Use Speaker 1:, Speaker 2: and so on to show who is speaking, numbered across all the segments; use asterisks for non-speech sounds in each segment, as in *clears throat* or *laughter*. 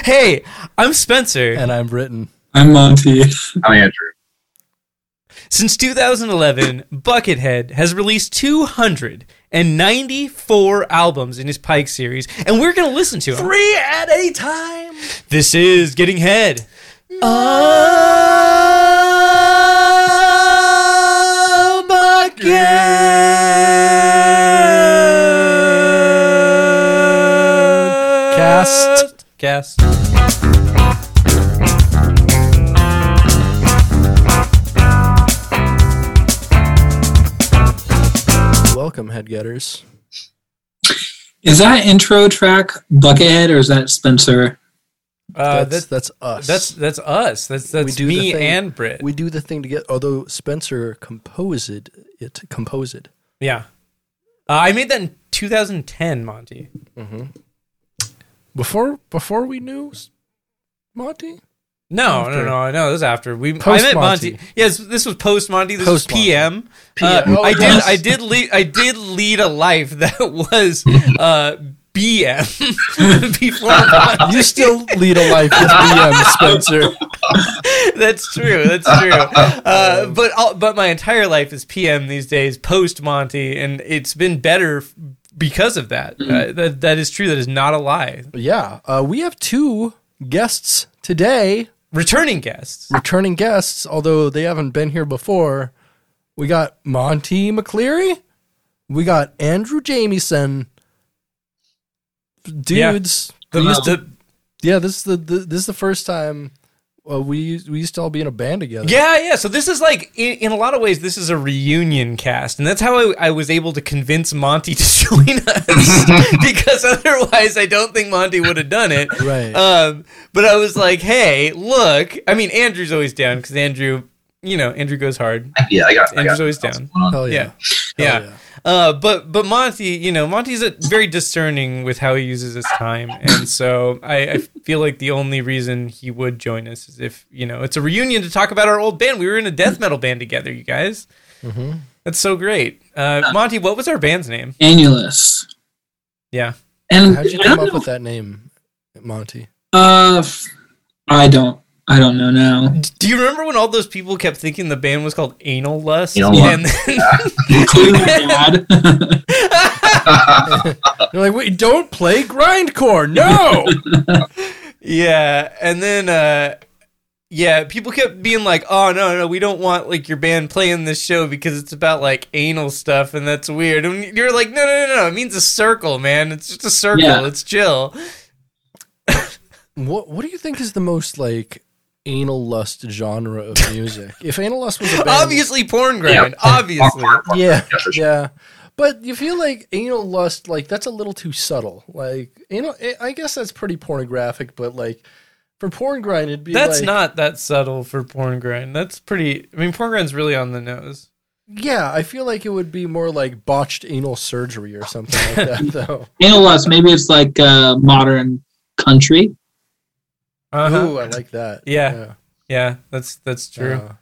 Speaker 1: Hey, I'm Spencer.
Speaker 2: and I'm Britain.
Speaker 3: I'm Monty.
Speaker 4: I'm Andrew.
Speaker 1: Since 2011, Buckethead has released 294 albums in his Pike series, and we're going to listen to them.
Speaker 2: Three at a time.
Speaker 1: This is Getting Head.
Speaker 2: Cast.
Speaker 1: Cast. Uh,
Speaker 2: Welcome, headgetters.
Speaker 3: Is that intro track Buckethead or is that Spencer?
Speaker 1: Uh, that's,
Speaker 2: that's, that's us.
Speaker 1: that's that's us. That's that's
Speaker 2: do the
Speaker 1: me
Speaker 2: thing.
Speaker 1: and Brit.
Speaker 2: we do the thing together. Although Spencer composed it, composed.
Speaker 1: yeah, uh, I made that in 2010, Monty.
Speaker 2: Before before we knew S- Monty,
Speaker 1: No,
Speaker 2: After.
Speaker 1: no, no, no. This was after we.
Speaker 2: Post
Speaker 1: I met Monty.
Speaker 2: Monty.
Speaker 1: Yes, this was post Monty. This
Speaker 2: Post
Speaker 1: was PM. Uh,
Speaker 2: PM. Oh,
Speaker 1: I did.
Speaker 3: yes.
Speaker 1: I did lead. I did lead a life that *laughs* was uh, BM *laughs* before.
Speaker 2: *laughs*
Speaker 1: Monty.
Speaker 2: you still lead a life
Speaker 1: *laughs*
Speaker 2: with BM, Spencer.
Speaker 1: That's true. That's true. Uh, but all, but my entire life is PM these days, post Monty, and it's been better f- because of that.
Speaker 2: Mm-hmm.
Speaker 1: Uh, that that is true. That is not a lie.
Speaker 2: Yeah, uh, we have two guests today,
Speaker 1: Returning guests.
Speaker 2: returning guests. Although they haven't been here before, we got Monty McCleary, we got Andrew Jamieson. Dudes,
Speaker 1: The,
Speaker 3: Wow.
Speaker 1: the-
Speaker 2: yeah, this is the, the this is the first time uh, we used- we used to all be in a band together.
Speaker 1: yeah, yeah. So this is like, in, in a lot of ways, this is a reunion cast, and that's how I, I was able to convince Monty *laughs* to join us because otherwise, I don't think Monty would have done it.
Speaker 2: Right.
Speaker 1: Um, but I was like, hey, look. I mean, Andrew's always down because Andrew, you know, Andrew goes hard.
Speaker 4: Yeah, I got. I
Speaker 1: Andrew's
Speaker 4: got
Speaker 1: always
Speaker 4: what's
Speaker 1: down.
Speaker 4: going on.
Speaker 2: Hell yeah.
Speaker 1: Yeah. Yeah. Uh, but but Monty, you know, Monty's a very discerning with how he uses his time, and so I, I feel like the only reason he would join us is if you know it's a reunion to talk about our old band. We were in a death metal band together, you guys.
Speaker 2: Mm-hmm.
Speaker 1: That's so great, uh, Monty. What was our band's name?
Speaker 3: Annulus.
Speaker 1: Yeah,
Speaker 3: And
Speaker 2: How'd you
Speaker 3: *laughs* I don't
Speaker 2: come up
Speaker 3: know-
Speaker 2: with that name, Monty?
Speaker 3: Uh, f- I don't. I don't know now.
Speaker 1: do you remember when all those people kept thinking the band was called Anal Lust?
Speaker 4: Anal Lust.
Speaker 1: And then- *laughs*
Speaker 2: *laughs*
Speaker 3: Including my dad.
Speaker 2: They're like, wait, don't play grindcore. No.
Speaker 1: Yeah, and then uh yeah, people kept being like, "Oh no, no, we don't want like your band playing this show because it's about like anal stuff and that's weird." And you're like, "No, no, no, no, it means a circle, man. It's just a circle.
Speaker 3: Yeah.
Speaker 1: It's
Speaker 3: *laughs*
Speaker 1: chill."
Speaker 2: what What do you think is the most like anal lust genre
Speaker 1: *laughs*
Speaker 2: of music? if anal lust was a band,
Speaker 1: Obviously porn grind,
Speaker 4: Yeah.
Speaker 1: obviously. *laughs*
Speaker 2: yeah,
Speaker 4: Yeah, for sure.
Speaker 2: yeah. But you feel like anal lust, like that's a little too subtle. Like anal, I- I guess that's pretty pornographic. But like for porn grind, it'd *laughs* be
Speaker 1: That's
Speaker 2: like-
Speaker 1: not that subtle for porn grind. That's pretty I mean, porn grind's really on the nose.
Speaker 2: Yeah, I feel like it would be more like botched anal surgery or something
Speaker 1: *laughs*
Speaker 2: like that, though.
Speaker 3: *laughs* Annulus. Maybe it's like uh, modern country.
Speaker 1: Uh-huh.
Speaker 2: Ooh, I like that.
Speaker 1: Yeah, Yeah, that's that's true.
Speaker 2: Uh,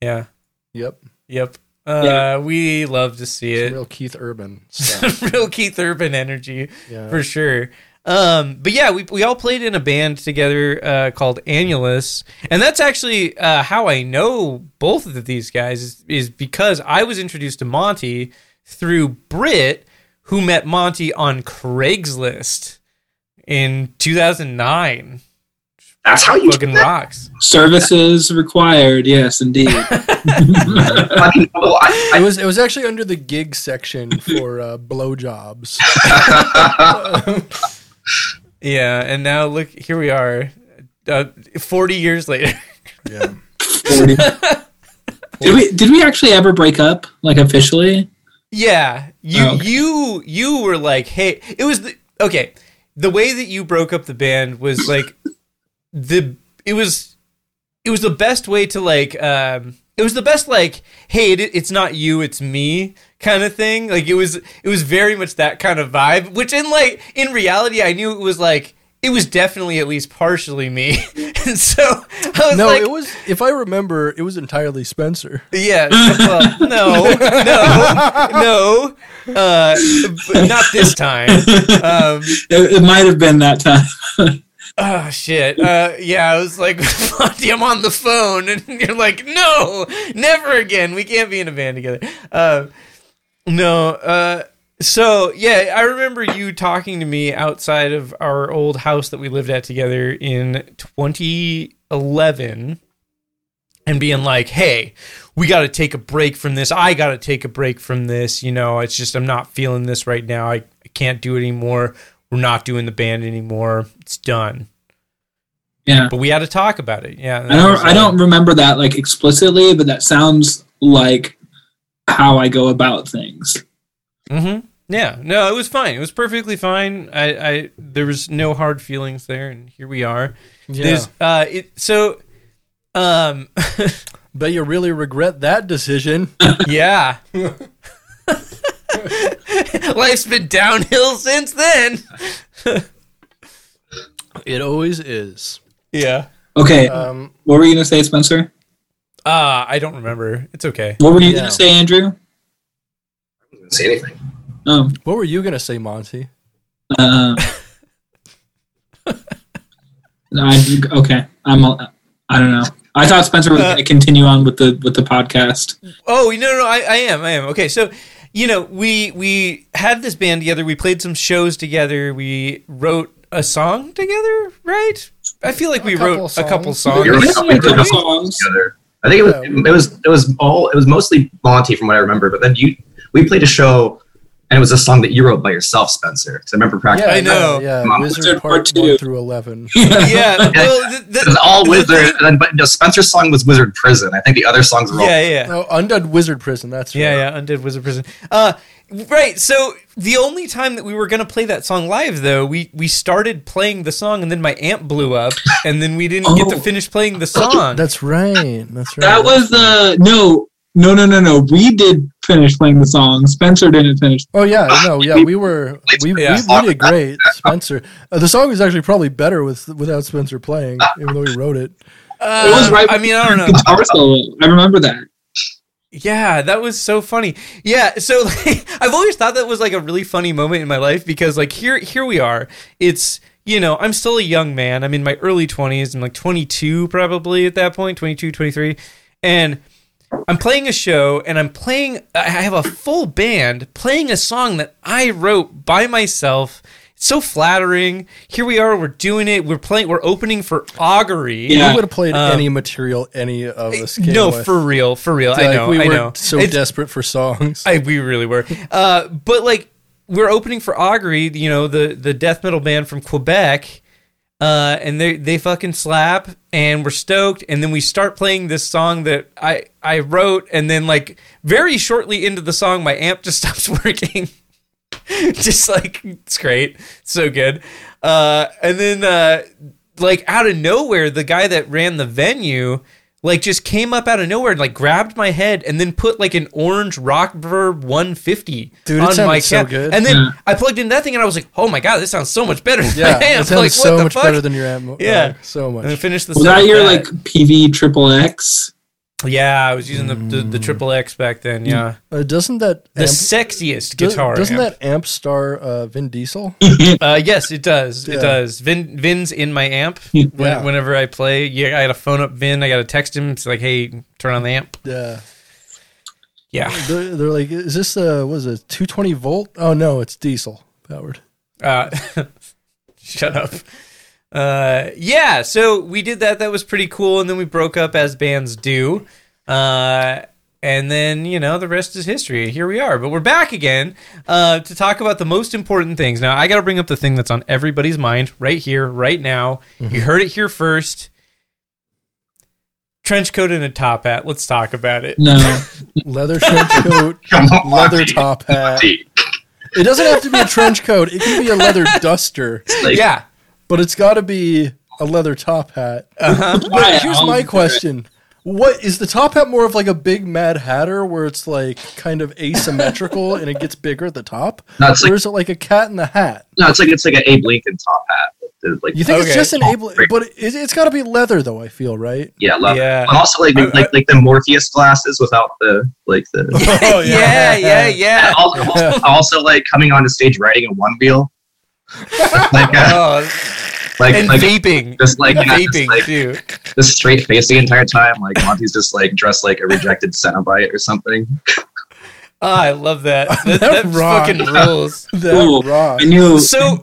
Speaker 1: yeah.
Speaker 2: yep.
Speaker 1: Yep. Uh
Speaker 3: Yeah.
Speaker 1: we love to see
Speaker 2: Some
Speaker 1: it.
Speaker 2: real Keith Urban
Speaker 1: *laughs*
Speaker 2: stuff.
Speaker 1: real Keith Urban energy.
Speaker 2: Yeah.
Speaker 1: for sure. Um, but yeah, we, we all played in a band together uh, called Annulus, and that's actually uh, how I know both of these guys is, is because I was introduced to Monty through Brit, who met Monty on Craigslist in 2009.
Speaker 4: That's how you.
Speaker 1: Fucking rocks.
Speaker 3: Services required. Yes, indeed.
Speaker 4: I mean, well, Oh, I,
Speaker 2: It was it was actually under the gig section for
Speaker 1: *laughs*
Speaker 2: uh, blowjobs.
Speaker 1: Yeah, and now look, here we are, uh, 40 years later.
Speaker 2: Yeah. *laughs*
Speaker 3: did we? Did we actually ever break up? Like officially?
Speaker 1: Yeah, you
Speaker 3: Oh, okay.
Speaker 1: you you were like, hey, it was the okay. The way that you broke up the band was like the it was it was the best way to like um it was the best like hey it, it's not you it's me kind of thing like it was it was very much that kind of vibe which in like in reality I knew it was like it was definitely at least partially me *laughs* and so I was
Speaker 2: No,
Speaker 1: like
Speaker 2: it was if I remember, it was entirely Spencer.
Speaker 1: yeah. Well, no, no, no. Uh, b- not this time. Um,
Speaker 3: It, it might have been that time.
Speaker 1: oh shit uh, yeah i was like *laughs* Monty, i'm on the phone *laughs* and you're like no never again we can't be in a band together uh, no uh, so yeah i remember you talking to me outside of our old house that we lived at together in 2011 and being like hey we got to take a break from this i got to take a break from this you know it's just i'm not feeling this right now i, I can't do it anymore we're not doing the band anymore. It's done.
Speaker 3: Yeah.
Speaker 1: But we had to talk about it. Yeah.
Speaker 3: I don't I don't remember that like explicitly, but that sounds like how I go about things.
Speaker 1: Mm-hmm. Yeah. No, it was fine. It was perfectly fine. I, I there was no hard feelings there, and here we are.
Speaker 2: Yeah.
Speaker 1: There's uh it so um *laughs*
Speaker 2: Bet you really regret that decision.
Speaker 1: yeah. *laughs* Life's been downhill since then.
Speaker 2: it always is.
Speaker 1: Yeah.
Speaker 3: Okay.
Speaker 2: Um,
Speaker 3: what were you gonna say, Spencer?
Speaker 1: Uh I don't remember. It's okay.
Speaker 3: What were you
Speaker 2: Yeah.
Speaker 3: gonna say, Andrew?
Speaker 4: didn't say anything.
Speaker 3: Oh.
Speaker 2: what were you gonna say, Monty?
Speaker 3: Uh, no, I, okay. I'm I don't know. I thought Spencer was gonna continue on with the with the podcast.
Speaker 1: Oh no, no, I, I am, I am. Okay, so you know, we we had this band together. We played some shows together. We wrote a song together, right? I feel like we
Speaker 2: couple
Speaker 1: wrote a
Speaker 2: songs. *laughs*
Speaker 1: couple
Speaker 4: You're
Speaker 1: songs.
Speaker 4: right.
Speaker 3: Yeah, we did songs.
Speaker 4: together. I think it was it was it was all it was mostly Monty from what I remember, but then you we played a show and it was a song that you wrote by yourself, Spencer. Because I remember practicing.
Speaker 1: I know.
Speaker 2: Yeah,
Speaker 4: Mom,
Speaker 2: Wizard Part
Speaker 3: Wizard Part
Speaker 2: One
Speaker 3: Two.
Speaker 2: through Eleven.
Speaker 1: Yeah, well, th- th-
Speaker 4: It was all
Speaker 1: the
Speaker 4: Wizard,
Speaker 1: thing-
Speaker 4: *laughs* and then, but no, Spencer's song was Wizard Prison. I think the other songs were all
Speaker 1: yeah, yeah.
Speaker 2: Oh, Undead Wizard Prison. That's right.
Speaker 1: Yeah, yeah, Undead Wizard Prison. Uh, right. So the only time that we were gonna play that song live, though, we we started playing the song, and then my amp blew up, and then we didn't get to
Speaker 3: Oh.
Speaker 1: finish playing the song.
Speaker 2: That's right. That's right.
Speaker 3: That was the no, no, no, no, no. We did finish playing the song. Spencer didn't finish.
Speaker 2: Oh yeah, no, yeah, we were we, we,
Speaker 1: Yeah.
Speaker 2: we did great. Spencer, uh, the song is actually probably better with without Spencer playing, even though he wrote it.
Speaker 1: Uh,
Speaker 3: It was right-
Speaker 1: I mean, I don't know.
Speaker 3: Guitar solo. I remember that.
Speaker 1: Yeah, that was so funny. Yeah, so *laughs* like, I've always thought that was like a really funny moment in my life because like here here we are. It's you know, I'm still a young man. I'm in my early 20s. I'm like 22 probably at that point, 22, 23. And I'm playing a show and I'm playing I have a full band playing a song that I wrote by myself. It's so flattering. Here we are, we're doing it. We're playing we're opening for Augury.
Speaker 3: Yeah.
Speaker 2: We would have played
Speaker 1: Um,
Speaker 2: any material any of us. Came
Speaker 1: No,
Speaker 2: with.
Speaker 1: for real, for real. I
Speaker 2: Like,
Speaker 1: know,
Speaker 2: we
Speaker 1: I
Speaker 2: were
Speaker 1: know.
Speaker 2: so
Speaker 1: It's-
Speaker 2: desperate for songs.
Speaker 1: *laughs* I, we really were. Uh, but like we're opening for Augury, you know, the the death metal band from Quebec. Uh, and they they fucking slap and we're stoked and then we start playing this song that I I wrote and then like very shortly into the song my amp just *laughs* stops working. just like it's great. So good. Uh, and then uh, like out of nowhere the guy that ran the venue like just came up out of nowhere and like grabbed my head and then put like an orange rock verb 150
Speaker 2: Dude, it
Speaker 1: on my
Speaker 2: sounded so
Speaker 1: cap.
Speaker 2: good.
Speaker 1: and then
Speaker 3: Yeah.
Speaker 1: I plugged into that thing and I was like, "Oh my god, this sounds so much better." Than
Speaker 2: *laughs*
Speaker 1: *laughs*
Speaker 2: yeah,
Speaker 1: my amp.
Speaker 2: it sounds
Speaker 1: like, what
Speaker 2: so
Speaker 1: the
Speaker 2: much
Speaker 1: fuck?
Speaker 2: better than your amp.
Speaker 1: Yeah.
Speaker 2: like, so
Speaker 1: And then
Speaker 2: much.
Speaker 1: finish the.
Speaker 3: Was
Speaker 1: set
Speaker 3: that
Speaker 1: with
Speaker 3: your like PV triple X?
Speaker 1: Yeah, I was using the the-
Speaker 2: Mm.
Speaker 1: the triple X back then. Yeah,
Speaker 2: Uh, doesn't that
Speaker 1: the
Speaker 2: amp,
Speaker 1: sexiest
Speaker 2: do-
Speaker 1: guitar.
Speaker 2: doesn't
Speaker 1: amp.
Speaker 2: that amp star uh,
Speaker 1: *laughs*
Speaker 2: Vin Diesel?
Speaker 1: Uh, yes, it does. It
Speaker 2: Yeah.
Speaker 1: does. Vin Vin's in my amp.
Speaker 3: Yeah.
Speaker 1: When, Whenever I play, yeah, I gotta phone up Vin. I gotta text him. It's like, hey, turn on the amp.
Speaker 2: Yeah,
Speaker 1: Yeah.
Speaker 2: they're, they're like, is this uh, was it 220 volt? Oh no, it's diesel powered.
Speaker 1: Uh, *laughs* shut up. Uh, yeah, so we did that. That was pretty cool. And then we broke up as bands do. Uh, and then, you know, the rest is history. Here we are. But we're back again uh, to talk about the most important things. Now, I got to bring up the thing that's on everybody's mind right here, right now.
Speaker 4: Mm-hmm.
Speaker 1: You heard it here first. Trench coat and a top hat. Let's talk about it. *laughs*
Speaker 3: No.
Speaker 2: Leather trench coat,
Speaker 4: Come on,
Speaker 2: leather
Speaker 4: Monty.
Speaker 2: top hat.
Speaker 4: Monty.
Speaker 2: It doesn't have to be a trench coat. It can be a leather duster,
Speaker 4: Like,
Speaker 1: Yeah.
Speaker 2: but it's got to be a leather top hat.
Speaker 1: Uh-huh.
Speaker 4: *laughs*
Speaker 3: Why?
Speaker 2: But here's
Speaker 3: I'll-
Speaker 2: my question. What is the top hat more of like a big mad hatter where it's like kind of asymmetrical and it gets bigger at the top?
Speaker 4: No, it's like-
Speaker 2: or is it like a cat in the hat?
Speaker 4: No, it's like it's like an Abe Lincoln top hat. It's Like
Speaker 2: You think it's
Speaker 1: Okay.
Speaker 2: just an able but it, it's got to be leather though, I feel, right?
Speaker 4: yeah, love it.
Speaker 1: Yeah.
Speaker 4: And also like
Speaker 1: I- I-
Speaker 4: like like the Morpheus glasses without the like the.
Speaker 1: *laughs*
Speaker 2: Oh,
Speaker 1: yeah, yeah, yeah.
Speaker 4: *laughs* And also,
Speaker 1: *laughs*
Speaker 4: also like coming onto stage riding a one wheel. like uh,
Speaker 1: Oh,
Speaker 4: Like,
Speaker 1: and
Speaker 4: like
Speaker 1: vaping.
Speaker 4: just like, yeah, just,
Speaker 1: vaping
Speaker 4: like
Speaker 1: too.
Speaker 4: this straight face the entire time. Like Monty's just like dressed like a rejected Cenobite or something.
Speaker 1: Oh, I love that. That,
Speaker 2: That
Speaker 1: that
Speaker 2: rock.
Speaker 1: fucking rules.
Speaker 2: *laughs* That
Speaker 3: Ooh,
Speaker 2: rock.
Speaker 3: I knew.
Speaker 1: So,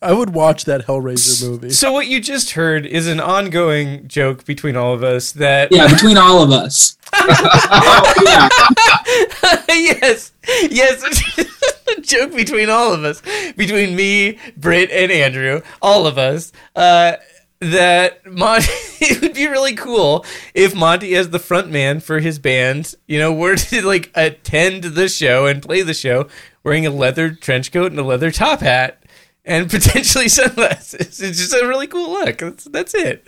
Speaker 2: I would watch that Hellraiser movie.
Speaker 1: so what you just heard is an ongoing joke between all of us that
Speaker 3: *laughs* yeah, between all of us. oh, yeah.
Speaker 1: *laughs* yes, yes, *laughs* a joke between all of us, between me, Britt, and Andrew, all of us. Uh, that Monty, *laughs* it would be really cool if Monty, as the front man for his band, you know, were to like attend the show and play the show wearing a leather trench coat and a leather top hat and *laughs* potentially sunglasses. It's just a really cool look. That's, that's it.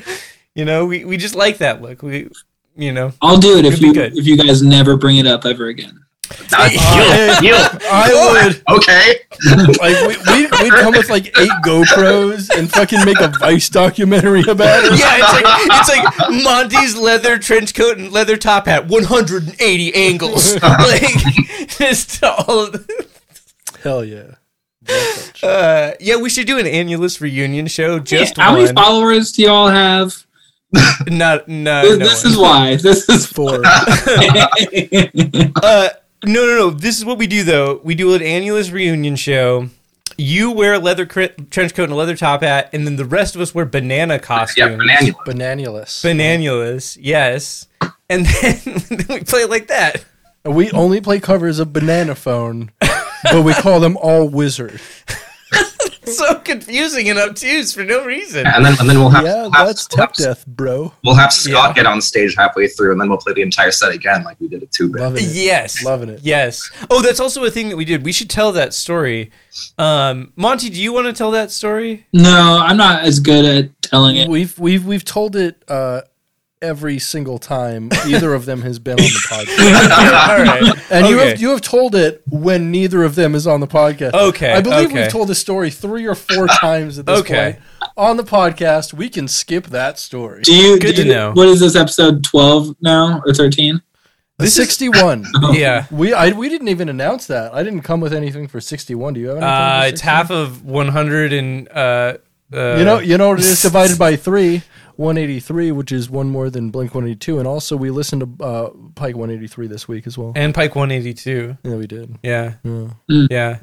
Speaker 1: You know, we, we just like that look. We, you know,
Speaker 3: I'll do it if
Speaker 1: It'd be
Speaker 3: you
Speaker 1: good.
Speaker 3: if you guys never bring it up ever again.
Speaker 4: *laughs* Not
Speaker 2: I-
Speaker 4: you, you.
Speaker 1: *laughs*
Speaker 2: I would
Speaker 4: Okay.
Speaker 2: like we we'd, we'd come with like eight GoPros and fucking make a Vice documentary
Speaker 1: *laughs*
Speaker 2: about it.
Speaker 3: *laughs*
Speaker 1: Yeah, it's like it's like Monty's leather trench coat and leather top hat, 180
Speaker 3: *laughs*
Speaker 1: angles, like just all. Of the-
Speaker 2: Hell yeah.
Speaker 1: uh, yeah, we should do an annulus reunion show. Just
Speaker 3: How many
Speaker 1: one.
Speaker 3: followers do y'all have?
Speaker 1: not no
Speaker 3: This,
Speaker 1: no.
Speaker 3: this
Speaker 1: one.
Speaker 3: is why.
Speaker 1: *laughs*
Speaker 3: This is.
Speaker 2: Four.
Speaker 1: Uh, no no no. This is what we do though. We do an annulus reunion show. You wear a leather cr- trench coat and a leather top hat, and then the rest of us wear banana
Speaker 4: Yeah,
Speaker 1: costumes.
Speaker 4: banana.
Speaker 2: Bananulus.
Speaker 1: Bananulus, yes. And then, *laughs* then we play it like that.
Speaker 2: we only play covers of Banana Phone, but we call them all Wizard.
Speaker 1: so confusing and obtuse for no reason.
Speaker 4: And then and then we'll have,
Speaker 2: Yeah,
Speaker 4: we'll have-
Speaker 2: that's
Speaker 4: we'll have-
Speaker 2: Tech Death, bro.
Speaker 4: We'll have Scott get on stage halfway through, and then we'll play the entire set again, like we did at Two Bit.
Speaker 2: Loving it.
Speaker 1: Yes.
Speaker 2: Loving it.
Speaker 1: Yes. Oh, that's also a thing that we did. We should tell that story. Um, Monty, do you want to tell that
Speaker 3: *laughs*
Speaker 1: story?
Speaker 3: *laughs* No, I'm not as good at telling it.
Speaker 2: We've we've we've told it uh, every single time either of them has been on the
Speaker 1: *laughs*
Speaker 2: podcast,
Speaker 1: All right.
Speaker 2: and you
Speaker 1: Okay.
Speaker 2: have you have told it when neither of them is on the podcast.
Speaker 1: Okay,
Speaker 2: I believe
Speaker 1: okay.
Speaker 2: we've told the story three
Speaker 1: *laughs*
Speaker 2: or four times at this
Speaker 1: Okay.
Speaker 2: point on the podcast. We can skip that story.
Speaker 3: Do you?
Speaker 1: Good
Speaker 3: do
Speaker 1: to
Speaker 3: you-
Speaker 1: know.
Speaker 3: What is this episode 12 now or 13?
Speaker 1: This is- *laughs*
Speaker 2: Sixty-one.
Speaker 1: Yeah.
Speaker 2: we I, we didn't even announce that. I didn't come with anything for sixty-one. Do you have anything?
Speaker 1: Uh,
Speaker 2: for
Speaker 1: it's
Speaker 2: 61?
Speaker 1: half of 100 and. Uh, uh,
Speaker 2: You know, you know, it is divided by three. 183, which is one more than Blink 182, and also we listened to uh, Pike 183 this week as well.
Speaker 1: And Pike 182.
Speaker 2: Yeah, we did.
Speaker 1: Yeah.
Speaker 2: Yeah.
Speaker 1: Yeah.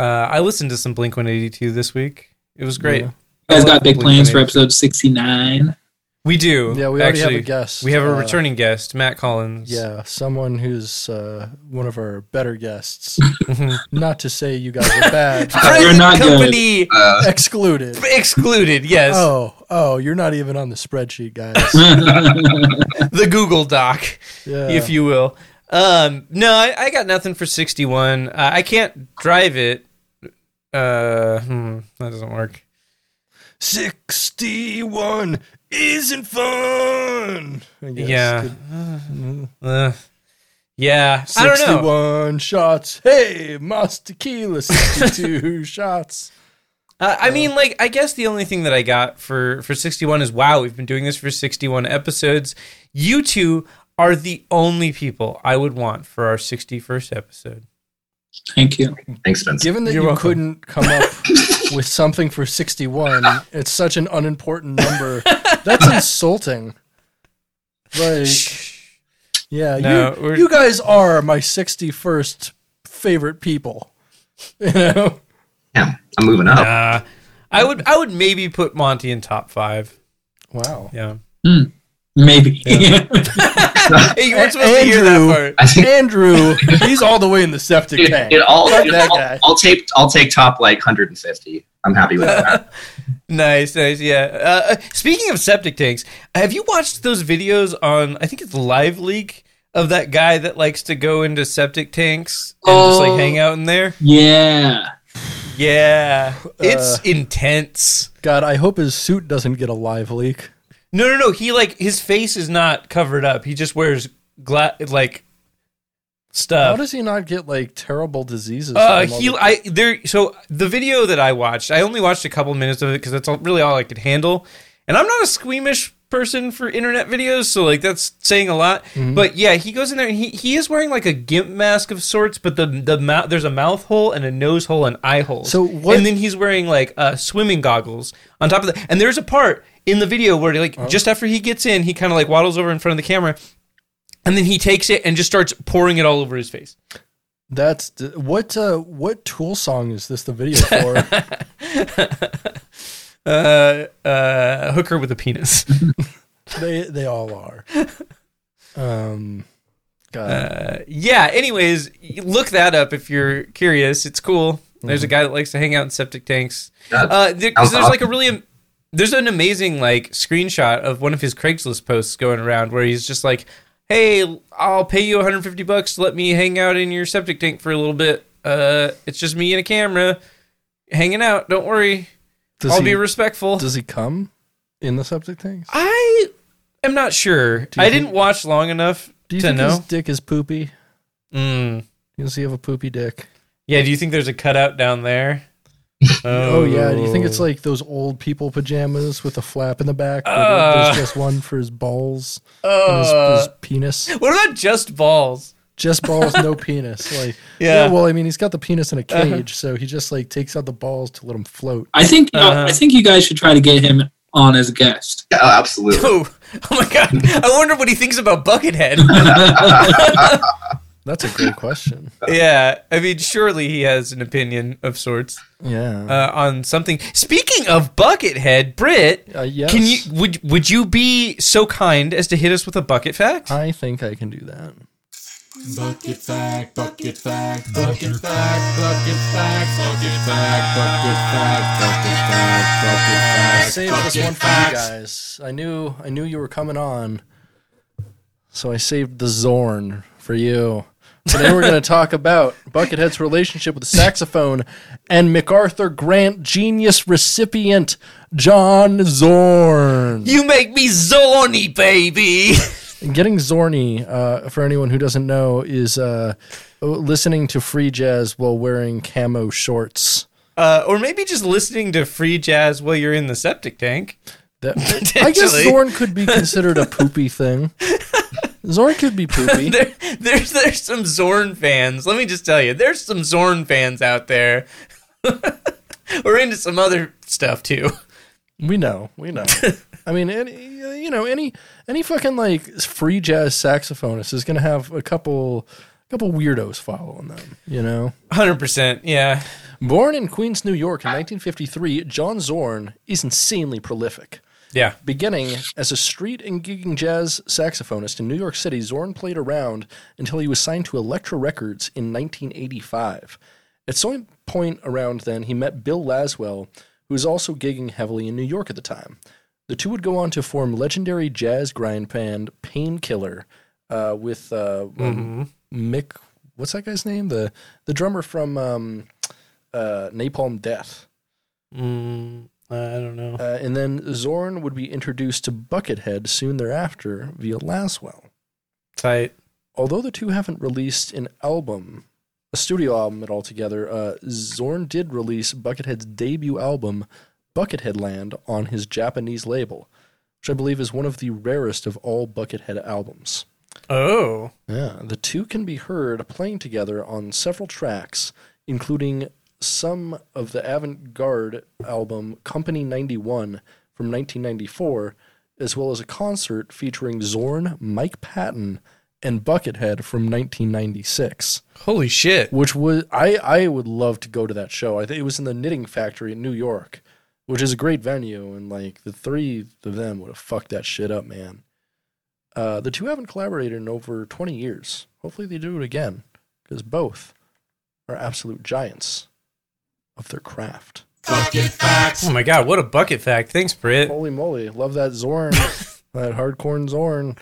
Speaker 1: Uh, I listened to some Blink 182 this week. It was great.
Speaker 2: Yeah.
Speaker 3: You guys got big
Speaker 1: Blink
Speaker 3: plans for
Speaker 1: 182.
Speaker 3: episode 69.
Speaker 1: *laughs* We do.
Speaker 2: Yeah, we already
Speaker 1: actually.
Speaker 2: have a guest.
Speaker 1: We have a
Speaker 2: uh,
Speaker 1: returning guest, Matt Collins. *laughs*
Speaker 2: Yeah, someone who's uh, one of our better *laughs* guests.
Speaker 1: Mhm.
Speaker 2: Not to say you guys are *laughs* bad.
Speaker 3: We're
Speaker 1: Present
Speaker 3: not good.
Speaker 1: company
Speaker 4: Uh,
Speaker 2: Excluded.
Speaker 1: excluded. Yes.
Speaker 2: Oh, oh, you're not even on the spreadsheet, *laughs* guys.
Speaker 1: the Google Doc,
Speaker 2: Yeah.
Speaker 1: if you will. Um, no, I, I got nothing for 61. Uh, I can't drive it. Uh, hmm, that doesn't work.
Speaker 2: 61 isn't fun. I guess.
Speaker 1: yeah.
Speaker 2: Good-
Speaker 1: Uh, yeah. I don't know.
Speaker 2: 61 shots. Hey, Mas Tequila, 62 *laughs* shots.
Speaker 1: Uh, I mean, like, I guess the only thing that I got for, for 61 is wow, we've been doing this for 61 episodes. You two are the only people I would want for our 61st episode.
Speaker 3: *laughs* Thank you.
Speaker 4: thanks, Vince.
Speaker 2: Given that
Speaker 1: You're
Speaker 2: you
Speaker 1: welcome.
Speaker 2: couldn't
Speaker 1: *laughs*
Speaker 2: come up with something for 61, it's such an unimportant number.
Speaker 1: *laughs*
Speaker 2: That's insulting. Like, yeah,
Speaker 1: No,
Speaker 2: you,
Speaker 1: we're-
Speaker 2: you guys are my 61st favorite people. *laughs* You know?
Speaker 4: Yeah, I'm moving up.
Speaker 1: Uh, I would, I would maybe put Monty in top five.
Speaker 2: Wow.
Speaker 1: Yeah.
Speaker 3: Maybe.
Speaker 1: Hey, you weren't supposed to hear that
Speaker 2: Andrew.
Speaker 1: part.
Speaker 4: I think
Speaker 2: Andrew,
Speaker 1: *laughs*
Speaker 2: he's all the way in the septic
Speaker 4: it,
Speaker 2: tank.
Speaker 4: it all.
Speaker 2: Fuck
Speaker 4: it
Speaker 2: that
Speaker 4: all-
Speaker 2: guy.
Speaker 4: I'll take. I'll take top like 150. I'm happy with that.
Speaker 1: Nice, nice, yeah. Uh, speaking of septic tanks, have you watched those videos on? I think it's Live Leak of that guy that likes to go into septic tanks and just
Speaker 3: Oh.
Speaker 1: like hang out in there.
Speaker 3: *laughs* yeah.
Speaker 1: Yeah, it's intense.
Speaker 2: God, I hope his suit doesn't get a live leak.
Speaker 1: No, no, no. He like his face is not covered up. He just wears gla- like
Speaker 2: How
Speaker 1: stuff.
Speaker 2: does he not get like terrible diseases?
Speaker 1: Uh,
Speaker 2: from all
Speaker 1: he,
Speaker 2: the-
Speaker 1: I there. So the video that I watched, I only watched a couple minutes of it because that's all, really all I could handle. And I'm not a squeamish person for internet videos, so like that's saying a lot.
Speaker 2: Mhm.
Speaker 1: But yeah, he goes in there and he, he is wearing like a gimp mask of sorts, but the the mouth there's a mouth hole and a nose hole and eye holes.
Speaker 2: So what-
Speaker 1: And then he's wearing like uh, swimming goggles on top of that. And there's a part in the video where like
Speaker 2: Oh.
Speaker 1: just after he gets in, he kind of like waddles over in front of the camera, and then he takes it and just starts pouring it all over his face.
Speaker 2: That's d- what. Uh, what Tool song is this? The video
Speaker 1: *laughs*
Speaker 2: for?
Speaker 1: Uh, uh, hooker with a penis.
Speaker 2: *laughs* they they all are. Um, God.
Speaker 1: Uh, yeah. Anyways, y- look that up if you're curious. It's cool. There's
Speaker 2: Mm-hmm.
Speaker 1: a guy that likes to hang out in septic tanks.
Speaker 4: God,
Speaker 1: Uh, there, 'cause
Speaker 4: Sounds
Speaker 1: there's like a really, am- there's an amazing like screenshot of one of his Craigslist posts going around where he's just like, "Hey, I'll pay you 150 bucks. to Let me hang out in your septic tank for a little bit. Uh, it's just me and a camera, hanging out. Don't worry,
Speaker 2: does
Speaker 1: I'll
Speaker 2: he,
Speaker 1: be respectful."
Speaker 2: does he come in the septic tanks?
Speaker 1: I am not sure.
Speaker 2: you
Speaker 1: I
Speaker 2: think-
Speaker 1: didn't watch long enough
Speaker 2: Do you
Speaker 1: to
Speaker 2: think his
Speaker 1: know.
Speaker 2: dick is poopy?
Speaker 1: Mm.
Speaker 2: Does he have a poopy dick?
Speaker 1: Yeah, do you think there's a cutout down there?
Speaker 2: *laughs* Oh, yeah. Do you think it's like those old people pajamas with a flap in the back? where
Speaker 1: Uh.
Speaker 2: there's just one for his balls and his,
Speaker 1: Uh,
Speaker 2: his penis.
Speaker 1: what about just balls? *coughs*
Speaker 2: Just balls, no *laughs* penis. Like
Speaker 1: Yeah.
Speaker 2: Well, I mean, he's got the penis in a cage, so he just like takes out the balls to let him float.
Speaker 3: I think you know,
Speaker 1: Uh-huh.
Speaker 3: I think you guys should try to get him on as a guest.
Speaker 4: yeah, oh, absolutely.
Speaker 1: Oh, oh my god! I wonder what he thinks about Buckethead.
Speaker 2: *laughs* That's a great question.
Speaker 1: yeah, I mean, surely he has an opinion of sorts
Speaker 2: Yeah.
Speaker 1: uh, on something. Speaking of Buckethead, Britt,
Speaker 2: Uh, yes.
Speaker 1: can you would would you be so kind as to hit us with a bucket fact?
Speaker 2: I think I can do that.
Speaker 5: Bucket fact, bucket fact, bucket fact, bucket fact, bucket fact, bucket fact, bucket fact, bucket
Speaker 2: I
Speaker 5: fact.
Speaker 2: saved this one for you guys. I knew I knew you were coming on, so I saved the Zorn for you. Today we're
Speaker 5: *laughs*
Speaker 2: going to talk about Buckethead's relationship with the saxophone and MacArthur Grant Genius recipient John Zorn.
Speaker 1: you make me zorny, baby. *laughs*
Speaker 2: And getting Zorny, uh, for anyone who doesn't know, is uh, listening to free jazz while wearing camo shorts.
Speaker 1: Uh, or maybe just listening to free jazz while you're in the septic tank.
Speaker 2: That, I guess
Speaker 1: Potentially.
Speaker 2: Zorn could be considered a poopy thing. Zorn could be poopy.
Speaker 1: *laughs* There, there's there's some Zorn fans. Let me just tell you, there's some Zorn fans out there. *laughs* We're into some other stuff too. *laughs*
Speaker 2: We know, we know. I mean, any, you know, any any fucking like free jazz saxophonist is gonna have a couple couple weirdos following them. You know,
Speaker 1: Hundred percent, yeah.
Speaker 2: born in Queens, New York, in 1953, John Zorn is insanely prolific.
Speaker 1: Yeah.
Speaker 2: Beginning as a street and gigging jazz saxophonist in New York City, Zorn played around until he was signed to Elektra Records in 1985. At some point around then, he met Bill Laswell, who was also gigging heavily in New York at the time. The two would go on to form legendary jazz grind band Painkiller uh, with uh,
Speaker 1: Mm-hmm.
Speaker 2: um, Mick, what's that guy's name? The the drummer from um, uh, Napalm Death.
Speaker 1: Mm, I don't know.
Speaker 2: Uh, and then Zorn would be introduced to Buckethead soon thereafter via Laswell.
Speaker 1: Tight.
Speaker 2: Although the two haven't released an album, a studio album at all together, uh, Zorn did release Buckethead's debut album, Buckethead Land, on his Japanese label, which I believe is one of the rarest of all Buckethead albums.
Speaker 1: Oh.
Speaker 2: Yeah, the two can be heard playing together on several tracks, including some of the avant garde album Company 91 from 1994, as well as a concert featuring Zorn, Mike Patton, and Buckethead from 1996,
Speaker 1: Holy shit.
Speaker 2: which was I, I would love to go to that show. I think it was in the Knitting Factory in New York, which is a great venue, and like the three of them would have fucked that shit up, man. Uh, the two haven't collaborated in over 20 years. Hopefully they do it again, because both are absolute giants of their craft.
Speaker 5: Bucket facts.
Speaker 1: Oh my god, what a bucket fact. Thanks, Britt.
Speaker 2: Holy moly, love that Zorn, that hardcore Zorn.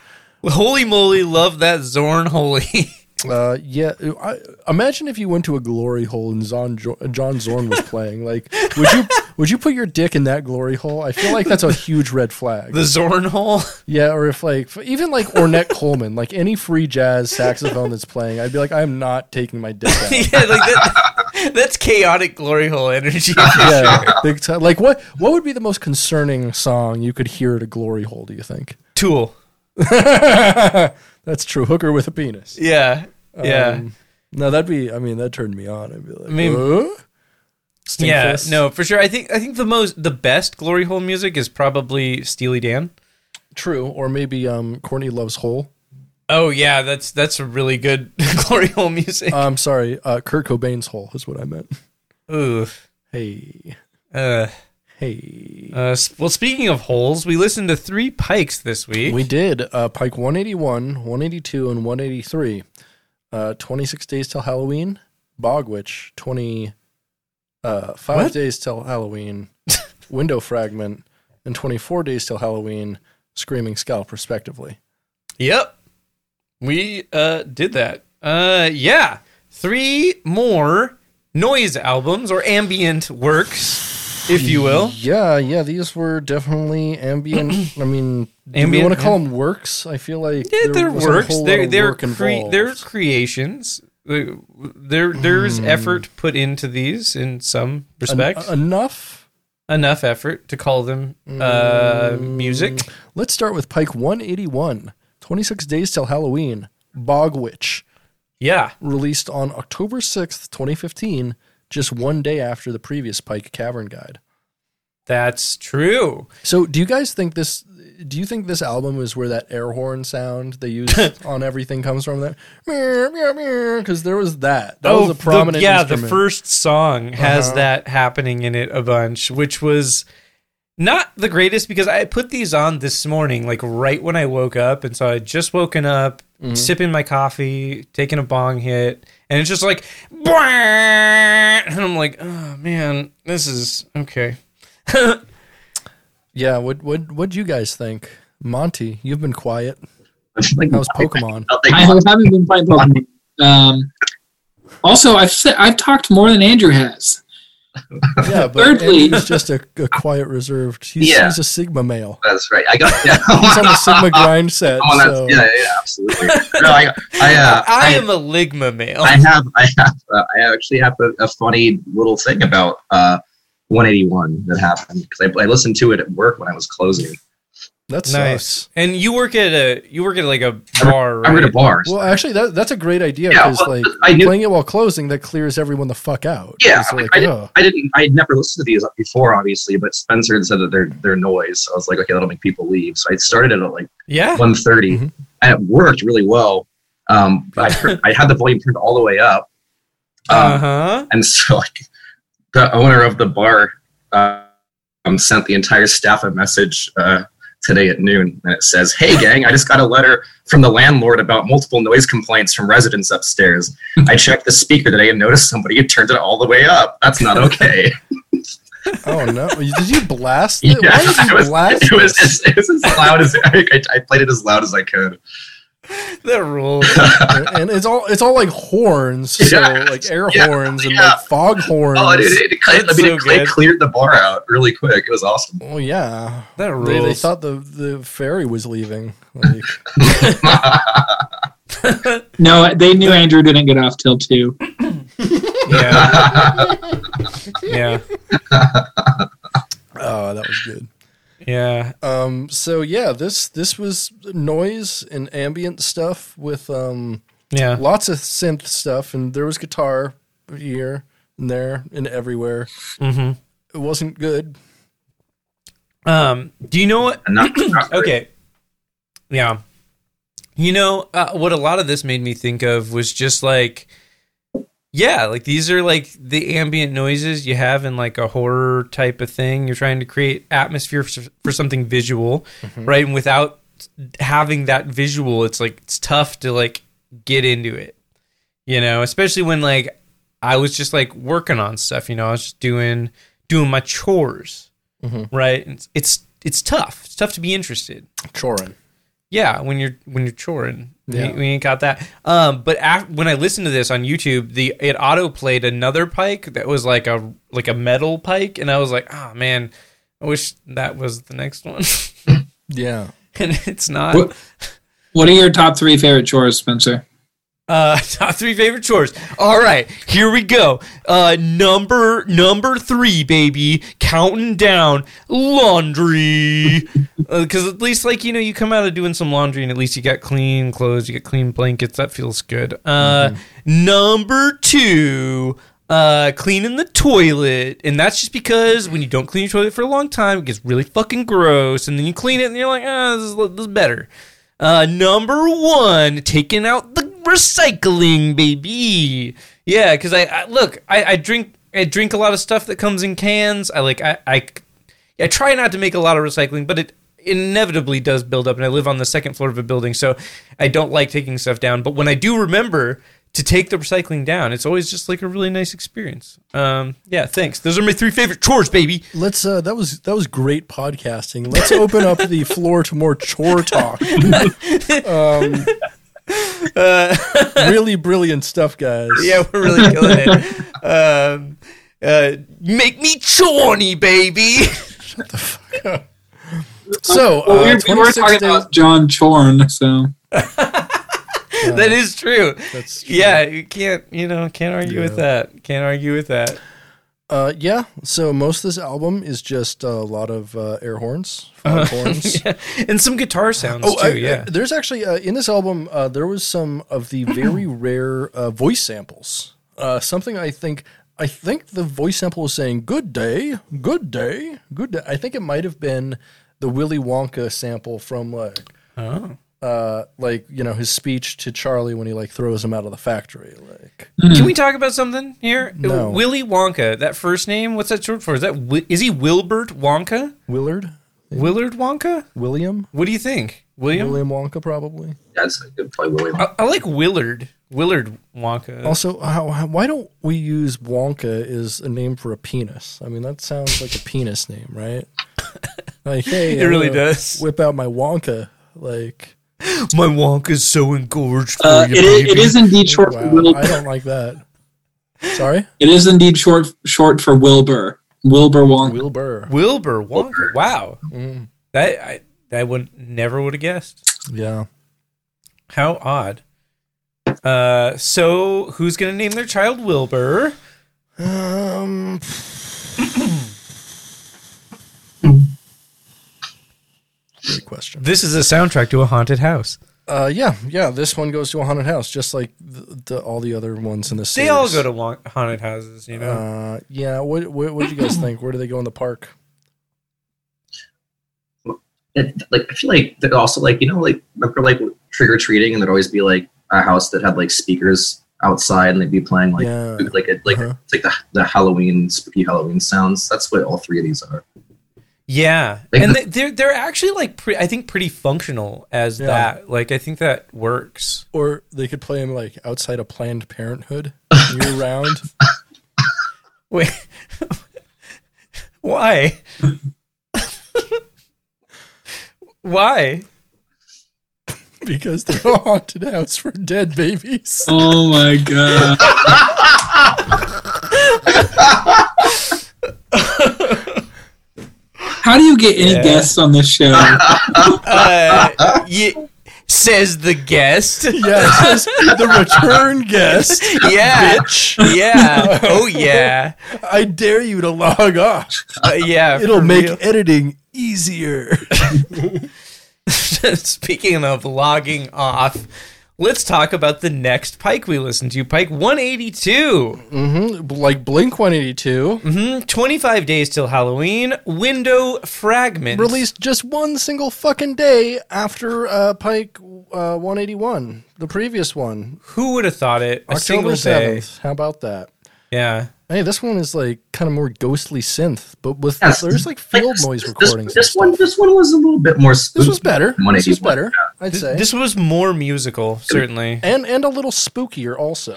Speaker 1: Holy moly, love that Zorn holy. *laughs*
Speaker 2: Uh, yeah,
Speaker 1: *laughs*
Speaker 2: I, imagine if you went to a glory hole and Zon, John Zorn was playing. Like, would you Would you put your dick in that glory hole? I feel like that's a huge red flag.
Speaker 1: The Zorn hole. *laughs*
Speaker 2: Yeah, or if like f- even like Ornette Coleman, like any free jazz saxophone that's playing, I'd be like, I'm not taking my dick
Speaker 1: *laughs*
Speaker 2: out.
Speaker 1: yeah, like that, *laughs* that's chaotic glory hole energy. *laughs*
Speaker 2: yeah, big time. Like what? What would be the most concerning song you could hear at a glory hole? Do you think? *laughs*
Speaker 1: Tool.
Speaker 2: That's true. Hooker with a penis.
Speaker 1: Yeah. Yeah.
Speaker 2: Um, no, that'd be. I mean, that turned me on. I'd be like, I
Speaker 1: mean- yeah.
Speaker 2: Stinkfist.
Speaker 1: No, for sure. I think I think the most the best glory hole music is probably Steely Dan.
Speaker 2: True, or maybe um, Courtney loves hole.
Speaker 1: Oh yeah, that's that's a really good *laughs* glory hole music.
Speaker 2: I'm sorry, uh, Kurt Cobain's hole is what I meant.
Speaker 1: Ooh.
Speaker 2: Hey,
Speaker 1: Uh,
Speaker 2: hey,
Speaker 1: uh, s- well, speaking of holes, we listened to three pikes this week.
Speaker 2: we did uh, Pike 181, 182, and 183. Uh, 26 days till Halloween. Bogwitch 20, uh, five
Speaker 1: What?
Speaker 2: days till *laughs* Halloween. Window fragment and 24 days till Halloween. Screaming scalp, respectively.
Speaker 1: Yep. We uh did that. Uh yeah. Three more noise albums or ambient works, if you will.
Speaker 2: Yeah, yeah, these were definitely
Speaker 1: *clears throat*
Speaker 2: ambient. I mean, do we
Speaker 1: Ambient,
Speaker 2: want to call them works? I feel like
Speaker 1: Yeah, they're
Speaker 2: wasn't a
Speaker 1: works.
Speaker 2: whole lot
Speaker 1: They're
Speaker 2: of
Speaker 1: they're
Speaker 2: work
Speaker 1: cre-
Speaker 2: involved.
Speaker 1: they're creations. Uh, There there's
Speaker 2: Hmm.
Speaker 1: effort put into these in some
Speaker 2: En-
Speaker 1: respect.
Speaker 2: uh, enough.
Speaker 1: Enough effort to call them uh music.
Speaker 2: Let's start with Pike 181, 26 days till Halloween. Bogwitch.
Speaker 1: Yeah.
Speaker 2: released on October 6th, 2015, just one day after the previous Pike Cavern Guide.
Speaker 1: That's true.
Speaker 2: So, do you guys think this do you think this album is where that air horn sound they
Speaker 1: *laughs*
Speaker 2: use on everything comes from that? Cuz there was that. That was a
Speaker 1: Oh, the-
Speaker 2: prominent
Speaker 1: yeah, the
Speaker 2: instrument.
Speaker 1: first song has
Speaker 2: Uh-huh.
Speaker 1: that happening in it a bunch, which was not the greatest because I put these on this morning, like right when I woke up, and so I had just woken up,
Speaker 2: Mm-hmm.
Speaker 1: sipping my coffee, taking a bong hit, and it's just like, "Bwah!" and I'm like, oh man, this is okay.
Speaker 2: Yeah, what what what do you guys think? Monty, you've been quiet.
Speaker 4: *laughs* like,
Speaker 2: That was Pokemon.
Speaker 4: I'll take
Speaker 3: I
Speaker 4: Monty.
Speaker 3: haven't been playing Pokemon. Um, also, I've said, I've talked more than Andrew has.
Speaker 2: Yeah, but
Speaker 3: Thirdly-
Speaker 2: he's just a, a quiet, reserved. He's,
Speaker 4: Yeah.
Speaker 2: he's a Sigma male.
Speaker 4: *laughs* That's right. I got yeah.
Speaker 2: *laughs* He's
Speaker 4: *laughs*
Speaker 2: on the Sigma grind set.
Speaker 4: Oh, that's-
Speaker 2: so.
Speaker 4: yeah, yeah, yeah,
Speaker 2: *laughs*
Speaker 4: absolutely. No, I, I, uh,
Speaker 1: I am a ligma male.
Speaker 4: I have, I have, uh, I actually have a, a funny little thing about uh, 181 that happened because I, I listened to it at work when I was closing.
Speaker 2: That
Speaker 1: nice.
Speaker 2: sucks.
Speaker 1: And you work at a you work at like a bar, right?
Speaker 4: I read a bar.
Speaker 2: Well, actually, that, that's a great idea
Speaker 4: Yeah,
Speaker 2: because
Speaker 4: well,
Speaker 2: like
Speaker 4: I knew-
Speaker 2: playing it while closing that clears everyone the fuck out.
Speaker 4: Yeah,
Speaker 2: It's
Speaker 4: I mean,
Speaker 2: like,
Speaker 4: I didn't-
Speaker 2: ugh.
Speaker 4: I didn't, I had never listened to these before, obviously, but Spencer had said that they're they're noise. So I was like, okay, that'll make people leave. So I started it
Speaker 2: *laughs*
Speaker 4: at like
Speaker 1: yeah.
Speaker 4: 130,
Speaker 2: Mhm.
Speaker 4: and it worked really well. Um, but
Speaker 2: *laughs*
Speaker 4: I, turned- I had the volume turned all the way up. Um,
Speaker 1: Uh huh.
Speaker 4: And so like, the owner of the bar uh, um, sent the entire staff a message uh, today at noon. And it says, Hey, gang, I just got a letter from the landlord about multiple noise complaints from residents upstairs. I checked the speaker today and noticed somebody had turned it all the way up. That's not okay.
Speaker 2: oh no! Did you blast
Speaker 4: *laughs* Yeah,
Speaker 2: it? Why did
Speaker 4: it
Speaker 2: you
Speaker 4: was,
Speaker 2: blast
Speaker 4: *laughs* it was,
Speaker 2: this?
Speaker 4: as, it was as loud as I, I played it as loud as
Speaker 1: *laughs*
Speaker 4: I could. Oh,
Speaker 1: That rules.
Speaker 2: and it's all it's all like horns, so
Speaker 4: *laughs* Yeah.
Speaker 2: like air
Speaker 4: Yeah.
Speaker 2: horns and
Speaker 4: Yeah.
Speaker 2: like fog horns.
Speaker 4: Oh, dude, it, it, I
Speaker 1: That's
Speaker 4: mean,
Speaker 1: so
Speaker 4: it, they
Speaker 1: good.
Speaker 4: cleared the bar out really quick. It was awesome.
Speaker 2: Well, yeah,
Speaker 1: That rules.
Speaker 2: they, they thought the the ferry was leaving. Like, *laughs*
Speaker 3: No, they knew Andrew didn't get off till two.
Speaker 1: yeah. yeah.
Speaker 2: oh, that was good.
Speaker 1: Yeah.
Speaker 2: Um, so yeah, this this was noise and ambient stuff with um
Speaker 1: Yeah.
Speaker 2: lots of synth stuff, and there was guitar here and there and everywhere.
Speaker 1: Mm-hmm.
Speaker 2: It wasn't good.
Speaker 1: Um, do you know what?
Speaker 4: And not,
Speaker 1: *laughs*
Speaker 4: not
Speaker 1: Okay. Yeah. You know, uh, what a lot of this made me think of was just like, yeah, like these are like the ambient noises you have in like a horror type of thing. You're trying to create atmosphere for, for something visual, right? And without having that visual, it's like, it's tough to like get into it, you know, especially when like I was just like working on stuff, you know, I was just doing, doing my chores, right? And it's, it's, it's tough. It's tough to be interested.
Speaker 2: Chorin.
Speaker 1: Yeah, when you're when you're choring. We- We, ain't got that. Um, but af- when I listened to this on YouTube, the it auto played another pike that was like a like a metal pike, and I was like, oh man, I wish that was the next one, *laughs*
Speaker 2: Yeah.
Speaker 1: and it's not.
Speaker 3: What- What are your top three favorite chores, Spencer?
Speaker 1: Uh, *laughs* top three favorite chores. All right, here we go. Uh, number number three, baby, counting down laundry. Because at least, like you know, you come out of doing some laundry, and at least you got clean clothes, you get clean blankets. That feels good. Uh, number two. Uh, cleaning the toilet, and that's just because when you don't clean your toilet for a long time, it gets really fucking gross, and then you clean it, and you're like, ah, this is, this is better. Uh, number one, taking out the recycling, baby. Yeah, because I, I look, I, I drink, I drink a lot of stuff that comes in cans. I like, I, I, I try not to make a lot of recycling, but it inevitably does build up. And I live on the second floor of a building, so I don't like taking stuff down. But when I do remember to take the recycling down, it's always just like a really nice experience. Um, yeah, thanks. Those are my three favorite chores, baby.
Speaker 2: Let's uh that was that was great podcasting. Let's open up the floor to more chore talk.
Speaker 3: *laughs*
Speaker 2: um really brilliant stuff, guys.
Speaker 1: *laughs* Yeah, we're really killing it. Um, uh, make me chorny, baby. *laughs*
Speaker 2: So uh,
Speaker 3: Well, we, were, we were
Speaker 2: 26
Speaker 3: talking
Speaker 2: days-
Speaker 3: about John Chorn, so
Speaker 1: that is Uh, true.
Speaker 2: That's true.
Speaker 1: Yeah, you can't, you know, can't argue with that. Can't argue with that. *laughs*
Speaker 2: Uh, yeah. So most of this album is just a lot of uh, air horns, frog
Speaker 3: *laughs*
Speaker 2: horns.
Speaker 1: And some guitar sounds
Speaker 2: Oh,
Speaker 1: too.
Speaker 2: I-
Speaker 1: yeah.
Speaker 2: There's actually uh, in this album uh, there was some of
Speaker 1: *clears throat*
Speaker 2: the very rare uh, voice samples. Uh, something I think I think the voice sample was saying "Good day, good day, good day." I think it might have been the Willy Wonka sample from like.
Speaker 1: Oh.
Speaker 2: Uh, like you know his speech to Charlie when he like throws him out of the factory. Like
Speaker 1: uh,
Speaker 3: Mm.
Speaker 1: Can we talk about something here? Uh,
Speaker 2: No.
Speaker 1: Willy Wonka. That first name. What's that short for? Is that Wi- is he Wilbert Wonka?
Speaker 2: Willard,
Speaker 1: Willard Wonka?
Speaker 2: William,
Speaker 1: What do you think, William?
Speaker 2: William Wonka probably.
Speaker 4: That's a good play, William.
Speaker 1: I, I like Willard. Willard Wonka.
Speaker 2: Also, how, how, why don't we use Wonka as a name for a penis? I mean, that sounds like a penis name,
Speaker 1: *laughs*
Speaker 2: right? Like, hey,
Speaker 1: It
Speaker 2: I'm
Speaker 1: really
Speaker 2: gonna
Speaker 1: does.
Speaker 2: Whip out my Wonka, like
Speaker 1: My Wonka's so engorged for
Speaker 3: uh,
Speaker 1: you.
Speaker 3: it, is, it
Speaker 1: baby.
Speaker 3: is indeed short for
Speaker 2: wow,
Speaker 3: Wilbur.
Speaker 2: I don't like that. Sorry,
Speaker 3: It is indeed short short for Wilbur. Wilbur Wonka.
Speaker 2: Will Burr.
Speaker 1: Wilbur Wonka. Wow.
Speaker 2: Mm,
Speaker 1: That I that would never would have guessed.
Speaker 2: yeah,
Speaker 1: How odd. Uh, so who's gonna name their child Wilbur?
Speaker 2: um, great question.
Speaker 1: This is a soundtrack to a haunted house.
Speaker 2: Uh, yeah, yeah. This one goes to a haunted house, just like the, the, all the other ones in this.
Speaker 1: They all go to wa- haunted houses, you know.
Speaker 2: Uh, yeah. What what what do you guys think? Where do they go in the park?
Speaker 4: It, like I feel like that also like you know like remember like trick or treating and there'd always be like a house that had like speakers outside and they'd be playing like
Speaker 2: yeah.
Speaker 4: like a, like
Speaker 2: Uh-huh.
Speaker 4: it's like the, the Halloween spooky Halloween sounds. That's what all three of these are.
Speaker 1: yeah,
Speaker 4: Like
Speaker 1: and
Speaker 4: the-
Speaker 1: they, they're they're actually like pre- I think pretty functional as
Speaker 2: Yeah.
Speaker 1: that. Like I think that works.
Speaker 2: Or they could play him like outside of Planned Parenthood
Speaker 1: *laughs*
Speaker 2: year round.
Speaker 1: Wait, *laughs* why? *laughs* why?
Speaker 2: because they're *laughs* a haunted house for dead babies. *laughs*
Speaker 3: Oh my god. How do you get any
Speaker 1: Yeah.
Speaker 3: guests on this show?
Speaker 1: Uh,
Speaker 2: *laughs*
Speaker 1: ye- says the guest.
Speaker 2: Yes, the
Speaker 1: *laughs*
Speaker 2: return guest.
Speaker 1: Yeah.
Speaker 2: Bitch,
Speaker 1: Yeah.
Speaker 2: *laughs*
Speaker 1: Oh yeah.
Speaker 2: I dare you to log off.
Speaker 1: Uh, yeah.
Speaker 2: It'll
Speaker 1: for
Speaker 2: make
Speaker 1: real. *laughs*
Speaker 2: editing easier.
Speaker 1: Speaking of logging off, let's talk about the next Pike we listened to. Pike 182.
Speaker 2: hmm Like Blink 182
Speaker 1: hmm 25 days till Halloween. Window fragment.
Speaker 2: released just one single fucking day after uh, Pike uh, 181, the previous one,
Speaker 1: Who would have thought it? A single
Speaker 2: October
Speaker 1: day.
Speaker 2: 7th. How about that?
Speaker 1: Yeah.
Speaker 2: Hey, this one is like kind of more ghostly synth, but with
Speaker 4: Yes.
Speaker 2: there's like
Speaker 4: Like,
Speaker 2: field
Speaker 4: this-
Speaker 2: noise
Speaker 4: this-
Speaker 2: recordings.
Speaker 4: This,
Speaker 2: and
Speaker 4: one,
Speaker 2: stuff.
Speaker 4: this one was a little bit more spooky.
Speaker 2: this was better.
Speaker 4: than
Speaker 2: This was
Speaker 4: 181.
Speaker 2: better, I'd say,
Speaker 1: This was more musical, certainly.
Speaker 2: and and a little spookier also.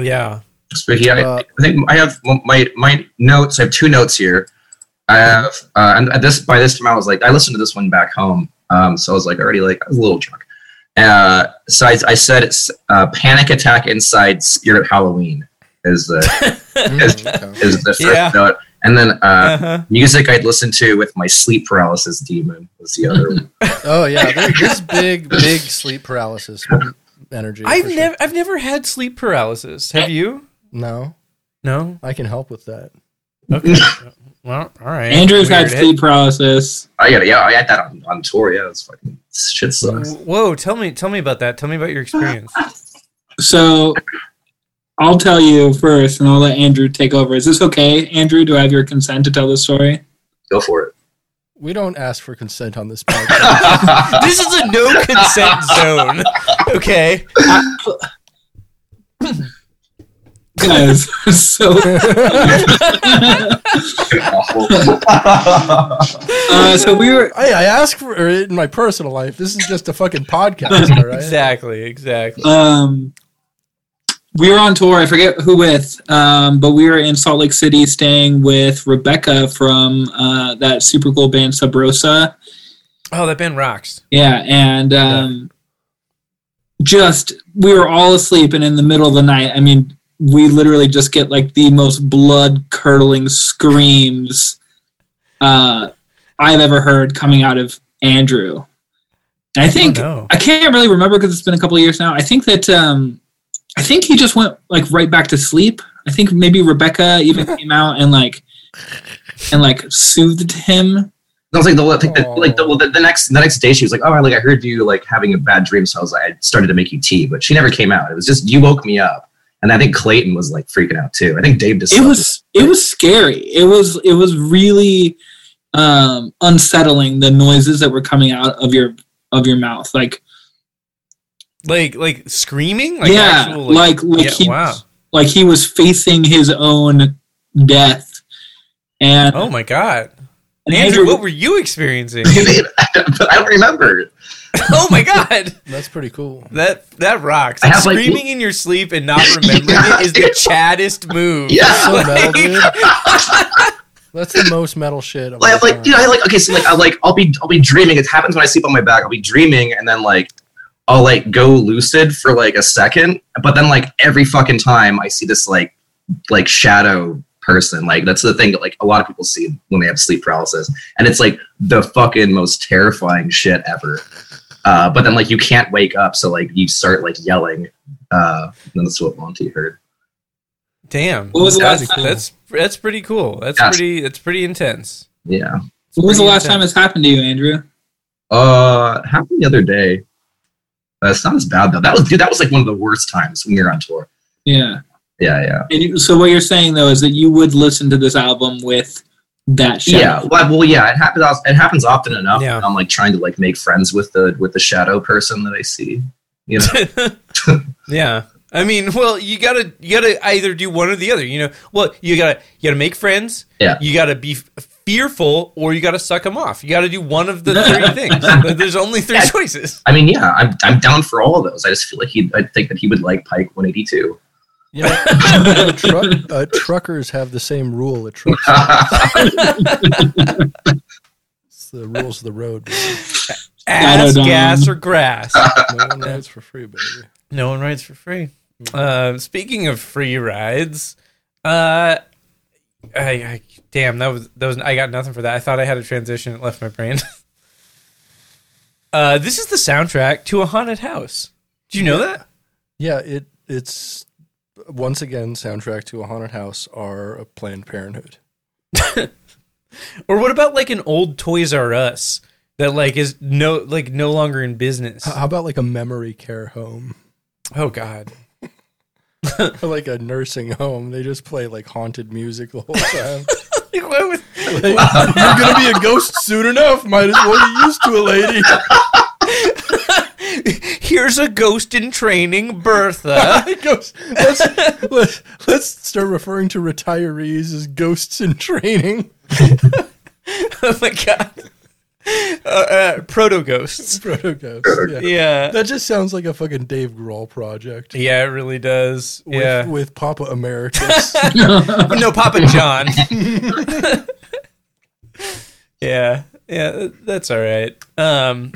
Speaker 1: Yeah.
Speaker 4: Spooky. I,
Speaker 2: Uh,
Speaker 4: I think I have my my notes. I have two notes here. I have uh, and at this by this time I was like I listened to this one back home, um, so I was like already like I was a little drunk, Uh, so I, I said it's uh, Panic Attack Inside Spirit Halloween is the,
Speaker 2: Mm, okay.
Speaker 4: is the first
Speaker 1: Yeah.
Speaker 4: note. And then uh,
Speaker 1: Uh-huh.
Speaker 4: music I'd listen to with my sleep paralysis demon was the other one.
Speaker 2: Oh yeah, there- this big big sleep paralysis energy.
Speaker 1: I've
Speaker 2: for sure.
Speaker 1: never I've never had sleep paralysis. Have you?
Speaker 2: No,
Speaker 1: No.
Speaker 2: I can help with that.
Speaker 1: Okay. well, all right.
Speaker 3: Andrew's got
Speaker 1: Weird.
Speaker 3: sleep paralysis.
Speaker 4: I got yeah, I had that on, on tour. Yeah, it's fucking shit sucks.
Speaker 1: Whoa, tell me tell me about that. Tell me about your experience.
Speaker 3: So I'll tell you first, and I'll let Andrew take over. Is this okay, Andrew? Do I have your consent to tell this story?
Speaker 4: Go for it. *laughs*
Speaker 2: We don't ask for consent on this podcast.
Speaker 1: this is a no
Speaker 3: *laughs*
Speaker 1: consent zone. Okay.
Speaker 3: Guys, so uh, so we were
Speaker 2: hey, I ask for it in my personal life. This is just a
Speaker 1: *laughs*
Speaker 2: fucking podcast, all right?
Speaker 1: Exactly, exactly.
Speaker 3: um we were on tour. I forget who with, um, but we were in Salt Lake City, staying with Rebecca from uh, that super cool band Sub Rosa.
Speaker 1: Oh, that band rocks.
Speaker 3: Yeah, and um, just we were all asleep, and in the middle of the night, I mean, we literally just get like the most blood curdling screams uh, I've ever heard coming out of Andrew. And I think
Speaker 1: Oh, no.
Speaker 3: I can't really remember because it's been a couple of years now. I think that um, I think he just went like right back to sleep. I think maybe Rebecca even came out and like and like soothed him.
Speaker 4: No, it's like the like the, like the,
Speaker 2: Aw.
Speaker 4: the, the next the next day she was like, oh, like I heard you like having a bad dream, so I was like, I started to make you tea, but she never came out. It was just you woke me up, and I think Clayton was like freaking out too. I think Dave just
Speaker 3: it was it was scary it was it was really um unsettling the noises that were coming out of your of your mouth like,
Speaker 1: Like like screaming? Like
Speaker 3: yeah
Speaker 1: actual,
Speaker 3: like like,
Speaker 1: yeah,
Speaker 3: he
Speaker 1: wow.
Speaker 3: like he was facing his own death and
Speaker 1: Oh my god.
Speaker 3: and
Speaker 1: Andrew, what were you
Speaker 3: *laughs*
Speaker 1: experiencing?
Speaker 4: *laughs* I don't remember.
Speaker 1: oh my god.
Speaker 2: That's pretty cool.
Speaker 1: That that rocks.
Speaker 4: I have, like,
Speaker 1: Screaming in your sleep and
Speaker 3: *laughs*
Speaker 1: not remembering
Speaker 4: Yeah,
Speaker 1: it is the chaddest move.
Speaker 4: Yeah.
Speaker 2: So metal,
Speaker 4: *laughs*
Speaker 1: Like-
Speaker 2: dude. That's the most metal shit. of
Speaker 4: like,
Speaker 2: all
Speaker 4: like you know, I like okay, so like I like I'll be I'll be dreaming. It happens when I sleep on my back. I'll be dreaming, and then like I'll like go lucid for like a second, but then like every fucking time I see this like like shadow person. Like that's the thing that like a lot of people see when they have sleep paralysis, and it's like the fucking most terrifying shit ever. Uh, but then like you can't wake up, so like you start like yelling. Uh, and that's what Monty heard.
Speaker 1: Damn.
Speaker 3: What was the
Speaker 1: that's,
Speaker 3: last time-
Speaker 1: that's that's pretty cool. That's
Speaker 4: Yeah.
Speaker 1: pretty that's pretty intense.
Speaker 4: Yeah.
Speaker 3: what was the
Speaker 1: pretty
Speaker 3: last time this happened to you andrew
Speaker 4: Uh, it happened the other day. Uh, it's not as bad though. That was dude. That was like one of the worst times when we were on tour.
Speaker 3: yeah
Speaker 4: Yeah, yeah,
Speaker 3: and you, so what you're saying though is that you would listen to this album with that shadow.
Speaker 4: yeah. Well, well, yeah. It happens. It happens often enough.
Speaker 1: Yeah.
Speaker 4: I'm like trying to like make friends with the with the shadow person that I see. You know. *laughs*
Speaker 1: *laughs* yeah. I mean, well, you gotta you gotta either do one or the other. You know, well, you gotta you gotta make friends.
Speaker 4: Yeah.
Speaker 1: You gotta be f- fearful, or you gotta suck them off. You gotta do one of the three things. Like, There's only three
Speaker 4: Yeah.
Speaker 1: choices.
Speaker 4: I mean, yeah. I'm I'm down for all of those. I just feel like he. I think that he would like Pike *laughs* 182.
Speaker 2: You know, the truck, uh, truckers have the same rule at truck stops. it's the rules of the road. baby.
Speaker 1: Ass,
Speaker 3: Dino-dom.
Speaker 1: gas, or grass.
Speaker 2: No one rides for free, baby.
Speaker 1: No one rides for free. Um, speaking of free rides, uh, I, I damn that was that was I got nothing for that. I thought I had a transition, it left my brain. *laughs* uh, this is the soundtrack to a haunted house. Do you know that?
Speaker 2: Yeah, it it's once again soundtrack to a haunted house or a Planned Parenthood.
Speaker 1: Or what about like an old Toys R Us that like is no like no longer in business? *laughs*
Speaker 2: H- How about like a memory care home
Speaker 1: Oh God,
Speaker 2: or *laughs* like a nursing home? They just play like haunted music the whole time.
Speaker 1: Like, what was-
Speaker 2: You're
Speaker 4: *laughs*
Speaker 2: gonna be a ghost soon enough. Might as well get used to a lady.
Speaker 1: *laughs* here's a ghost in training,
Speaker 2: *laughs*
Speaker 1: Bertha.
Speaker 2: Ghost- Let's, let's let's start referring to retirees as ghosts in training. *laughs*
Speaker 1: oh my God, uh, uh, proto ghosts.
Speaker 2: Proto ghosts. Yeah.
Speaker 1: Yeah.
Speaker 2: That just sounds like a fucking Dave Grohl project.
Speaker 1: Yeah, it really does.
Speaker 2: With,
Speaker 1: yeah.
Speaker 2: with Papa Emeritus.
Speaker 1: *laughs* no, *laughs* Papa John. yeah. Yeah, that's all right. Um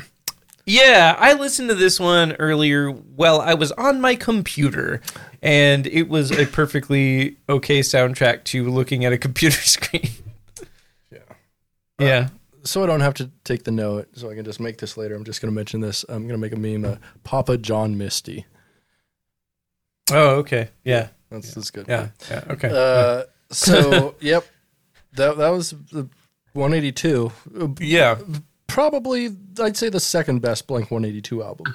Speaker 1: Yeah, I listened to this one earlier while I was on my computer, and it was a perfectly okay soundtrack to looking at a computer *laughs* screen. Yeah. Yeah.
Speaker 2: *laughs* So I don't have to take the note, so I can just make this later. I'm just going to mention this. I'm going to make a meme. Uh, Papa John Misty.
Speaker 1: Oh, okay. Yeah.
Speaker 2: That's that's good.
Speaker 1: Yeah. Yeah. Okay.
Speaker 2: Uh, so *laughs* yep, that that was the 182. Uh,
Speaker 1: yeah.
Speaker 2: Probably, I'd say the second best Blink 182 album.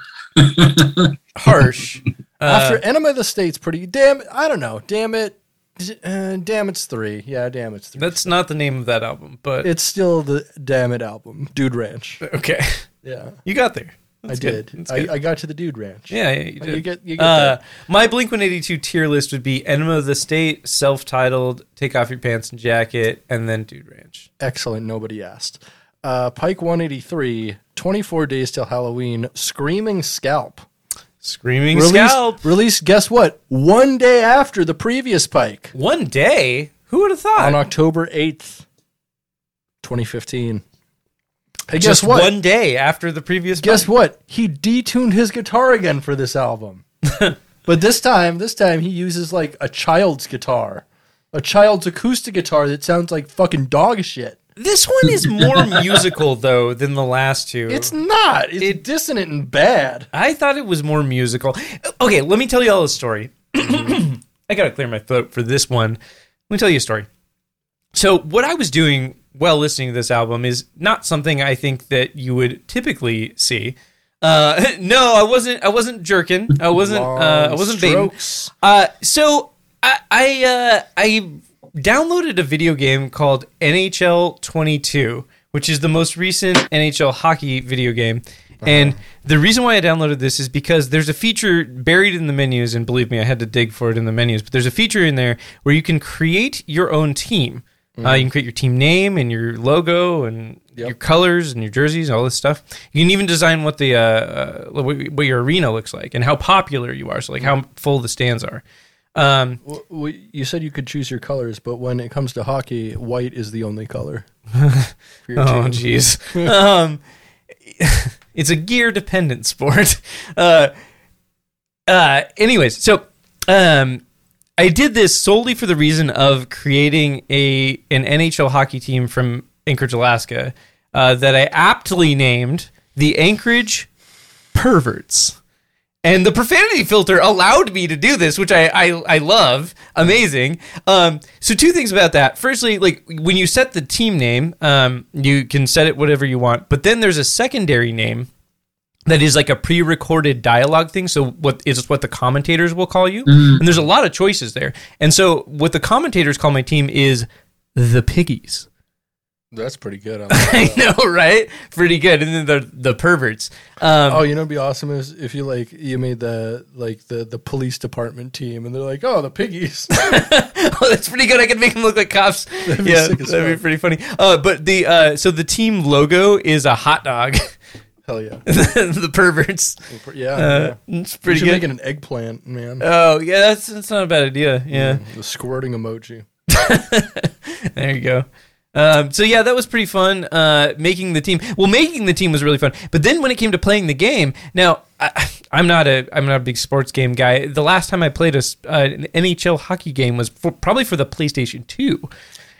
Speaker 1: Harsh. Uh,
Speaker 2: *laughs* After Enema of the State's pretty damn. I don't know. Damn it. D- Uh, damn it's three. Yeah, damn it's three.
Speaker 1: that's not the name of that album, but
Speaker 2: It's still the damn it album, Dude Ranch.
Speaker 1: okay.
Speaker 2: Yeah,
Speaker 1: You got there.
Speaker 2: I did. I, I got to the Dude Ranch.
Speaker 1: yeah, yeah, you did.
Speaker 2: you get you get
Speaker 1: Uh,
Speaker 2: that.
Speaker 1: my Blink 182 tier list would be Enema of the State, self titled, Take Off Your Pants and Jacket, and then Dude Ranch.
Speaker 2: excellent. Nobody asked. Uh, Pike 183, 24 days till Halloween. Screaming scalp.
Speaker 1: Screaming
Speaker 2: Released-
Speaker 1: Scalp.
Speaker 2: Released. Guess what? One day after the previous Pike
Speaker 1: One day? Who would have thought?
Speaker 2: on October 8th, 2015. Hey,
Speaker 1: Just
Speaker 2: guess what?
Speaker 1: one day after the previous
Speaker 2: guess what? He detuned his guitar again for this *laughs* album. but this time, this time he uses like a child's guitar. A child's acoustic guitar that sounds like fucking dog shit.
Speaker 1: This one is
Speaker 2: *laughs*
Speaker 1: more musical though than the last two.
Speaker 2: It's not. It's
Speaker 1: It-
Speaker 2: dissonant and bad.
Speaker 1: I thought it was more musical. Okay, let me tell you all a story.
Speaker 2: Mm-hmm.
Speaker 1: *clears throat* I gotta clear my throat for this one. Let me tell you a story. So what I was doing while listening to this album is not something I think that you would typically see. Uh, *laughs* no, I wasn't. I wasn't jerking. I wasn't. Uh, I wasn't baiting.
Speaker 2: Strokes.
Speaker 1: Uh, so I I, uh, I downloaded a video game called NHL 22, which is the most recent NHL hockey video game. And the reason why I downloaded this is because there's a feature buried in the menus, and believe me, I had to dig for it in the menus. But there's a feature in there where you can create your own team. Uh, you can create your team name and your logo and your colors and your jerseys and all this stuff. You can even design what the uh, uh, what what your arena looks like and how popular you are. So like how full the stands are. Um,
Speaker 2: W- w- You said you could choose your colors, but when it comes to hockey, white is the only *laughs* color. for your
Speaker 1: oh
Speaker 2: team.
Speaker 1: jeez.
Speaker 2: *laughs*
Speaker 1: um, *laughs* it's a gear dependent sport. *laughs* Uh, uh, anyways, so um, I did this solely for the reason of creating a an NHL hockey team from Anchorage, Alaska, uh, that I aptly named the Anchorage Perverts. And the profanity filter allowed me to do this, which I I, I love. Amazing. Um, so two things about that. Firstly, like when you set the team name, um, you can set it whatever you want. But then there's a secondary name that is like a pre-recorded dialogue thing. So what is what the commentators will call you, and there's a lot of choices there. And so what the commentators call my team is the piggies. *laughs*
Speaker 2: That's pretty good. I
Speaker 1: I know, right? Pretty good. And then the the perverts. Um,
Speaker 2: *laughs* Oh, you know, what'd be awesome is if you like you made the like the the police department team, and they're like, oh, the piggies. *laughs*
Speaker 1: *laughs* oh, that's pretty good. I could make them look like cops.
Speaker 2: be
Speaker 1: yeah,
Speaker 2: sick as
Speaker 1: that'd be
Speaker 2: fuck.
Speaker 1: pretty funny. Uh, but the uh, so the team logo is a hot dog. *laughs*
Speaker 2: Hell yeah,
Speaker 1: the perverts.
Speaker 2: *laughs* yeah.
Speaker 1: Uh,
Speaker 2: yeah.
Speaker 1: it's
Speaker 2: You
Speaker 1: pretty
Speaker 2: should
Speaker 1: good.
Speaker 2: make it an eggplant, man.
Speaker 1: oh yeah, that's that's not a bad idea. Yeah.
Speaker 2: the squirting emoji.
Speaker 1: There you go. Um, so yeah, that was pretty fun. Uh, making the team, well, making the team was really fun. But then when it came to playing the game, now I, I'm not a I'm not a big sports game guy. The last time I played a s- uh, an NHL hockey game was for, probably for the PlayStation Two.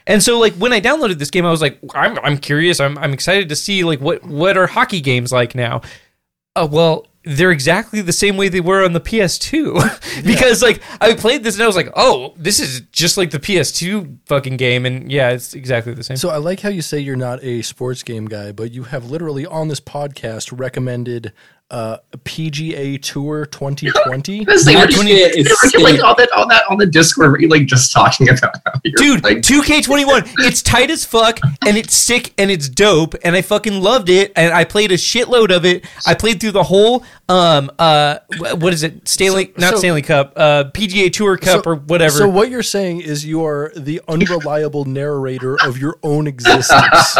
Speaker 1: And so, like when I downloaded this game, I was like, I'm, I'm curious. I'm, I'm excited to see like what what are hockey games like now. Uh, well, they're exactly the same way they were on the *laughs* PS2 because like I played this and I was like, oh, this is just like the PS2 fucking game, and yeah, it's exactly the same.
Speaker 2: So I like how you say you're not a sports game guy, but you have literally on this podcast recommended uh, PGA Tour
Speaker 1: *laughs*
Speaker 2: 2020.
Speaker 4: This thing
Speaker 3: Not
Speaker 4: where you- *laughs*
Speaker 3: 20
Speaker 4: you know,
Speaker 3: it's
Speaker 4: you, like
Speaker 3: state.
Speaker 4: all that, all that on the Discord, where you like just talking about how you're,
Speaker 1: Dude,
Speaker 4: like,
Speaker 1: 2K21, it's tight as fuck, and it's sick, and it's dope, and I fucking loved it, and I played a shitload of it. I played through the whole, um, uh, wh- what is it, Stanley, not
Speaker 2: so-
Speaker 1: Stanley Cup, uh, PGA Tour Cup or whatever.
Speaker 2: So what you're saying is you are the
Speaker 1: *laughs*
Speaker 2: unreliable narrator of your own existence. *laughs*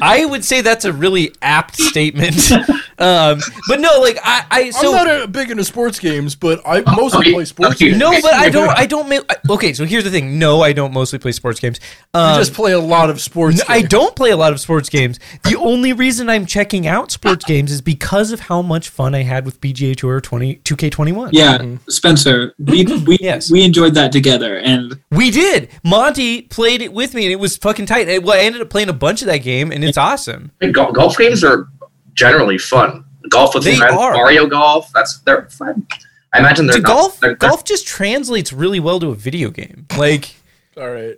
Speaker 1: I would say that's a really apt statement. Um, but no, like I, I so
Speaker 2: I'm not a, big into sports games, but I mostly
Speaker 4: okay,
Speaker 2: play sports.
Speaker 4: okay.
Speaker 2: games.
Speaker 4: *laughs*
Speaker 1: no, but I don't. I don't. Ma- I- okay, so here's the thing. No, I don't mostly play sports games. Um,
Speaker 2: I just play a lot of sports.
Speaker 1: No, I
Speaker 2: games.
Speaker 1: don't play a lot of sports games. The only reason I'm checking out sports games is because of how much fun I had with BGA Tour 20, 2K21.
Speaker 3: Yeah, Spencer, we we,
Speaker 1: Yes.
Speaker 3: we enjoyed that together, and
Speaker 1: We did. Monty played it with me, and it was fucking tight. It- well, I ended up playing a bunch of that game, and it's awesome.
Speaker 4: I mean, gol- golf games are generally fun. Golf with
Speaker 1: They
Speaker 4: friends,
Speaker 1: are.
Speaker 4: Mario Golf. That's they're fun. I imagine they're
Speaker 1: Dude,
Speaker 4: not-
Speaker 1: golf,
Speaker 4: they're- they're-
Speaker 1: golf just translates really well to a video game. Like,
Speaker 2: All right.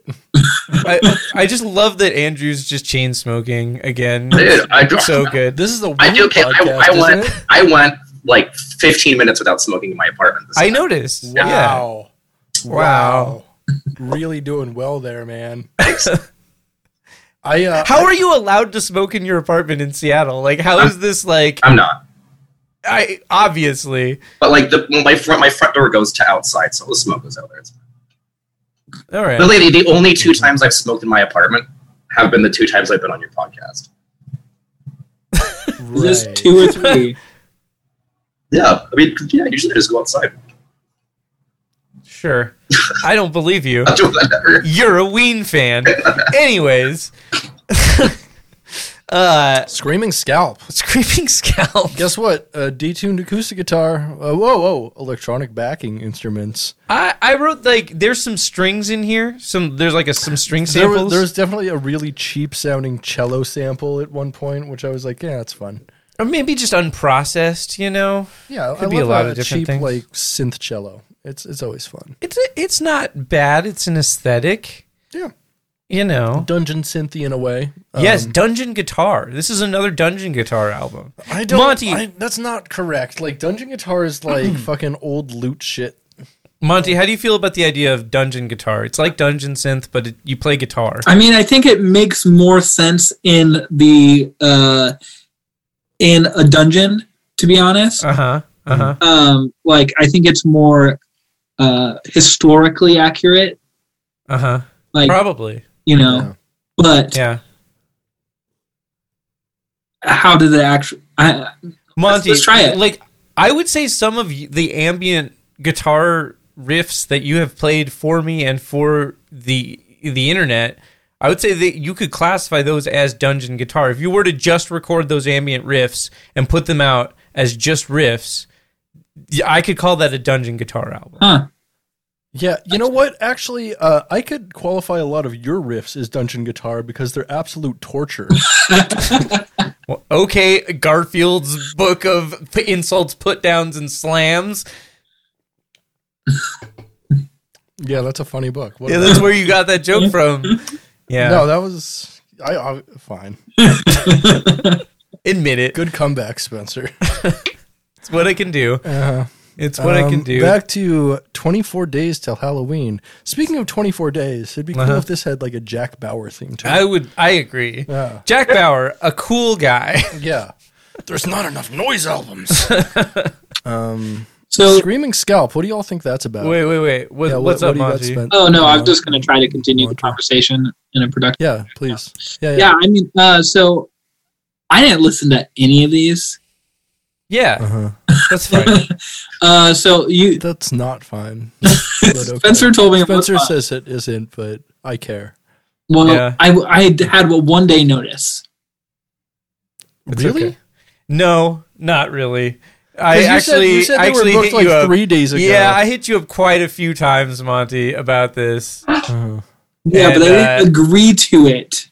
Speaker 1: I, I just love that Andrew's just chain smoking again.
Speaker 4: Dude, I-
Speaker 1: so good.
Speaker 2: This is the weird
Speaker 4: I do. Okay, I,
Speaker 2: podcast,
Speaker 4: I
Speaker 2: isn't
Speaker 4: went.
Speaker 2: it?
Speaker 4: I went like 15 minutes without smoking in my apartment. This
Speaker 1: I
Speaker 4: time.
Speaker 1: noticed. *laughs* *laughs* Yeah.
Speaker 2: Wow. Wow. really doing well there, man. I uh,
Speaker 1: How are you allowed to smoke in your apartment in Seattle? Like, how is this like?
Speaker 4: I'm not.
Speaker 1: I obviously.
Speaker 4: But like the my front my front door goes to outside, so the smoke goes out there. It's-
Speaker 1: All right.
Speaker 4: Literally, the only two times I've smoked in my apartment have been the two times I've been on your podcast.
Speaker 2: right.
Speaker 3: just two or three.
Speaker 4: Yeah, I mean, yeah. Usually, I just go outside. *laughs*
Speaker 1: Sure. I don't believe
Speaker 2: *laughs*
Speaker 1: you.
Speaker 4: I'll do whatever.
Speaker 1: You're a Ween fan. Anyways. *laughs* uh
Speaker 2: Screaming scalp.
Speaker 1: Screaming Scalp.
Speaker 2: Guess what? A detuned acoustic guitar. Uh, whoa, whoa! Electronic backing instruments.
Speaker 1: I, I wrote like there's some strings in here. Some there's like a some string
Speaker 2: There
Speaker 1: samples.
Speaker 2: was, there was definitely a really cheap sounding cello sample at one point, which I was like, yeah, that's fun.
Speaker 1: or maybe just unprocessed, you know.
Speaker 2: Yeah,
Speaker 1: Could
Speaker 2: I
Speaker 1: be a
Speaker 2: love
Speaker 1: lot
Speaker 2: a
Speaker 1: of different
Speaker 2: cheap
Speaker 1: things.
Speaker 2: like synth cello. It's it's always fun.
Speaker 1: It's a, it's not bad. It's an aesthetic,
Speaker 2: Yeah,
Speaker 1: you know.
Speaker 2: dungeon synthy in a way. Um,
Speaker 1: yes, Dungeon Guitar. This is another Dungeon Guitar album.
Speaker 2: I don't.
Speaker 1: Monty. Mm.
Speaker 2: I, that's not correct. Like dungeon guitar is like fucking old loot shit.
Speaker 1: Monty, how do you feel about the idea of Dungeon Guitar? It's like Dungeon Synth, but it, you play guitar.
Speaker 3: I mean, I think it makes more sense in the uh, in a dungeon. To be honest,
Speaker 1: Uh huh. Uh huh.
Speaker 3: um, like I think it's more uh, historically accurate.
Speaker 1: Uh huh.
Speaker 3: Like
Speaker 1: Probably.
Speaker 3: you know,
Speaker 2: Yeah.
Speaker 3: but
Speaker 1: Yeah.
Speaker 3: how did it actually? I,
Speaker 1: Monty,
Speaker 3: let's try it.
Speaker 1: Like I would say some of y- the ambient guitar riffs that you have played for me and for the the internet, I would say that you could classify those as dungeon guitar. If you were to just record those ambient riffs and put them out as just riffs, y- I could call that a dungeon guitar album.
Speaker 3: huh?
Speaker 2: Yeah, you know what? Actually, uh, I could qualify a lot of your riffs as dungeon guitar because they're absolute torture.
Speaker 1: Well, okay, Garfield's book of p- insults, put downs, and slams.
Speaker 2: yeah, that's a funny book. What
Speaker 1: Yeah,
Speaker 2: about-
Speaker 1: that's where you got that *laughs* joke from. Yeah,
Speaker 2: No, that was I, I fine.
Speaker 1: admit it.
Speaker 2: Good comeback, Spencer.
Speaker 1: It's what I can do.
Speaker 2: Uh,
Speaker 1: It's *laughs* what I can
Speaker 2: Um,
Speaker 1: do.
Speaker 2: Back to 24 days till Halloween. Speaking of 24 days, it'd be cool
Speaker 1: Uh-huh.
Speaker 2: if this had like a Jack Bauer theme to it.
Speaker 1: I would. I agree.
Speaker 2: Yeah.
Speaker 1: Jack Bauer, a cool guy. *laughs*
Speaker 2: yeah. There's not enough noise albums. um,
Speaker 3: So
Speaker 2: Screaming Scalp. What do y'all think that's about?
Speaker 1: wait, wait, wait. What,
Speaker 2: Yeah, what-
Speaker 1: what's
Speaker 2: what
Speaker 1: up,
Speaker 2: do you got,
Speaker 1: Monty?
Speaker 2: Spen-
Speaker 3: Oh no, I'm
Speaker 2: Uh,
Speaker 3: just going to try to continue the
Speaker 2: Roger.
Speaker 3: conversation in a productive.
Speaker 2: Yeah, please. Yeah, yeah.
Speaker 3: Yeah, I mean, uh, so I didn't listen to any of these.
Speaker 1: Yeah,
Speaker 2: Uh-huh.
Speaker 1: that's
Speaker 2: *laughs*
Speaker 1: fine.
Speaker 3: Uh, so you,
Speaker 2: That's not
Speaker 3: *laughs*
Speaker 2: fine. But okay.
Speaker 3: Spencer told me it was
Speaker 2: Spencer
Speaker 3: fine.
Speaker 2: says it isn't, but I care.
Speaker 3: well,
Speaker 1: Yeah.
Speaker 3: I I had- had a one day notice.
Speaker 1: It's
Speaker 2: really?
Speaker 1: okay. No, not really.
Speaker 2: 'Cause
Speaker 1: I
Speaker 2: you said,
Speaker 1: actually,
Speaker 2: you said they
Speaker 1: actually
Speaker 2: were
Speaker 1: hit
Speaker 2: booked
Speaker 1: you
Speaker 2: like
Speaker 1: up.
Speaker 2: three days ago.
Speaker 1: yeah, I hit you up quite a few times, Monty, about this.
Speaker 2: Uh-huh.
Speaker 3: Yeah, but I
Speaker 1: And,
Speaker 3: didn't
Speaker 1: uh,
Speaker 3: agree to it.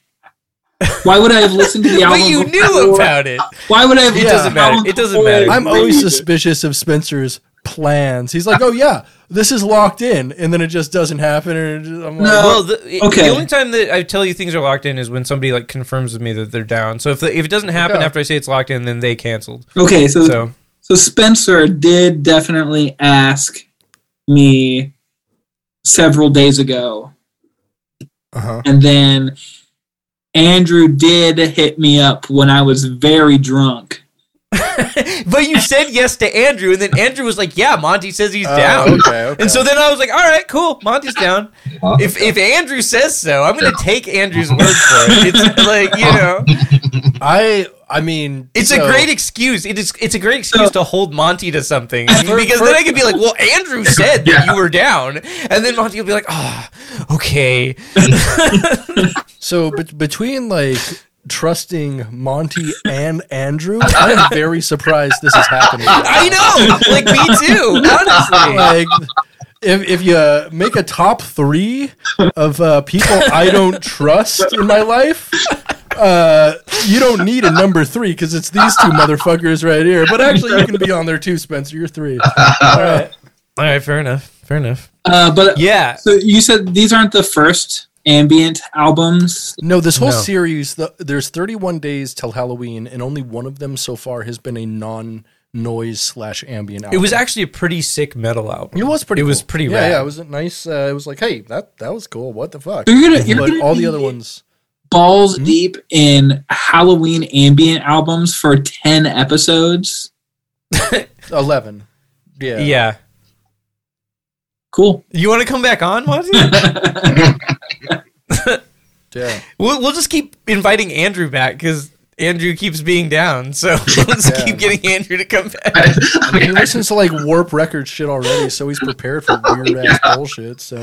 Speaker 3: Why would I have listened to the
Speaker 1: *laughs*
Speaker 3: album? uh,
Speaker 1: But you
Speaker 3: *laughs*
Speaker 1: knew
Speaker 3: before?
Speaker 1: about it.
Speaker 3: Why would I have?
Speaker 1: It
Speaker 3: listened
Speaker 1: doesn't
Speaker 3: to the album
Speaker 1: matter. It doesn't
Speaker 3: before I
Speaker 1: matter.
Speaker 2: I'm always
Speaker 3: agreed?
Speaker 2: suspicious of Spencer's plans. He's like, "Oh yeah, this is locked in," and then it just doesn't happen. And it just- I'm like,
Speaker 3: No.
Speaker 1: Well, the,
Speaker 3: okay.
Speaker 1: the only time that I tell you things are locked in is when somebody like confirms with me that they're down. So if the, if it doesn't happen
Speaker 2: Okay.
Speaker 1: after I say it's locked in, then they canceled.
Speaker 3: Okay, so
Speaker 1: So
Speaker 3: So Spencer did definitely ask me several days ago,
Speaker 2: Uh-huh.
Speaker 3: and then Andrew did hit me up when I was very drunk
Speaker 1: *laughs* but you said yes to Andrew, and then Andrew was like, "Yeah, Monty says he's
Speaker 2: Oh,
Speaker 1: down."
Speaker 2: okay, okay.
Speaker 1: And so then I was like, "All right, cool, Monty's down." If if Andrew says so, I'm going to take Andrew's word for it. It's like you know,
Speaker 2: I I mean
Speaker 1: it's
Speaker 2: so-
Speaker 1: a great excuse. It is it's a great excuse to hold Monty to something because then I could be like, "Well,
Speaker 2: *laughs*
Speaker 1: Andrew said that you were down," and then Monty will be like, "Ah, okay." *laughs*
Speaker 2: So bet between like trusting Monty and Andrew, I am very surprised this is happening. *laughs*
Speaker 1: I know, like me too. Honestly,
Speaker 2: Like if if you uh, make a top three of uh, people I don't trust in my life. Uh, you don't need a number three because it's these two motherfuckers right here. But actually, you can be on there too, Spencer. You're three. *laughs* All right.
Speaker 1: all right, fair enough, fair enough.
Speaker 3: Uh, but
Speaker 1: Yeah,
Speaker 3: so you said these aren't the first ambient albums.
Speaker 2: No, this whole
Speaker 1: No.
Speaker 2: series, the, there's 31 days till Halloween, and only one of them so far has been a non noise slash ambient album.
Speaker 1: It was actually a pretty sick metal album.
Speaker 2: It was pretty.
Speaker 1: It was
Speaker 2: cool.
Speaker 1: pretty
Speaker 2: Yeah,
Speaker 1: rad.
Speaker 2: yeah. It was a nice. Uh, it was like, hey, that that was cool. What the fuck?
Speaker 3: So you're gonna, you're
Speaker 2: But
Speaker 3: gonna
Speaker 2: all the
Speaker 3: be
Speaker 2: other ones. Hmm?
Speaker 3: balls deep in Halloween ambient albums for ten episodes.
Speaker 2: Eleven. Yeah.
Speaker 1: Yeah.
Speaker 3: Cool. *laughs*
Speaker 1: You want to come back on,
Speaker 4: *laughs*
Speaker 1: Monty?
Speaker 2: Yeah.
Speaker 1: we'll, we'll just keep inviting Andrew back because Andrew keeps being down. So *laughs* we'll just
Speaker 2: Yeah.
Speaker 1: keep getting Andrew to come back.
Speaker 4: I
Speaker 2: He
Speaker 4: mean, *laughs* I-
Speaker 2: listens to like warp record shit already, so he's prepared for weird ass bullshit. So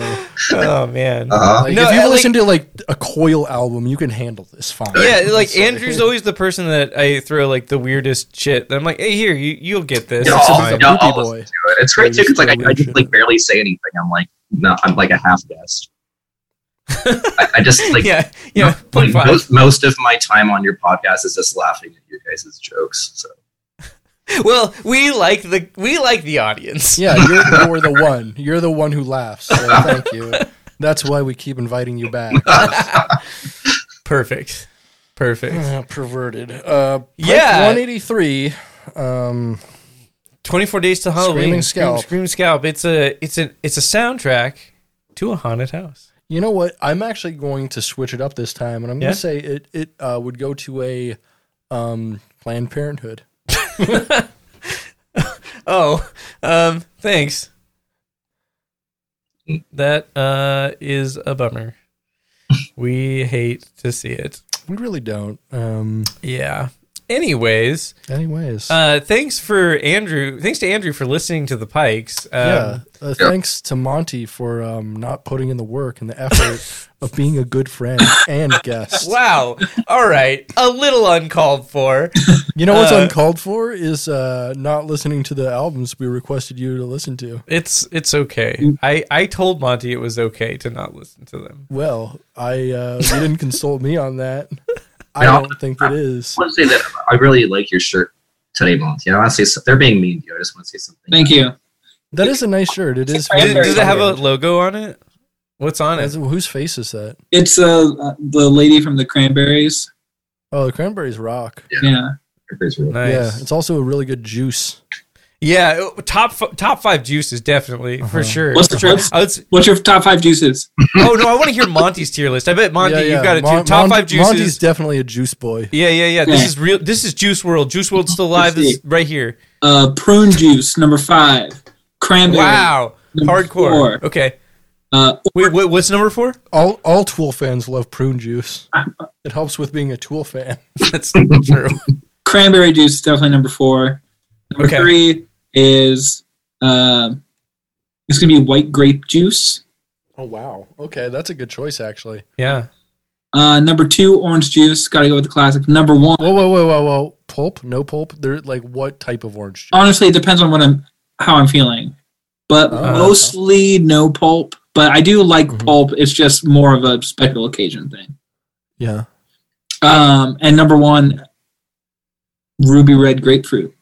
Speaker 1: Oh, man.
Speaker 4: uh,
Speaker 2: like,
Speaker 1: No,
Speaker 2: if you
Speaker 1: I, like-
Speaker 2: listen to like a coil album, you can handle this fine.
Speaker 1: Yeah, like
Speaker 2: So-
Speaker 1: Andrew's always the person that I throw like the weirdest shit. I'm like, hey, here, you, you'll get this.
Speaker 4: Yeah,
Speaker 1: It's
Speaker 4: I'll-
Speaker 1: fine.
Speaker 2: He's a
Speaker 4: Yeah,
Speaker 2: poopy
Speaker 4: I'll-
Speaker 2: boy.
Speaker 4: it's great too because like I, I just
Speaker 2: Shit.
Speaker 4: like barely say anything. I'm like no, I'm like a half guest. I, I just
Speaker 1: *laughs*
Speaker 4: like
Speaker 1: yeah, yeah,
Speaker 4: like,
Speaker 1: point five.
Speaker 4: most, most of my time on your podcast is just laughing at your guys' jokes. So
Speaker 1: Well, we like the we like the audience.
Speaker 2: Yeah, you're, you're the one. You're the one who laughs. So thank you. That's why we keep inviting you back. *laughs*
Speaker 1: Perfect, perfect.
Speaker 2: Uh, perverted. Uh, Pike
Speaker 1: Yeah.
Speaker 2: 183. Um,
Speaker 1: 24 days to Halloween.
Speaker 2: Screaming
Speaker 1: Scream-
Speaker 2: Scalp.
Speaker 1: Scream Scalp. It's a it's a it's a soundtrack to a haunted house.
Speaker 2: you know what? I'm actually going to switch it up this time, and I'm
Speaker 1: Yeah?
Speaker 2: going to say it it uh, would go to a um, Planned Parenthood.
Speaker 1: Oh, um, thanks. That uh is a bummer. We hate to see it.
Speaker 2: We really don't. Um,
Speaker 1: Yeah. Anyways,
Speaker 2: anyways,
Speaker 1: uh thanks for Andrew. Thanks to Andrew for listening to the Pikes. Um,
Speaker 2: yeah. Uh, Thanks to Monty for um, not putting in the work and
Speaker 1: *laughs*
Speaker 2: the effort of being a good friend and guest.
Speaker 1: Wow. All right. A little uncalled for.
Speaker 2: You know what's
Speaker 1: Uh,
Speaker 2: uncalled for is uh, not listening to the albums we requested you to listen to.
Speaker 1: It's it's okay. I I told Monty it was okay to not listen to them.
Speaker 2: Well,
Speaker 1: *laughs*
Speaker 2: I uh, you didn't consult me on that. I
Speaker 4: No.
Speaker 2: don't think it is.
Speaker 4: I want to say that I really like your shirt today, Monty. I want to say so- they're being mean to you. I just want to say something.
Speaker 3: Thank you.
Speaker 2: That is a nice shirt. It is.
Speaker 3: I am
Speaker 1: Did,
Speaker 2: very
Speaker 1: does it have a
Speaker 2: colored.
Speaker 1: logo on it? What's on
Speaker 2: That's-
Speaker 1: it?
Speaker 2: whose face is that?
Speaker 3: It's uh, the lady from the Cranberries.
Speaker 2: Oh, the cranberries rock.
Speaker 3: Yeah.
Speaker 4: you.
Speaker 1: Nice.
Speaker 2: Yeah, it's also a really good juice.
Speaker 1: Yeah, uh, top f- top five juices definitely for sure.
Speaker 3: What's the-
Speaker 1: For sure.
Speaker 3: what's-
Speaker 1: I would s-
Speaker 3: What's your top five juices?
Speaker 1: oh no, I want to hear Monty's tier list. I bet Monty,
Speaker 2: Yeah, yeah.
Speaker 1: you've got it.
Speaker 2: Mon-
Speaker 1: too. top
Speaker 2: Mon-
Speaker 1: five juices.
Speaker 2: Monty's definitely a juice boy.
Speaker 1: yeah, yeah, yeah. This
Speaker 3: Yeah.
Speaker 1: is real. This is Juice World. Juice World's still alive. This is right here.
Speaker 3: Uh, prune juice number five. Cranberry.
Speaker 1: Wow,
Speaker 3: Number
Speaker 1: hardcore.
Speaker 3: four.
Speaker 1: Okay,
Speaker 3: Uh,
Speaker 1: wait, wait, what's number four? *laughs*
Speaker 2: All all Tool fans love prune *laughs* juice. It helps with being a Tool fan.
Speaker 1: That's not true.
Speaker 3: cranberry juice is definitely number four. Number
Speaker 1: Okay.
Speaker 3: three is uh, it's gonna be white grape juice.
Speaker 2: Oh wow. Okay, that's a good choice actually.
Speaker 1: Yeah,
Speaker 3: Uh, number two, orange juice. Got to go with the classic. Number one.
Speaker 2: Whoa, whoa, whoa, whoa, whoa. Pulp? No pulp? They're like what type of orange juice?
Speaker 3: honestly, it depends on what I'm how I'm feeling, but
Speaker 2: Oh.
Speaker 3: mostly no pulp. But I do like
Speaker 2: Mhm.
Speaker 3: pulp. It's just more of a special occasion thing.
Speaker 2: Yeah.
Speaker 3: Um, and number one, ruby red grapefruit.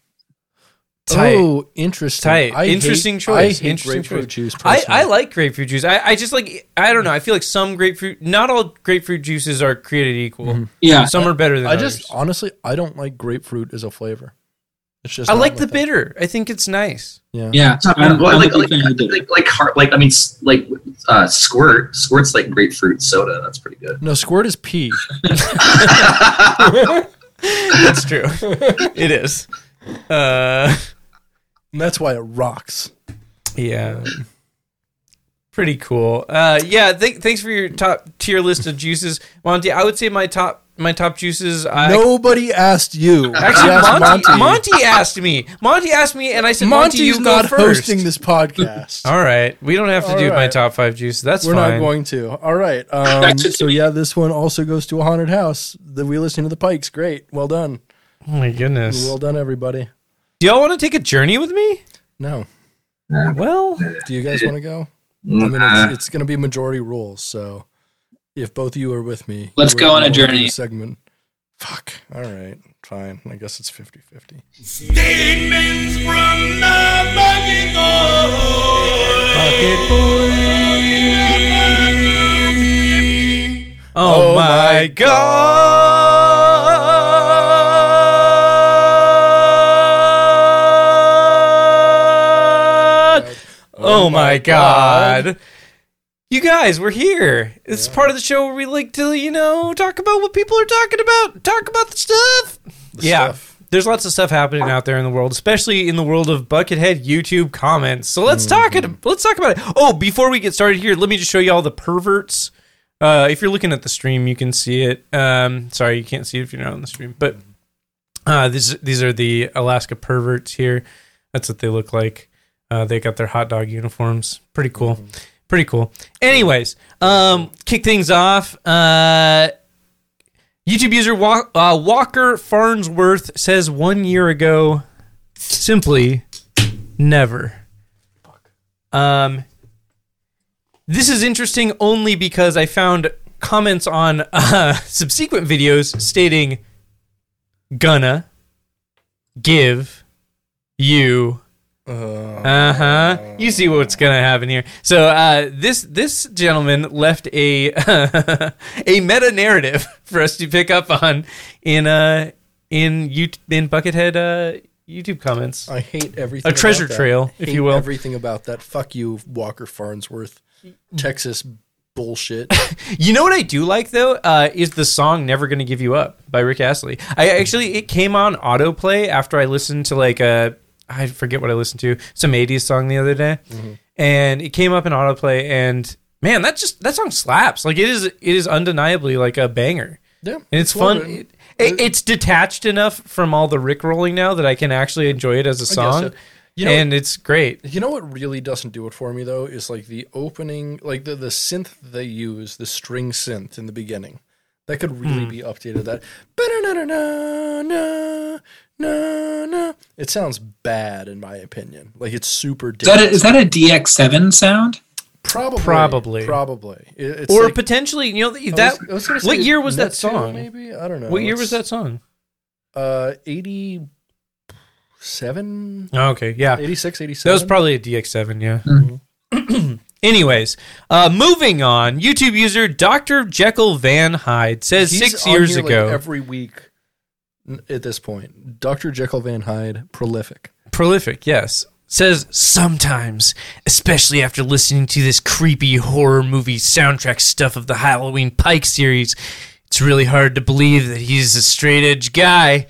Speaker 1: tight.
Speaker 2: Oh, interesting.
Speaker 1: Tight.
Speaker 2: hate-
Speaker 1: Interesting
Speaker 2: I
Speaker 1: choice.
Speaker 2: hate
Speaker 1: Interesting
Speaker 2: grapefruit
Speaker 1: choice.
Speaker 2: juice.
Speaker 1: I, I
Speaker 2: personally.
Speaker 1: like grapefruit juice. I, I just like I don't know. I feel like some grapefruit, not all grapefruit juices are created equal.
Speaker 2: Mhm.
Speaker 3: Yeah,
Speaker 1: Some are better than
Speaker 2: I
Speaker 1: others.
Speaker 2: just honestly, I don't like grapefruit as a flavor. It's just
Speaker 1: I
Speaker 2: not
Speaker 1: like
Speaker 2: my
Speaker 1: the
Speaker 2: thing.
Speaker 1: bitter. I think it's nice. *laughs*
Speaker 2: Yeah.
Speaker 3: yeah. I'm,
Speaker 4: Well,
Speaker 3: I'm
Speaker 4: like,
Speaker 3: a big
Speaker 4: like, uh,
Speaker 3: fan of
Speaker 4: like,
Speaker 3: the bitter.
Speaker 4: like, heart- like, I mean, s- like, uh, squirt, squirt's like grapefruit soda. That's pretty good.
Speaker 2: No, squirt is pee.
Speaker 1: That's true. it is. Uh,
Speaker 2: And that's why it rocks.
Speaker 1: yeah. Pretty cool. Uh, yeah. Th- thanks for your top tier list of juices, Monty. I would say my top my top juices. I,
Speaker 2: Nobody asked you.
Speaker 1: Actually,
Speaker 2: You asked
Speaker 1: Monty, Monty. asked me. Monty asked me, and I said, "Monty, you
Speaker 2: Monty's not
Speaker 1: go first.
Speaker 2: hosting this podcast.
Speaker 1: All right, we don't have to
Speaker 2: All
Speaker 1: do my
Speaker 2: right.
Speaker 1: top five juices. That's
Speaker 2: We're
Speaker 1: fine.
Speaker 2: not going to. All right. Um,
Speaker 3: That's it.
Speaker 2: so yeah, this one also goes to a haunted house. The we listen to the Pikes. Great. Well done.
Speaker 1: oh my goodness!
Speaker 2: Well done, everybody.
Speaker 1: do y'all want to take a journey with me?
Speaker 2: No.
Speaker 1: Well,
Speaker 2: Do you guys want to go? I mean,
Speaker 4: Uh,
Speaker 2: it's, it's going to be majority rules. So if both of you are with me,
Speaker 3: Let's
Speaker 2: we're
Speaker 3: go on a
Speaker 2: gonna do
Speaker 3: journey.
Speaker 2: Segment. Fuck. All right. Fine. I guess it's 50 50.
Speaker 6: Demons from the bucket
Speaker 1: oh,
Speaker 2: Oh
Speaker 1: my,
Speaker 2: my
Speaker 1: god! Oh, my god. You guys, we're here. It's part of the show where we like to, you know, talk about what people are talking about, talk about the stuff. yeah.
Speaker 2: stuff.
Speaker 1: There's lots of stuff happening out there in the world, especially in the world of Buckethead YouTube comments. So let's talk it let's talk about it. Oh, before we get started here, let me just show you all the perverts. Uh, if you're looking at the stream, you can see it. Um, sorry, you can't see it if you're not on the stream, but uh, these these are the Alaska perverts here. That's what they look like. Uh, they got their hot dog uniforms. Pretty cool. Pretty cool. Anyways, um, kick things off. Uh, YouTube user Wa- uh, Walker Farnsworth says one year ago, simply never. Um, this is interesting only because I found comments on uh, *laughs* subsequent videos stating gonna give you
Speaker 2: Uh,
Speaker 1: uh-huh you see what's gonna happen here so uh this this gentleman left a *laughs* a meta narrative *laughs* for us to pick up on in uh in you in buckethead uh youtube comments
Speaker 2: I hate everything.
Speaker 1: A treasure
Speaker 2: about that.
Speaker 1: trail, if
Speaker 2: Hate
Speaker 1: you will. Mm.
Speaker 2: Everything about that. Fuck you, Walker Farnsworth. Texas
Speaker 1: *laughs*
Speaker 2: bullshit.
Speaker 1: You know what I do like though uh, is the song "Never Gonna Give You Up" by Rick Astley. I actually it came on autoplay after I listened to like a I forget what I listened to some '80s song the other day, and it came up in autoplay. And man, that just that song slaps. Like it is it is undeniably like a banger,
Speaker 2: yeah.
Speaker 1: and it's fun.
Speaker 2: well written.
Speaker 1: It, it- it's detached enough from all the Rick rolling now that I can actually enjoy it as a
Speaker 2: guess
Speaker 1: song,
Speaker 2: so. You know-
Speaker 1: and it's great.
Speaker 2: You know what really doesn't do it for me though is like the opening, like the the synth they use, the string synth in the beginning. That could
Speaker 1: Hmm.
Speaker 2: really be updated. That na na na It sounds bad in my opinion. Like it's super.
Speaker 3: Is that a, is that a DX7 sound?
Speaker 2: probably
Speaker 1: Probably.
Speaker 2: probably? It- it's
Speaker 1: Or
Speaker 2: like-
Speaker 1: potentially, you know
Speaker 2: I
Speaker 1: that.
Speaker 2: was- I was gonna
Speaker 1: what
Speaker 2: say
Speaker 1: year was that
Speaker 2: Netsu,
Speaker 1: song?
Speaker 2: Maybe I don't know.
Speaker 1: what year was that
Speaker 2: It's,
Speaker 1: song?
Speaker 2: Uh, eighty seven.
Speaker 1: Oh, okay, yeah.
Speaker 2: 86, 87.
Speaker 1: That was probably a DX7, yeah. Mm-hmm. *clears throat* Anyways, uh, moving on. YouTube user Dr. Jekyll Van Hyde says
Speaker 2: He's
Speaker 1: six
Speaker 2: on
Speaker 1: years
Speaker 2: here, like,
Speaker 1: ago,
Speaker 2: every week n- at this point. Dr. Jekyll Van Hyde, prolific.
Speaker 1: prolific, yes, says sometimes, especially after listening to this creepy horror movie soundtrack stuff of the Halloween Pike series, it's really hard to believe that he's a straight edge guy.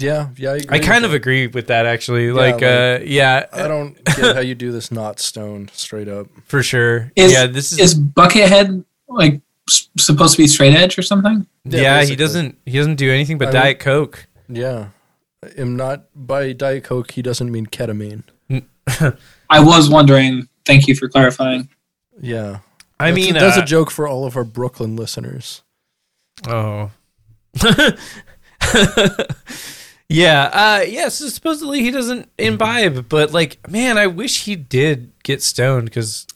Speaker 2: Yeah, yeah.
Speaker 1: I
Speaker 2: agree
Speaker 1: kind
Speaker 2: with
Speaker 1: of agree with that, actually. like,
Speaker 2: like,
Speaker 1: uh, yeah,
Speaker 2: that. I
Speaker 1: *laughs*
Speaker 2: don't get how you do this not stoned straight up.
Speaker 1: for sure.
Speaker 3: Is,
Speaker 1: yeah, this is
Speaker 3: is Buckethead like s- supposed to be straight edge or something?
Speaker 1: yeah.
Speaker 2: Yeah,
Speaker 1: he
Speaker 2: basically.
Speaker 1: doesn't. He doesn't do anything but
Speaker 2: I mean-
Speaker 1: Diet Coke.
Speaker 2: Yeah. Am not by Diet Coke, he doesn't mean ketamine.
Speaker 3: I was wondering. Thank you for clarifying.
Speaker 2: Yeah.
Speaker 1: I
Speaker 2: That's-
Speaker 1: mean,
Speaker 2: that's
Speaker 1: uh,
Speaker 2: a joke for all of our Brooklyn listeners.
Speaker 1: Oh. *laughs* yeah. Uh yeah, so supposedly he doesn't imbibe, but like man, I wish he did get stoned cuz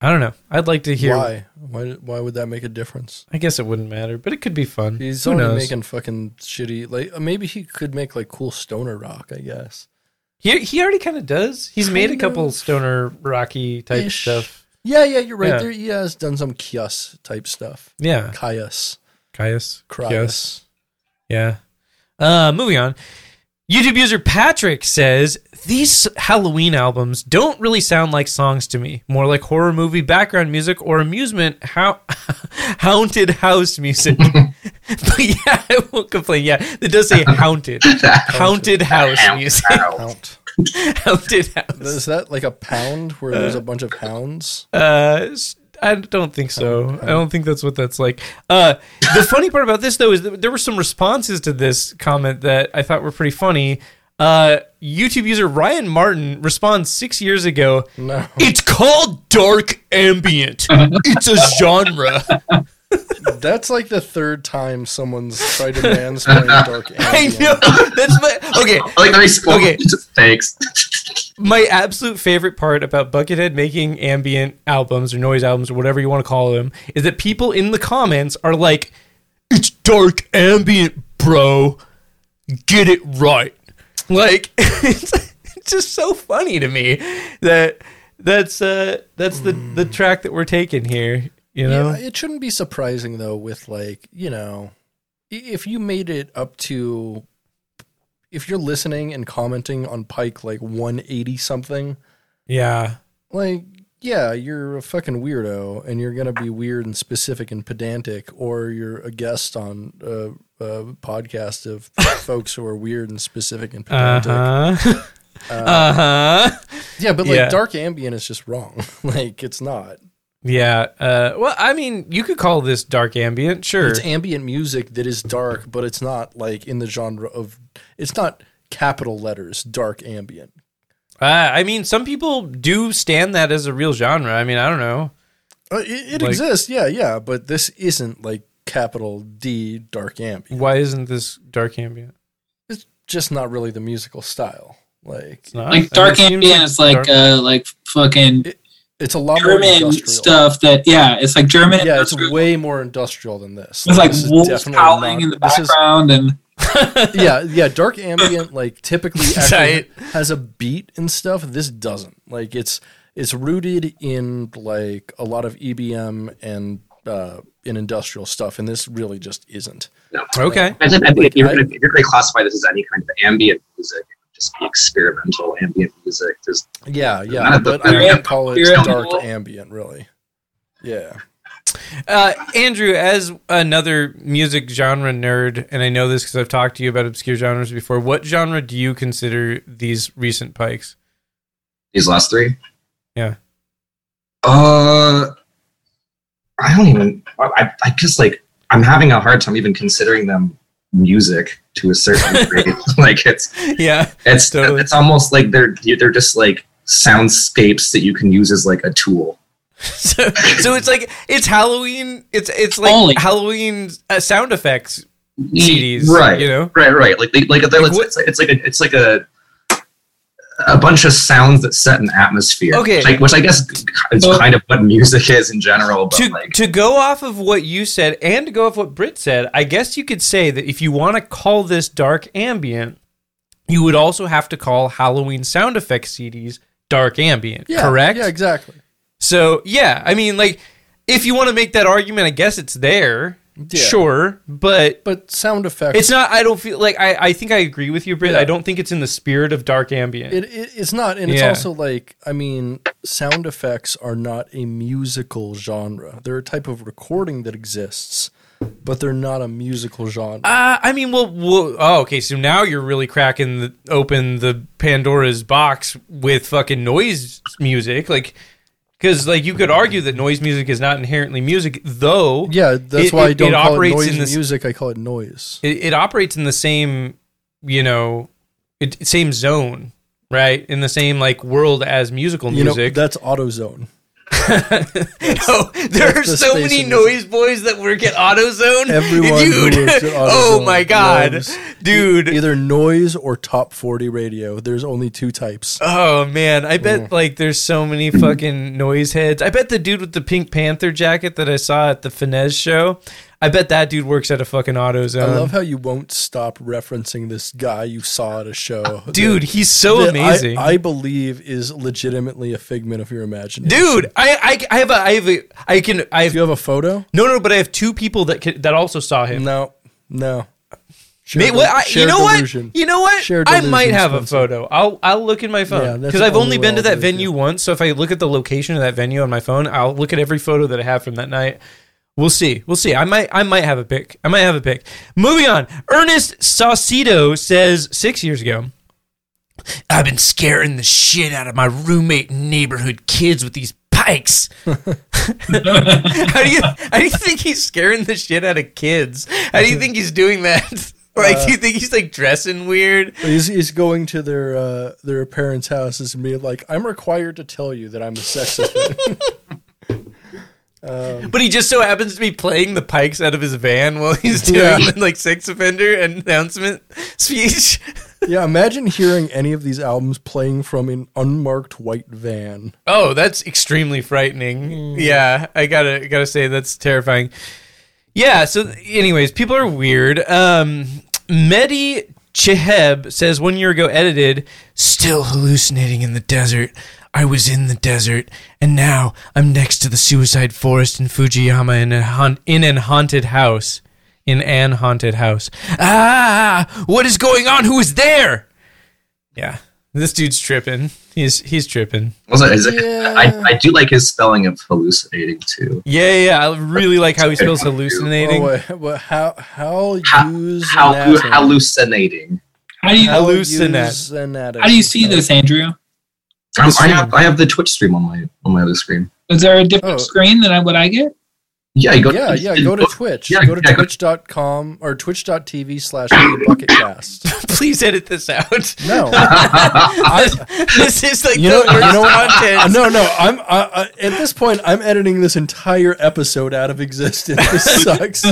Speaker 1: I don't know. I'd like to hear
Speaker 2: Why? Why? Why would that make a difference?
Speaker 1: I guess it wouldn't matter, but it could be fun.
Speaker 2: He's
Speaker 1: Who
Speaker 2: only
Speaker 1: knows?
Speaker 2: making fucking shitty. Like uh, maybe he could make like cool stoner rock. I guess.
Speaker 1: He he already kind of does. He's made a
Speaker 2: Kind
Speaker 1: couple
Speaker 2: of.
Speaker 1: stoner rocky type
Speaker 2: Ish.
Speaker 1: stuff.
Speaker 2: Yeah, yeah, you're right.
Speaker 1: Yeah.
Speaker 2: There, he has done some Kios type stuff.
Speaker 1: Yeah.
Speaker 2: Caius.
Speaker 1: Caius.
Speaker 2: Cryus.
Speaker 1: Caius. Yeah. Uh, moving on. YouTube user Patrick says these Halloween albums don't really sound like songs to me. More like horror *laughs* movie background music or amusement how haunted house music. but yeah, I won't complain. Yeah, it does say *laughs* haunted, haunted house music,
Speaker 2: Hound.
Speaker 1: *laughs* haunted house.
Speaker 2: Is that like a pound where there's a bunch of hounds?
Speaker 1: Uh, s- I don't think so. I don't think that's what that's like. Uh, the funny part about this though is that there were some responses to this comment that I thought were pretty funny. Uh, YouTube user Ryan Martin responds six years ago.
Speaker 2: No. *laughs*
Speaker 1: It's called dark ambient. it's a genre. *laughs*
Speaker 2: That's like the third time someone's tried to mansplain Dark
Speaker 1: I
Speaker 2: Ambient.
Speaker 1: know. That's my okay.
Speaker 4: Like the response.
Speaker 1: Okay.
Speaker 4: *laughs* Thanks. *laughs*
Speaker 1: My absolute favorite part about Buckethead making ambient albums or noise albums or whatever you want to call them is that people in the comments are like, "It's dark ambient, bro. Get it right." Like *laughs* it's it's just so funny to me that that's uh that's the the track that we're taking here. You know,
Speaker 2: Yeah, it shouldn't be surprising though with like, you know, i- if you made it up to if you're listening and commenting on Pike like 180 something,
Speaker 1: yeah.
Speaker 2: like yeah, you're a fucking weirdo and you're going to be weird and specific and pedantic or you're a guest on a, a podcast
Speaker 1: *laughs*
Speaker 2: of folks who are weird and specific and pedantic.
Speaker 1: Uh huh. *laughs* Uh huh.
Speaker 2: Yeah, but like
Speaker 1: Yeah.
Speaker 2: dark ambient is just wrong. *laughs* like it's not.
Speaker 1: Yeah. Uh, well, I mean, you could call this dark ambient, sure.
Speaker 2: It's ambient music that is dark, but it's not like in the genre of it's not capital letters dark ambient.
Speaker 1: Uh, I mean, some people do stand that as a real genre. I mean, I don't know.
Speaker 2: Uh, it it
Speaker 1: Like-
Speaker 2: exists, yeah, yeah, but this isn't like capital D dark ambient.
Speaker 1: Why isn't this dark ambient?
Speaker 2: It's just not really the musical style. Like
Speaker 1: It's not. I mean,
Speaker 3: Like dark
Speaker 1: it seems
Speaker 3: ambient is like
Speaker 1: dark-
Speaker 3: uh like fucking
Speaker 2: it's a lot more
Speaker 3: German
Speaker 2: industrial.
Speaker 3: stuff that yeah, it's like German.
Speaker 2: Yeah, it's
Speaker 3: industrial-
Speaker 2: way more industrial than this.
Speaker 3: It's like
Speaker 2: this is
Speaker 3: wolves
Speaker 2: definitely
Speaker 3: howling
Speaker 2: not-
Speaker 3: in the
Speaker 2: this is-
Speaker 3: background, and
Speaker 2: yeah, yeah. Dark ambient,
Speaker 3: *laughs*
Speaker 2: like typically actually
Speaker 1: Right.
Speaker 2: has a beat and stuff. This doesn't. Like it's it's rooted in like a lot of EBM and uh, in industrial stuff, and this really just isn't.
Speaker 4: No.
Speaker 1: okay.
Speaker 4: I think, I think if you're
Speaker 2: I-
Speaker 4: going to classify this as any kind of ambient music, it would just be experimental ambient music. There's,
Speaker 2: Yeah, yeah.
Speaker 4: Not the-
Speaker 2: But I
Speaker 3: Yeah.
Speaker 2: would call it
Speaker 3: Yeah.
Speaker 2: dark ambient, really. Yeah.
Speaker 1: Uh, Andrew, as another music genre nerd, and I know this because I've talked to you about obscure genres before. What genre do you consider these recent pikes?
Speaker 4: these last three.
Speaker 1: Yeah.
Speaker 4: Uh, I don't even. I, I just like I'm having a hard time even considering them music to
Speaker 1: *laughs*
Speaker 4: a certain degree. *laughs* like it's
Speaker 1: *laughs* yeah.
Speaker 4: it's
Speaker 1: Totally.
Speaker 4: it's almost like they're they're just like soundscapes that you can use as like a tool.
Speaker 1: So, so it's like it's Halloween. It's it's like
Speaker 3: Only.
Speaker 1: Halloween uh, sound effects CDs,
Speaker 4: right?
Speaker 1: You know.
Speaker 4: Right, right. Like, they- like, they're like
Speaker 1: what-
Speaker 4: it's, it's like a, it's like a a bunch of sounds that set an atmosphere.
Speaker 1: Okay.
Speaker 4: Like, which I guess is
Speaker 3: So-
Speaker 4: kind of what music is in general. But
Speaker 1: to,
Speaker 4: like,
Speaker 1: to go off of what you said and to go off what Britt said, I guess you could say that if you want to call this dark ambient, you would also have to call Halloween sound effects CDs dark ambient,
Speaker 2: Yeah.
Speaker 1: correct?
Speaker 2: Yeah, exactly.
Speaker 1: So, yeah, I mean, like, if you want to make that argument, I guess it's there,
Speaker 2: Yeah.
Speaker 1: sure, but
Speaker 2: But sound effects
Speaker 1: it's not, I don't feel like, I, I think I agree with you, Britt. I don't think it's in the spirit of dark ambient.
Speaker 2: It, it it's not, and it's
Speaker 1: Yeah.
Speaker 2: also like I mean, sound effects are not a musical genre. They're a type of recording that exists, but they're not a musical genre.
Speaker 1: Uh, I mean, well, well, oh, okay. So now you're really cracking the, open the Pandora's box with fucking noise music, like because like you could argue that noise music is not inherently music, though.
Speaker 2: yeah, that's
Speaker 1: it-
Speaker 2: why I
Speaker 1: it-
Speaker 2: don't
Speaker 1: it
Speaker 2: call it
Speaker 1: operates
Speaker 2: noise
Speaker 1: in this-
Speaker 2: music. I call it noise.
Speaker 1: It, it operates in the same, you know, it, same zone, right? In the same like world as musical
Speaker 2: You know,
Speaker 1: *laughs* music.
Speaker 2: that's AutoZone.
Speaker 1: no, there are
Speaker 2: the
Speaker 1: so
Speaker 2: space
Speaker 1: many
Speaker 2: in
Speaker 1: noise boys that work at AutoZone.
Speaker 2: Everyone who
Speaker 1: dude.
Speaker 2: works at AutoZone
Speaker 1: *laughs* oh my god,
Speaker 2: loves
Speaker 1: dude.
Speaker 2: E-, Either noise or top forty radio. There's only two types.
Speaker 1: Oh man, I
Speaker 2: Mm.
Speaker 1: bet like there's so many fucking noise heads. I bet the dude with the Pink Panther jacket that I saw at the Finesse show, I bet that dude works at a fucking AutoZone.
Speaker 2: I love how you won't stop referencing this guy you saw at a show,
Speaker 1: *laughs* dude, he's so
Speaker 2: that I-
Speaker 1: amazing.
Speaker 2: I, believe is legitimately a figment of your imagination.
Speaker 1: dude, I, I I have a I have a I can I
Speaker 2: do you
Speaker 1: have
Speaker 2: have a photo?
Speaker 1: no no, but I have two people that can, that also saw him.
Speaker 2: No, no.
Speaker 1: Ma-
Speaker 2: Shared,
Speaker 1: well, I- you
Speaker 2: shared
Speaker 1: know
Speaker 2: delusion.
Speaker 1: what? You know what?
Speaker 2: Shared
Speaker 1: I
Speaker 2: delusion,
Speaker 1: might have a
Speaker 2: Spencer.
Speaker 1: photo. I'll I'll look in my
Speaker 2: Yeah,
Speaker 1: phone
Speaker 2: that's
Speaker 1: because
Speaker 2: the
Speaker 1: I've
Speaker 2: only
Speaker 1: only
Speaker 2: way
Speaker 1: been to
Speaker 2: I'll
Speaker 1: that
Speaker 2: do it,
Speaker 1: venue once. So if I look at the location of that venue on my phone, I'll look at every photo that I have from that night. We'll see. We'll see. I might. I might have a pick. I might have a pick. Moving on. Ernest Saucedo says six years ago. I've been scaring the shit out of my roommate and neighborhood kids with these
Speaker 2: *laughs*
Speaker 1: pikes. how do you how do you think he's scaring the shit out of kids? How do you think he's doing that? *laughs* Like,
Speaker 2: Uh,
Speaker 1: do you think he's like dressing weird?
Speaker 2: He's, he's going to their uh, their parents' houses and being like, "I'm required to tell you that I'm a
Speaker 1: *laughs*
Speaker 2: sex offender."
Speaker 1: But he just so happens to be playing the pikes out of his van while he's doing
Speaker 2: Yeah.
Speaker 1: like sex offender announcement speech. *laughs*
Speaker 2: yeah, imagine hearing any of these albums playing from an unmarked white van.
Speaker 1: Oh, that's extremely frightening. Yeah, I gotta I gotta say that's terrifying. Yeah. So, anyways, people are weird. Um, Mehdi Cheheb says one year ago, edited, still hallucinating in the desert. I was in the desert, and now I'm next to the suicide forest in Fujiyama in a haunt, in an haunted house, in an haunted house. Ah, what is going on? Who is there? Yeah, this dude's tripping. He's he's tripping.
Speaker 4: Also, is it-
Speaker 1: Uh,
Speaker 4: I, I do like his spelling of hallucinating too.
Speaker 1: Yeah, yeah, yeah. I really like
Speaker 2: *laughs*
Speaker 1: how he spells
Speaker 2: Oh,
Speaker 1: hallucinating.
Speaker 2: wait, what- how how
Speaker 4: How,
Speaker 2: use
Speaker 4: how,
Speaker 2: an
Speaker 4: who-
Speaker 2: atom?
Speaker 4: hallucinating.
Speaker 3: How do you
Speaker 2: How
Speaker 1: Hallucinate.
Speaker 2: use an atom.
Speaker 3: how do you see this, Andrew?
Speaker 4: I'm, Um, I, have, I have the Twitch stream on my on my other screen.
Speaker 3: Is there a different
Speaker 2: Oh.
Speaker 3: screen than I, what I get?
Speaker 4: Yeah, you go
Speaker 2: yeah,
Speaker 4: to,
Speaker 2: yeah. Go to Twitch.
Speaker 4: yeah,
Speaker 2: go to
Speaker 4: yeah, go-
Speaker 2: twitch.com or twitch.tv slash
Speaker 4: *laughs*
Speaker 1: *laughs*
Speaker 2: bucketcast.
Speaker 1: Please edit this
Speaker 2: *laughs*
Speaker 1: out. *laughs*
Speaker 2: No.
Speaker 1: this is like the
Speaker 2: You know- you
Speaker 1: worst
Speaker 2: know what? Uh,
Speaker 1: content.
Speaker 2: no, no. I'm I, I, at this point. I'm editing this entire episode out of existence. *laughs* This sucks.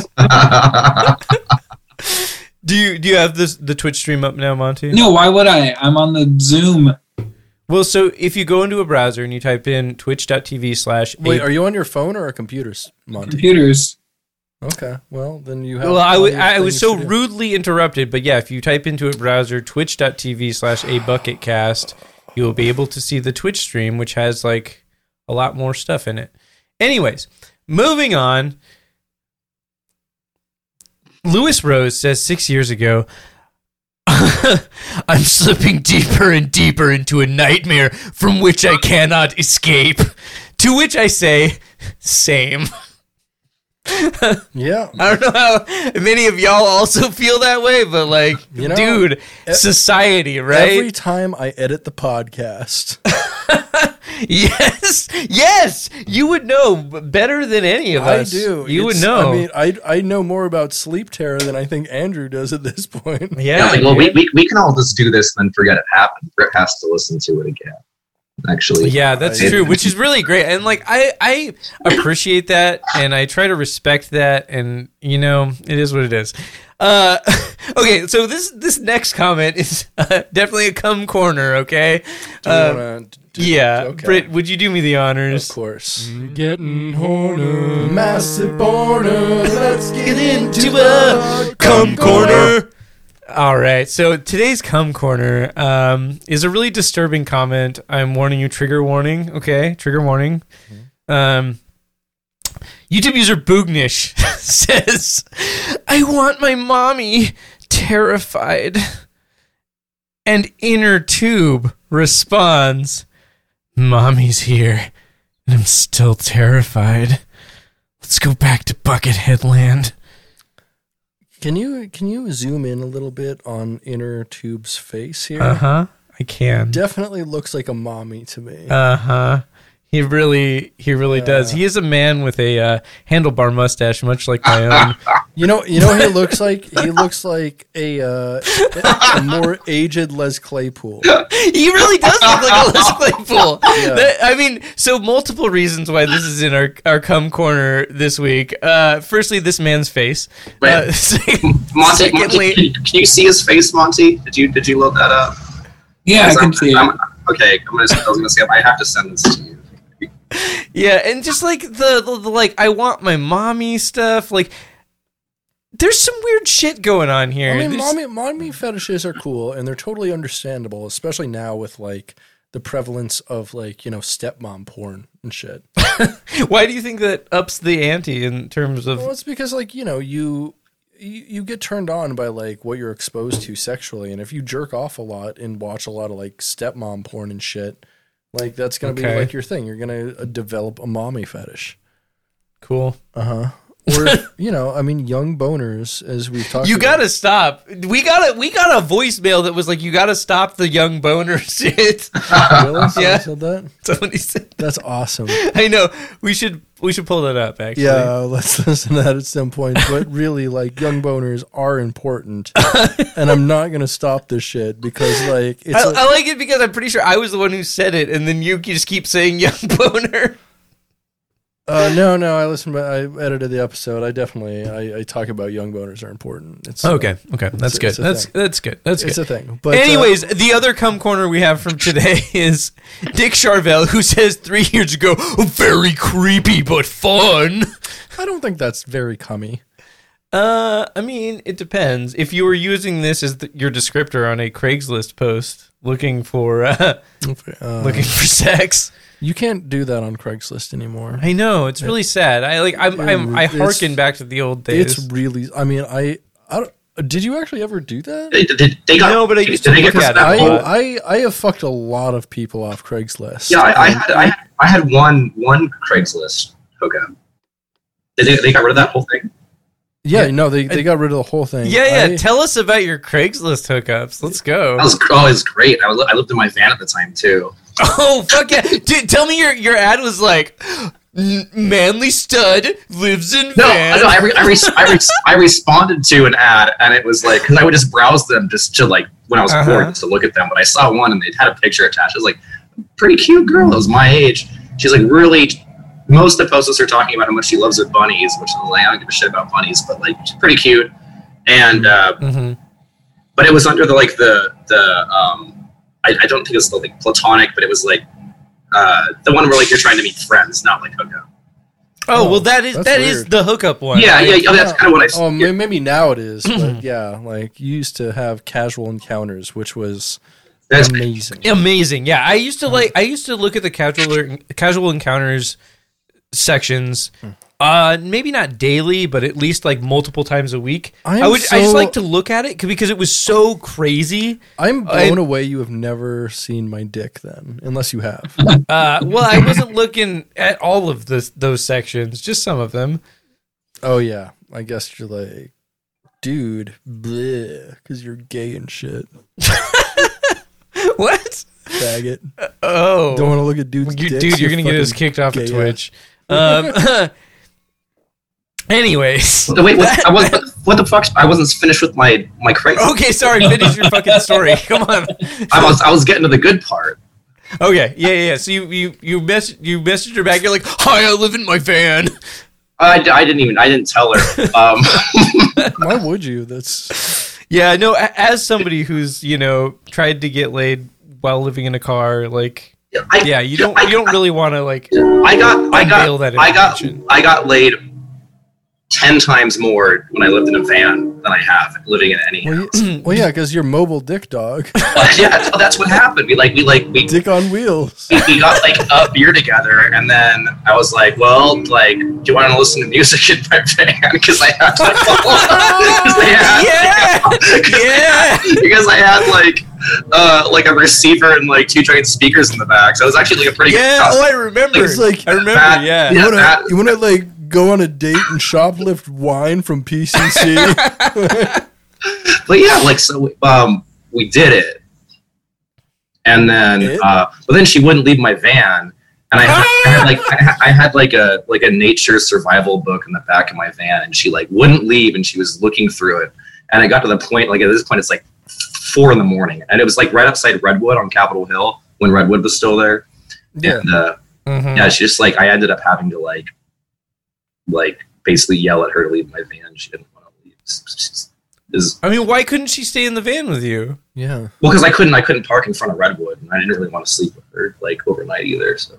Speaker 1: Do you do you have this the Twitch stream up now, Monty?
Speaker 3: No, why would I? I'm on the Zoom.
Speaker 1: Well, so if you go into a browser and you type in twitch.tv slash
Speaker 2: Wait, are you on your phone or a computer, Monty?
Speaker 3: computers.
Speaker 2: Okay. Well, then you have.
Speaker 1: well, I, w-
Speaker 2: would.
Speaker 1: I was so rudely interrupted, but yeah, if you type into a browser twitch.tv slash a bucketcast, you will be able to see the Twitch stream, which has like a lot more stuff in it. Anyways, moving on. Lewis Rose says six years ago, *laughs* I'm slipping deeper and deeper into a nightmare from which I cannot escape. To which I say, same.
Speaker 2: Yeah.
Speaker 1: I don't know how many of y'all also *laughs* feel that way, but like,
Speaker 2: You know, e-,
Speaker 1: dude, society,
Speaker 2: Every
Speaker 1: right?
Speaker 2: time I edit the *laughs* podcast,
Speaker 1: *laughs* yes, yes, you would know better than any of
Speaker 2: I
Speaker 1: us.
Speaker 2: do.
Speaker 1: You would
Speaker 2: It's-
Speaker 1: know.
Speaker 2: I mean, I I know more about sleep terror than I think Andrew does at this point.
Speaker 1: yeah.
Speaker 4: Yeah, like, well, we,
Speaker 1: dude.
Speaker 4: we, we can all just do this and then forget it happened. Britt has to listen to it again. Actually,
Speaker 1: yeah, that's
Speaker 2: I-
Speaker 1: true, which is really great. And like I I appreciate that and I try to respect that and you know, it is what it is. Uh *laughs* okay, so this this next comment is *laughs* uh, definitely a come corner, okay?
Speaker 2: Do you
Speaker 1: Uh,
Speaker 2: wanna d- do-
Speaker 1: yeah.
Speaker 2: okay.
Speaker 1: Britt, would you do me the honors?
Speaker 2: Of course.
Speaker 5: Getting horny.
Speaker 2: Massive border. Let's get into
Speaker 1: a
Speaker 2: the
Speaker 1: cum corner. All right, so today's cum corner um, is a really disturbing comment. I'm warning you, trigger warning. Okay, trigger warning. Um, YouTube user Boognish *laughs* says, "I want my mommy terrified." And inner tube responds, "Mommy's here, and I'm still terrified. Let's go back to Bucket Headland."
Speaker 2: Can you can you zoom in a little bit on inner tube's face here?
Speaker 1: Uh huh. I can.
Speaker 2: Definitely looks like a mommy to me.
Speaker 1: Uh huh. He really, he really does. He is a man with a uh, handlebar mustache, much like my
Speaker 2: *laughs*
Speaker 1: own.
Speaker 2: You know, you know what he looks like? He looks like a, uh, a more aged Les Claypool.
Speaker 1: he really does look like a Les
Speaker 2: *laughs*
Speaker 1: Claypool.
Speaker 2: Yeah.
Speaker 1: That- I mean, so multiple reasons why this is in our our cum corner this week. Uh, firstly, this man's face. Uh, *laughs*
Speaker 2: *laughs*
Speaker 4: Wait. Monty, Monty
Speaker 1: secondly-
Speaker 4: can, you, can you see his face, Monty? Did you did you load that up?
Speaker 3: Yeah, I can
Speaker 4: I'm-
Speaker 3: see it.
Speaker 4: I'm- okay, I'm gonna, I was gonna say I have to send this to you.
Speaker 1: Yeah, and just like the, the, the like I want my mommy stuff. Like, there's some weird shit going on here.
Speaker 2: I mean,
Speaker 1: There's-
Speaker 2: mommy, mommy fetishes are cool and they're totally understandable, especially now with like the prevalence of like, you know, stepmom porn and shit.
Speaker 1: Why do you think that ups the ante in terms of
Speaker 2: Well, it's because like, you know, you, you you get turned on by like what you're exposed to sexually and if you jerk off a lot and watch a lot of like stepmom porn and shit, like that's going to
Speaker 1: Okay.
Speaker 2: be like your thing. You're going to uh, develop a mommy fetish.
Speaker 1: cool?
Speaker 2: Uh-huh. or *laughs* you know, I mean, young boners, as we've talked.
Speaker 1: You
Speaker 2: about.
Speaker 1: gotta stop. We gotta we got a voicemail that was like, you gotta stop the young boner *laughs* shit.
Speaker 2: *laughs* Really? Someone
Speaker 1: Yeah.
Speaker 2: said that.
Speaker 1: Somebody said.
Speaker 2: That's awesome.
Speaker 1: I know. We should we should pull that up. Actually.
Speaker 2: *laughs* Yeah, let's listen to that at some point. *laughs* But really, like young boners are important, and I'm not gonna stop this shit because like it's
Speaker 1: I,
Speaker 2: like-
Speaker 1: I like it because I'm pretty sure I was the one who said it, and then you just keep saying *laughs* young boner.
Speaker 2: uh, no, no. I listened, but I edited the episode. I definitely I, I talk about young boners are important. It's
Speaker 1: okay, that's
Speaker 2: a- good. it's a That's- thing.
Speaker 1: that's good. That's
Speaker 2: It's a thing. But uh,
Speaker 1: Anyways, the other cum corner we have from today *laughs* is Dick Charvel, who says three years ago, "Very creepy but fun."
Speaker 2: I don't think that's very cummy.
Speaker 1: Uh, I mean, it depends. If you were using this as the, your descriptor on a Craigslist post looking for uh, *laughs*
Speaker 2: Uh,
Speaker 1: looking for sex,
Speaker 2: you can't do that on Craigslist anymore.
Speaker 1: I know it's really sad. I like I'm, I'm I
Speaker 2: It's-
Speaker 1: harken back to the old days.
Speaker 2: It's really. I mean, I. I don't, did you actually ever do that?
Speaker 4: They, they, they got,
Speaker 1: No, but I
Speaker 4: they-
Speaker 1: used to
Speaker 4: they
Speaker 1: look
Speaker 4: get
Speaker 1: at
Speaker 4: that
Speaker 1: it.
Speaker 4: whole-
Speaker 2: I, I I have fucked a lot of people off Craigslist.
Speaker 4: Yeah, I, I had I had, I had one one Craigslist hookup. They, they, they got rid of that whole thing.
Speaker 2: yeah. No, they, they got rid of the whole thing.
Speaker 1: yeah, yeah.
Speaker 2: I-
Speaker 1: Tell us about your Craigslist hookups. Let's
Speaker 4: *laughs*
Speaker 1: go.
Speaker 4: That was always great. I, li- I lived in my van at the time too.
Speaker 1: *laughs* Oh fuck yeah, dude! Tell me your your ad was like, "N- manly stud lives in
Speaker 4: No,
Speaker 1: van.
Speaker 4: no, I, re- I, re- I, re- I responded to an ad, and it was like because I would just browse them just to like when I was
Speaker 1: Uh-huh.
Speaker 4: bored just to look at them. But I saw one, and they had a picture attached. It was like pretty cute girl. That was my age. She's like really. Most of the posters are talking about how much she loves her bunnies, which is like I don't give a shit about bunnies, but like she's pretty cute. And uh,
Speaker 1: Mhm.
Speaker 4: but it was under the like the the um I, I don't think it was like platonic, but it was like uh the one where like you're trying to meet friends, not like hookup.
Speaker 1: Oh well, that is
Speaker 2: That's
Speaker 1: that is
Speaker 2: weird.
Speaker 1: the hookup one.
Speaker 4: Yeah,
Speaker 1: right?
Speaker 4: yeah, yeah, that's kind of what I.
Speaker 2: Oh,
Speaker 4: yeah.
Speaker 2: may maybe now it is,
Speaker 1: *clears throat*
Speaker 2: but yeah, like you used to have casual encounters, which was
Speaker 4: That's-
Speaker 2: Oh, amazing.
Speaker 1: Amazing. Yeah, I used to
Speaker 2: Mm.
Speaker 1: like. I used to look at the casual casual encounters sections.
Speaker 2: Hmm.
Speaker 1: Uh, maybe not daily, but at least like multiple times a week.
Speaker 2: I
Speaker 1: I,
Speaker 2: am
Speaker 1: would. I just
Speaker 2: so-
Speaker 1: like to look at it c- because it was so crazy.
Speaker 2: I'm
Speaker 1: I-
Speaker 2: blown away. You have never seen my dick, then, unless
Speaker 1: *laughs*
Speaker 2: you have.
Speaker 1: Uh, well, I
Speaker 2: *laughs*
Speaker 1: wasn't looking at all of this, those sections, just some of
Speaker 2: *laughs*
Speaker 1: them.
Speaker 2: oh yeah, I guess you're like, dude, because you're gay and shit,
Speaker 1: What? *laughs*
Speaker 2: faggot.
Speaker 1: Oh,
Speaker 2: Don't want to look at dudes.
Speaker 1: You-
Speaker 2: dicks,
Speaker 1: dude, you're gonna get us
Speaker 2: fucking
Speaker 1: kicked off of
Speaker 2: gay.
Speaker 1: Twitch. Um, *laughs* anyways, *laughs*
Speaker 4: Wait, what, I was, what, what the fuck? I wasn't finished with my my crazy.
Speaker 1: okay, sorry. Finish your fucking story. *laughs* Come on.
Speaker 4: I was I was getting to the good part.
Speaker 1: Okay, yeah, yeah. yeah. So you you you mess you messaged her back. You're like, "Hi, I live in my van."
Speaker 4: I, d- I didn't even I didn't tell her. Um,
Speaker 2: *laughs* Why would you? That's
Speaker 1: Yeah, no. a- As somebody who's you know tried to get laid while living in a car, like,
Speaker 4: I,
Speaker 1: yeah, you don't you don't really want to
Speaker 4: *laughs*
Speaker 1: like.
Speaker 4: I got I
Speaker 1: Unveil
Speaker 4: got
Speaker 1: that
Speaker 4: I got
Speaker 1: information.
Speaker 4: I got laid ten times more when I lived in a van than I have living in any.
Speaker 2: well,
Speaker 1: *clears throat*
Speaker 2: you, well yeah, because you're mobile
Speaker 1: *laughs*
Speaker 2: dick dog,
Speaker 4: yeah, that's, that's what happened. We like we like we
Speaker 2: dick on wheels.
Speaker 4: we- we got like a beer together, and then I was like, "Well, like, do you want to listen to music in my van? *laughs* Because I had like, because I
Speaker 1: *laughs* Yeah,
Speaker 4: had, 'cause I
Speaker 1: yeah.
Speaker 4: *laughs* because I had like uh, like a receiver and like two giant speakers in the back. So it was actually like a pretty
Speaker 1: Yeah,
Speaker 4: good.
Speaker 1: oh, I remember.
Speaker 2: It's like-
Speaker 1: I remember.
Speaker 4: That-
Speaker 1: yeah,
Speaker 2: You
Speaker 4: Yeah,
Speaker 2: wanna
Speaker 4: that-
Speaker 2: you wanna like go on a date and shoplift wine from
Speaker 1: *laughs*
Speaker 2: PCC?
Speaker 4: but yeah, like so um, we did it, and then
Speaker 2: It?
Speaker 4: uh, but then she wouldn't leave my van, and I had, I had like I had- I had like a like a nature survival book in the back of my van, and she like wouldn't leave, and she was looking through it, and I got to the point like at this point it's like four in the morning, and it was like right outside Redwood on Capitol Hill when Redwood was still there, and uh,
Speaker 1: Mhm.
Speaker 4: yeah, she just like I ended up having to like, like basically yell at her to leave my van. She didn't want to leave. Is
Speaker 1: I mean, why couldn't she stay in the van with you?
Speaker 2: Yeah.
Speaker 4: well because I couldn't I couldn't park in front of Redwood, and I didn't really want to sleep with her like overnight either.
Speaker 3: *laughs*
Speaker 4: So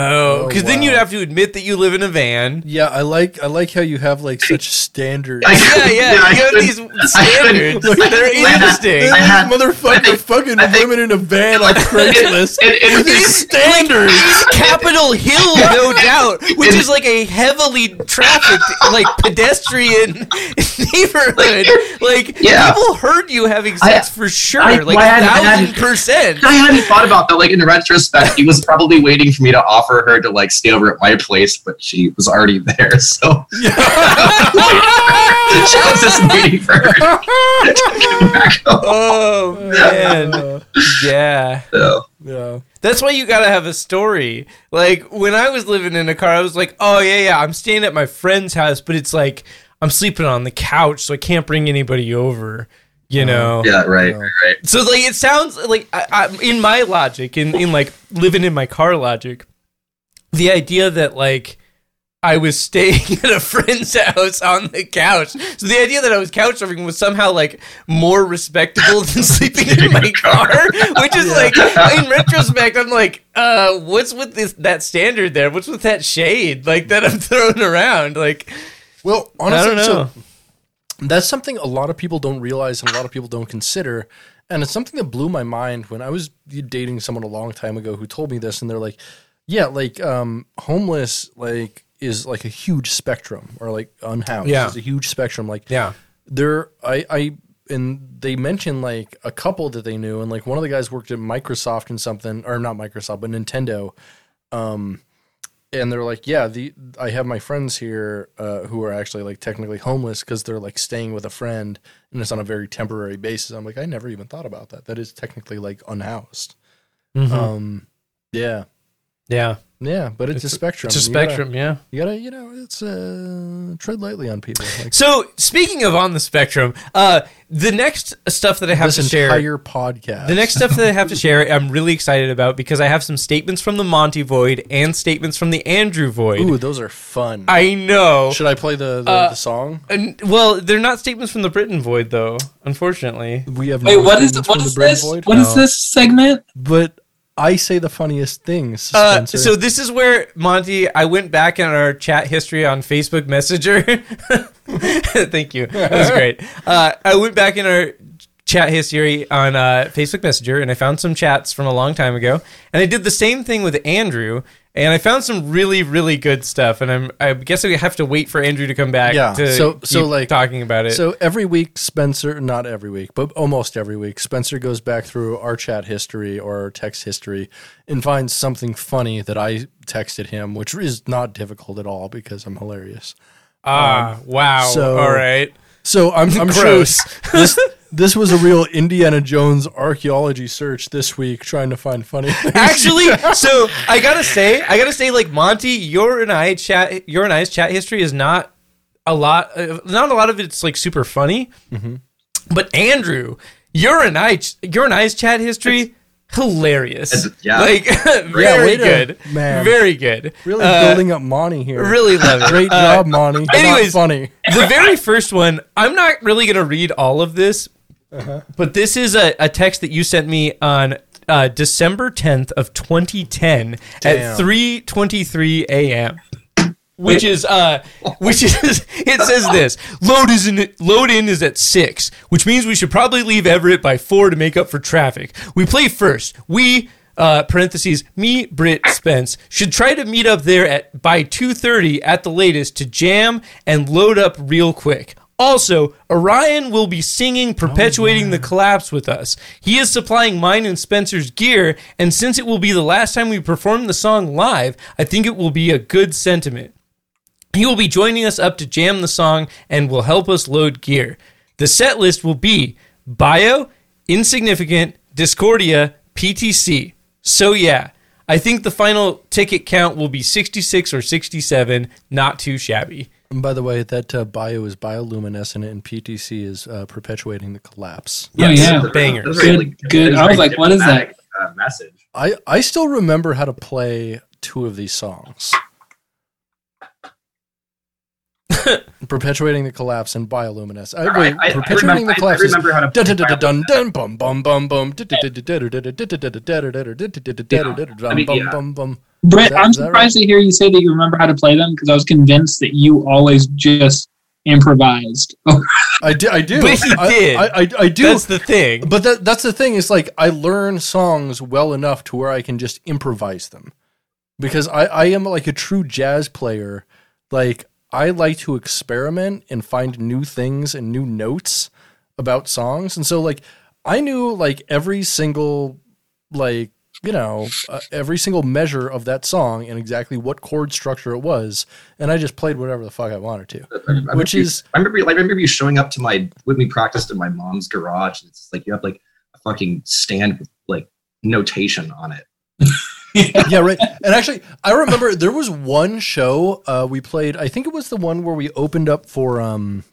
Speaker 1: Oh,
Speaker 2: Oh,
Speaker 1: because then
Speaker 2: wow.
Speaker 1: you'd have to admit that you live in a
Speaker 4: *laughs*
Speaker 1: van.
Speaker 2: Yeah, I like I like how you have like such standards.
Speaker 4: I
Speaker 1: Yeah,
Speaker 4: couldn't-
Speaker 1: yeah,
Speaker 4: I
Speaker 1: you have
Speaker 4: couldn't-
Speaker 1: these
Speaker 4: I couldn't-
Speaker 1: standards.
Speaker 4: I couldn't-
Speaker 1: They're
Speaker 4: I had-
Speaker 1: interesting.
Speaker 4: I had- I
Speaker 2: motherfucker
Speaker 4: think-
Speaker 2: fucking
Speaker 4: I think-
Speaker 2: women in a van
Speaker 4: *laughs*
Speaker 2: on Craigslist.
Speaker 4: It- it- it-
Speaker 1: standards. Capitol Hill,
Speaker 4: *laughs*
Speaker 1: no doubt, which
Speaker 4: And-
Speaker 1: is like a heavily trafficked, like pedestrian neighborhood. Like
Speaker 4: Yeah.
Speaker 1: people heard you having
Speaker 4: I-
Speaker 1: sex for sure,
Speaker 4: I-
Speaker 1: like
Speaker 4: why I
Speaker 1: a
Speaker 4: hadn't- *laughs* I hadn't- *laughs*
Speaker 1: thousand percent.
Speaker 4: I hadn't thought about that. Like in retrospect, he was probably waiting for me to off offer her to like stay over at my place, but she was already there. *laughs* So she was
Speaker 1: *laughs*
Speaker 4: just waiting for her to come back home.
Speaker 1: oh man,
Speaker 2: Uh,
Speaker 1: yeah.
Speaker 4: So,
Speaker 2: yeah.
Speaker 1: That's why you gotta have a story. Like when I was living in a car, I was like, oh yeah, yeah, I'm staying at my friend's house, but it's like I'm sleeping on the couch, so I can't bring anybody over. You know.
Speaker 4: yeah, right,
Speaker 2: Yeah.
Speaker 4: right, right.
Speaker 1: So like it sounds like I, I, in my logic, in in like living in my car logic, the idea that like I was staying *laughs* at a friend's house on the couch. So the idea that I was couch surfing was somehow like more respectable *laughs* than sleeping in my car, which is like *laughs* in retrospect, I'm like, uh, what's with this that standard there? What's with that shade like that I'm throwing around? Like
Speaker 2: Well,
Speaker 1: I
Speaker 2: honestly,
Speaker 1: don't know.
Speaker 2: so that's something a lot of people don't realize and a lot of people don't consider. And it's something that blew my mind when I was dating someone a long time ago who told me this, and they're like, "Yeah, like um, homeless, like is like a huge spectrum, or like unhoused
Speaker 1: Yeah.
Speaker 2: is a huge spectrum. Like,
Speaker 1: yeah,
Speaker 2: there I I and they mentioned like a couple that they knew and like one of the guys worked at Microsoft and something or not Microsoft but Nintendo um and they're like yeah the I have my friends here uh who are actually like technically homeless cuz they're like staying with a friend and it's on a very temporary basis I'm like I never even thought about that that is technically like unhoused um yeah
Speaker 1: Mm-hmm. yeah.
Speaker 2: yeah but it's,
Speaker 1: It's
Speaker 2: a spectrum
Speaker 1: It's a
Speaker 2: You gotta-
Speaker 1: spectrum, yeah.
Speaker 2: you gotta you know it's uh tread lightly on people like
Speaker 1: So speaking of on the spectrum, uh, the next stuff that I have
Speaker 2: this
Speaker 1: to share,
Speaker 2: entire podcast
Speaker 1: the next stuff that I have to share, I'm really excited about because I have some statements from the Monty Void and statements from the Andrew Void.
Speaker 2: Ooh, those are fun.
Speaker 1: I know.
Speaker 2: Should I play the, the,
Speaker 3: Uh,
Speaker 2: the song?
Speaker 1: And, well, they're not statements from the Britain Void though, unfortunately.
Speaker 2: We have
Speaker 3: Wait,
Speaker 2: no
Speaker 3: what is
Speaker 2: students
Speaker 3: what
Speaker 2: from
Speaker 3: is
Speaker 2: Brand
Speaker 3: this?
Speaker 2: Void.
Speaker 3: What is this segment?
Speaker 2: But I say the funniest things.
Speaker 1: Uh,
Speaker 2: Spencer.
Speaker 1: so this is where Monty, I went back in our chat history on Facebook Messenger. *laughs* Thank you, that was great. Uh, I went back in our chat history on uh, Facebook Messenger, and I found some chats from a long time ago. And I did the same thing with Andrew, and I found some really, really good stuff. And I'm, I guess we have to wait for Andrew to come back.
Speaker 2: Yeah,
Speaker 1: to
Speaker 2: so- so,
Speaker 1: keep
Speaker 2: like-
Speaker 1: talking about it.
Speaker 2: So every week, Spencer, not every week, but almost every week, Spencer goes back through our chat history or our text history and finds something funny that I texted him, which is not difficult at all because I'm hilarious.
Speaker 1: ah, wow.
Speaker 2: um, so-
Speaker 1: All right.
Speaker 2: So I'm, I'm sure
Speaker 1: Gross.
Speaker 3: *laughs*
Speaker 2: this, this was a real Indiana Jones archaeology search this week trying to find funny
Speaker 4: *laughs*
Speaker 2: things.
Speaker 3: *laughs*
Speaker 1: Actually, so I gotta say, I gotta say, like Monty, your and I chat, your and I's chat history is not a lot. Uh, not a lot of it's like super funny,
Speaker 4: Mm-hmm.
Speaker 1: but Andrew, your and I, ch- your and I's chat history, hilarious.
Speaker 4: It's- yeah.
Speaker 1: like *laughs* very
Speaker 2: way to-
Speaker 1: good,
Speaker 2: man.
Speaker 1: very good.
Speaker 2: Really
Speaker 1: Uh,
Speaker 2: building up Monty here.
Speaker 1: really love it.
Speaker 2: Great
Speaker 1: Uh,
Speaker 2: job, Monty.
Speaker 1: anyways-
Speaker 2: Not funny.
Speaker 1: the very first one, I'm not really going to read all of this, but this is a, a text that you sent me on uh, December 10th of 2010
Speaker 2: Damn.
Speaker 1: at 3:23 a.m. Which is uh, which is *laughs* it says this load is in, load in is at six, which means we should probably leave Everett by four to make up for traffic. We play first. We uh, parentheses me Britt Spence should try to meet up there at by two thirty at the latest to jam and load up real quick. Also, Orion will be singing Perpetuating the Collapse with us. He is supplying mine and Spencer's gear, and since it will be the last time we perform the song live, I think it will be a good sentiment. He will be joining us up to jam the song and will help us load gear. The set list will be Bio, Insignificant, Discordia, PTC. So yeah, I think the final ticket count will be 66 or 67, not too shabby.
Speaker 2: And by the way, that uh, bio is bioluminescent, and PTC is uh, perpetuating the collapse.
Speaker 3: Oh yeah.
Speaker 1: Banger.
Speaker 4: Those are
Speaker 3: Good,
Speaker 4: really
Speaker 3: good.
Speaker 4: those
Speaker 3: I
Speaker 4: are
Speaker 3: was
Speaker 4: really
Speaker 3: like, what is that?
Speaker 4: diplomatic, Uh, message.
Speaker 2: I, I still remember how to play two of these songs. perpetuating the collapse and bioluminescence. I, wait,
Speaker 4: I- I- I
Speaker 2: perpetuating
Speaker 4: remember-
Speaker 2: the
Speaker 4: I- I
Speaker 2: collapse. is
Speaker 4: remember how to
Speaker 2: dun-
Speaker 4: play
Speaker 2: dun- dun- dun-
Speaker 4: Bioluminescence.
Speaker 2: dun- bum bum bum bum. dun- dun- dun- dun- dun- dun- dun- dun- dun- dun- dun- dun- dun- dun- dun-
Speaker 4: I
Speaker 2: dun-
Speaker 4: mean,
Speaker 2: bum
Speaker 4: yeah.
Speaker 2: bum bum.
Speaker 3: Brett,
Speaker 2: Is that-
Speaker 3: I'm
Speaker 2: is that
Speaker 3: surprised to hear you say that you remember how to play them because I was convinced that you always just improvised. *laughs* Oh,
Speaker 2: I do. I do.
Speaker 1: But he
Speaker 2: I-
Speaker 1: did.
Speaker 2: I, I, I do.
Speaker 1: That's the thing.
Speaker 2: But that, that's the thing is like I learn songs well enough to where I can just improvise them. Because I, I am like a true jazz player. Like I like to experiment and find new things and new notes about songs. And so like I knew like every single like you know, uh, every single measure of that song and exactly what chord structure it was, and I just played whatever the fuck I wanted to.
Speaker 4: I remember
Speaker 2: Which
Speaker 4: you-
Speaker 2: is-
Speaker 4: I remember, like, I remember you showing up to my when we practiced in my mom's garage. And it's like you have like a fucking stand with like notation on it.
Speaker 2: yeah, right. And actually, I remember there was one show uh, we played. I think it was the one where we opened up for um,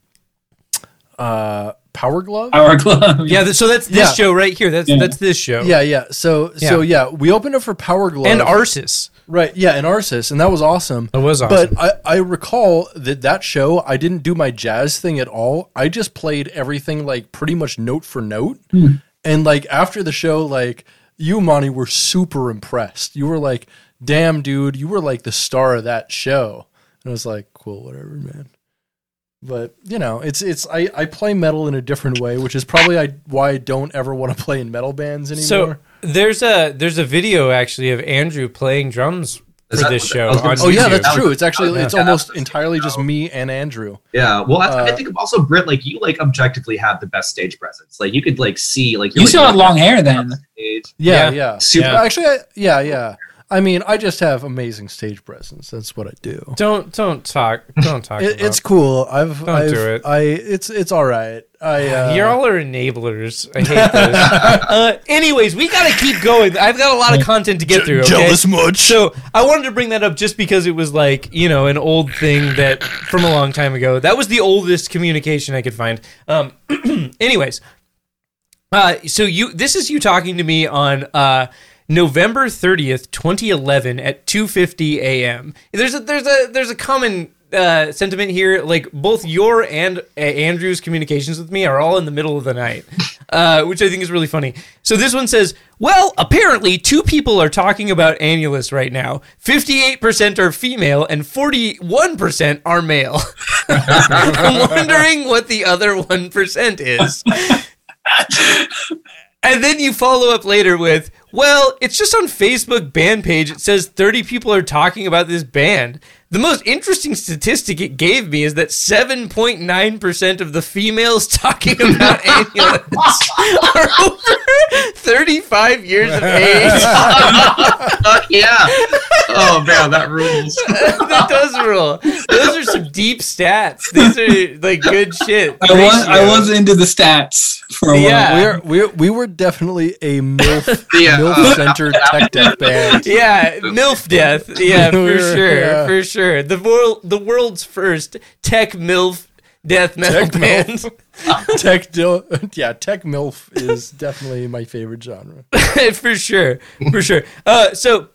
Speaker 2: uh, Power Glove.
Speaker 3: Our club.
Speaker 1: Yeah, th- so that's this
Speaker 2: Yeah.
Speaker 1: show right here. That's
Speaker 3: Yeah.
Speaker 1: that's this show.
Speaker 2: Yeah, yeah. So, so yeah, we opened up for Power Glove
Speaker 1: And Arsis.
Speaker 2: right. Yeah, and Arsis, and that was awesome.
Speaker 1: That was awesome.
Speaker 2: But I, I recall that that show, I didn't do my jazz thing at all. I just played everything like pretty much note for note. And like after the show, like you, Monty, were super impressed. You were like, damn, dude, you were like the star of that show. And I was like, cool, whatever, man. But you know, it's it's I, I play metal in a different way, which is probably I, why I don't ever want to play in metal bands
Speaker 1: so
Speaker 2: anymore.
Speaker 1: there's a there's a video actually of Andrew playing drums for
Speaker 4: Is that
Speaker 1: this
Speaker 4: what-
Speaker 1: show
Speaker 4: I was gonna
Speaker 1: on
Speaker 4: say-
Speaker 2: oh yeah,
Speaker 1: YouTube.
Speaker 2: that's true. It's actually it's
Speaker 4: Yeah.
Speaker 2: almost entirely just me and Andrew.
Speaker 4: Yeah, well, that's, I
Speaker 2: Uh,
Speaker 4: think also Britt, like you, like objectively have the best stage presence. Like you could like see, like you're,
Speaker 3: You
Speaker 4: like,
Speaker 3: still had long hair then.
Speaker 4: stage.
Speaker 1: Yeah.
Speaker 2: Yeah, yeah.
Speaker 4: Super-
Speaker 2: Yeah. Actually, I, yeah, yeah. I mean, I just have amazing stage presence. That's what I do.
Speaker 1: Don't don't talk don't talk.
Speaker 2: *laughs* It,
Speaker 1: about-
Speaker 2: it's cool. I've,
Speaker 1: Don't
Speaker 2: I've
Speaker 1: do it.
Speaker 2: I it's it's all right. I uh,
Speaker 1: You're all are enablers. I hate
Speaker 2: *laughs*
Speaker 1: this. uh, anyways, we gotta keep going. I've got a lot
Speaker 2: Mm.
Speaker 1: of content to get through. Okay?
Speaker 2: much.
Speaker 1: So I wanted to bring that up just because it was like you know an old thing that from a long time ago. That was the oldest communication I could find. Um, *clears throat* anyways, uh, so you this is you talking to me on uh, November thirtieth, twenty eleven, at two fifty a.m. There's a there's a there's a common. Uh, sentiment here, like both your and uh, Andrew's communications with me are all in the middle of the night, uh, which I think is really funny. So this one says, "Well, apparently two people are talking about annulus right now. Fifty-eight percent are female and forty-one percent are male. *laughs* I'm wondering what the other one percent is." And then you follow up later with, well, it's just on Facebook band page. It says 30 people are talking about this band. The most interesting statistic it gave me is that 7.9% of the females *laughs* talking about amulets are over 35 years of age.
Speaker 4: Fuck *laughs* yeah! oh man, that rules.
Speaker 1: that does rule. Those are some deep stats. These are like good shit.
Speaker 3: I was I
Speaker 1: Ratio.
Speaker 3: was into the stats for a
Speaker 1: Yeah.
Speaker 3: while.
Speaker 2: We're, we're, we were definitely a MILF,
Speaker 4: Yeah.
Speaker 2: MILF-centered tech
Speaker 1: *laughs*
Speaker 2: debt band.
Speaker 1: yeah, MILF death.
Speaker 2: *laughs*
Speaker 1: Yeah, for
Speaker 2: We're-
Speaker 1: sure,
Speaker 2: yeah.
Speaker 1: for sure. The world, the world's first tech MILF death metal
Speaker 2: Tech MILF.
Speaker 1: band. *laughs*
Speaker 2: tech, do- yeah, tech MILF is definitely my favorite genre.
Speaker 1: for sure, for sure. Uh, so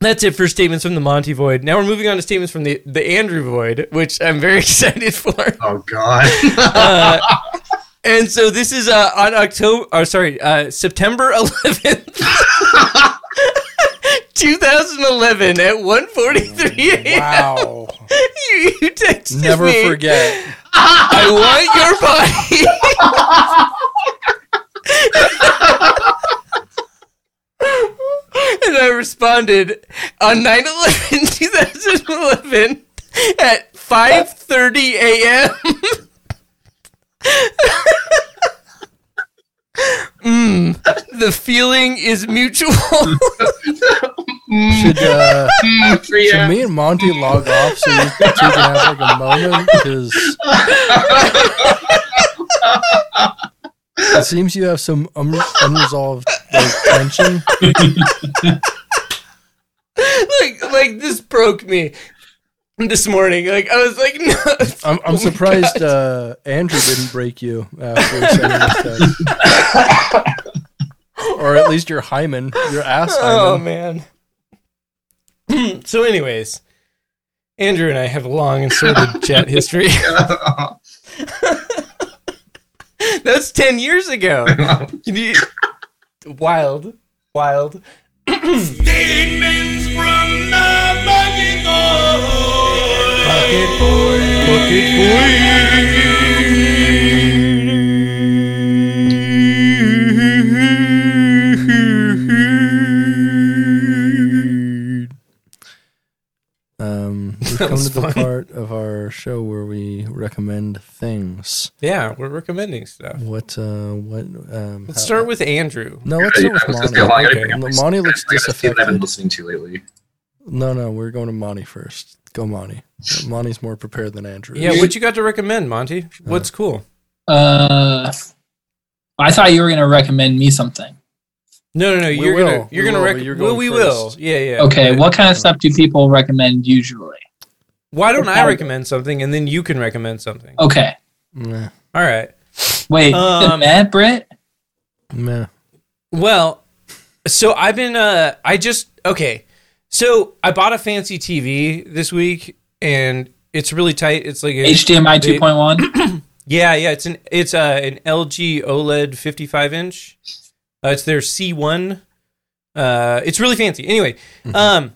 Speaker 1: that's it for statements from the Monty Void. Now we're moving on to statements from the the Andrew Void, which I'm very *laughs* excited for.
Speaker 4: Oh god. *laughs*
Speaker 1: And so this is uh, on October, or sorry, uh, September *laughs* 11th. 2011 at 1:43 a.m.
Speaker 2: Wow,
Speaker 1: You, you texted
Speaker 2: never
Speaker 1: me.
Speaker 2: forget.
Speaker 1: I want your body. and I responded on 9 *laughs* 11, 2011 at 5.30 a.m. mm. Hmm, The feeling is mutual. *laughs*
Speaker 2: Should, uh,
Speaker 4: Three
Speaker 2: should
Speaker 4: hours.
Speaker 2: me and Monty log off so you two can have like a moment? Because it seems you have some un- unresolved like, tension.
Speaker 1: like, like this broke me this morning. Like I was like, *laughs* no,
Speaker 2: I'm, I'm surprised uh, Andrew didn't break you after sending this text.
Speaker 1: *laughs*
Speaker 2: or at least your hymen, your ass
Speaker 1: Oh
Speaker 2: hymen.
Speaker 1: man. *clears throat* so, anyways, Andrew and I have a long and
Speaker 2: *laughs*
Speaker 1: sordid chat history. That's ten years *laughs* ago. Can you- wild, wild.
Speaker 6: Statements from the bucket boy.
Speaker 2: Um, we've come
Speaker 1: was
Speaker 2: to the
Speaker 1: fun.
Speaker 2: Um, part of our show where we recommend things.
Speaker 1: Yeah, we're recommending stuff.
Speaker 2: What? Uh, what? Um,
Speaker 1: Let's
Speaker 2: how-
Speaker 1: start with Andrew.
Speaker 2: No, let's
Speaker 4: Yeah,
Speaker 2: start
Speaker 4: I was
Speaker 2: with
Speaker 4: just gonna- I
Speaker 2: Monty.
Speaker 4: gotta
Speaker 1: Okay.
Speaker 4: pick up my-
Speaker 2: Monty looks
Speaker 4: I gotta see what I've been
Speaker 2: disaffected.
Speaker 4: listening to lately.
Speaker 2: No, no, we're going to Monty first. Go Monty. *laughs* Monty's more prepared than Andrew. is.
Speaker 1: Yeah, what you got to recommend, Monty? What's cool?
Speaker 3: Uh, I thought you were going to recommend me something.
Speaker 1: No, no, no. You're
Speaker 2: will.
Speaker 1: gonna you're
Speaker 2: We
Speaker 1: gonna
Speaker 2: will, but
Speaker 1: rec-
Speaker 2: you're
Speaker 1: well,
Speaker 2: going
Speaker 1: we will.
Speaker 2: first.
Speaker 1: Yeah, yeah.
Speaker 3: Okay,
Speaker 1: But
Speaker 3: what kind of stuff do people recommend usually?
Speaker 1: Why don't I
Speaker 3: Okay.
Speaker 1: recommend something and then you can recommend something?
Speaker 3: Okay,
Speaker 2: Meh.
Speaker 1: All right.
Speaker 3: wait,
Speaker 1: Um,
Speaker 3: Matt Britt.
Speaker 2: Meh.
Speaker 1: Well, so I've been uh I just okay. So I bought a fancy TV this week and it's really tight. It's like a,
Speaker 3: HDMI
Speaker 1: they-
Speaker 3: 2.1.
Speaker 1: Yeah, yeah, it's an it's uh an LG OLED 55 E inch. Uh, it's their C1. Uh, it's really fancy. Anyway, um,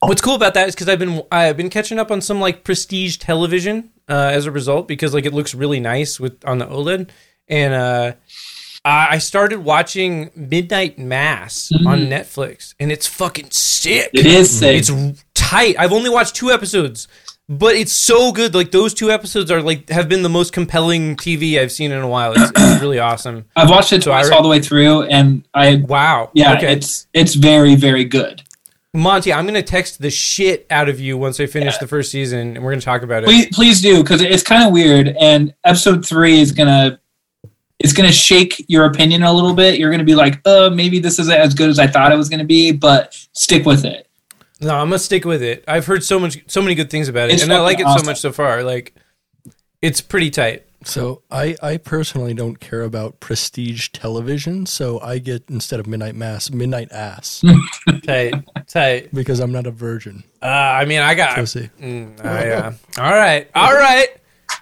Speaker 1: what's cool about that is because I've been I've been catching up on some like prestige television uh, as a result because like it looks really nice with on the OLED and uh, I I started watching Midnight Mass on Netflix and it's fucking sick.
Speaker 3: It is sick.
Speaker 1: It's tight. I've only watched two episodes, but it's so good. Like those two episodes are like have been the most compelling TV I've seen in a while. It's, it's really awesome.
Speaker 3: I've watched it
Speaker 1: So I
Speaker 3: twice
Speaker 1: re-
Speaker 3: all the way through, and I
Speaker 1: Wow.
Speaker 3: yeah,
Speaker 1: Okay.
Speaker 3: it's it's very very good.
Speaker 1: Monty, I'm gonna text the shit out of you once I finish the first season, and we're gonna talk about it.
Speaker 3: Please please do because it's kind of weird, and episode three is gonna it's gonna shake your opinion a little bit. You're gonna be like, uh, maybe this isn't as good as I thought it was gonna be, but stick with it.
Speaker 1: No, I'm gonna stick with it. I've heard so much, so many good things about it,
Speaker 3: It's
Speaker 1: and I like it
Speaker 3: fucking
Speaker 1: so
Speaker 3: awesome.
Speaker 1: much so far. Like, it's pretty tight.
Speaker 2: So I, I personally don't care about prestige television, so I get instead of midnight mass, midnight
Speaker 1: *laughs*
Speaker 2: ass
Speaker 1: Hmm. Tight, tight.
Speaker 2: because I'm not a virgin.
Speaker 1: Uh, I mean, I got.
Speaker 2: Pussy.
Speaker 1: Mm, oh, yeah. All right. All right.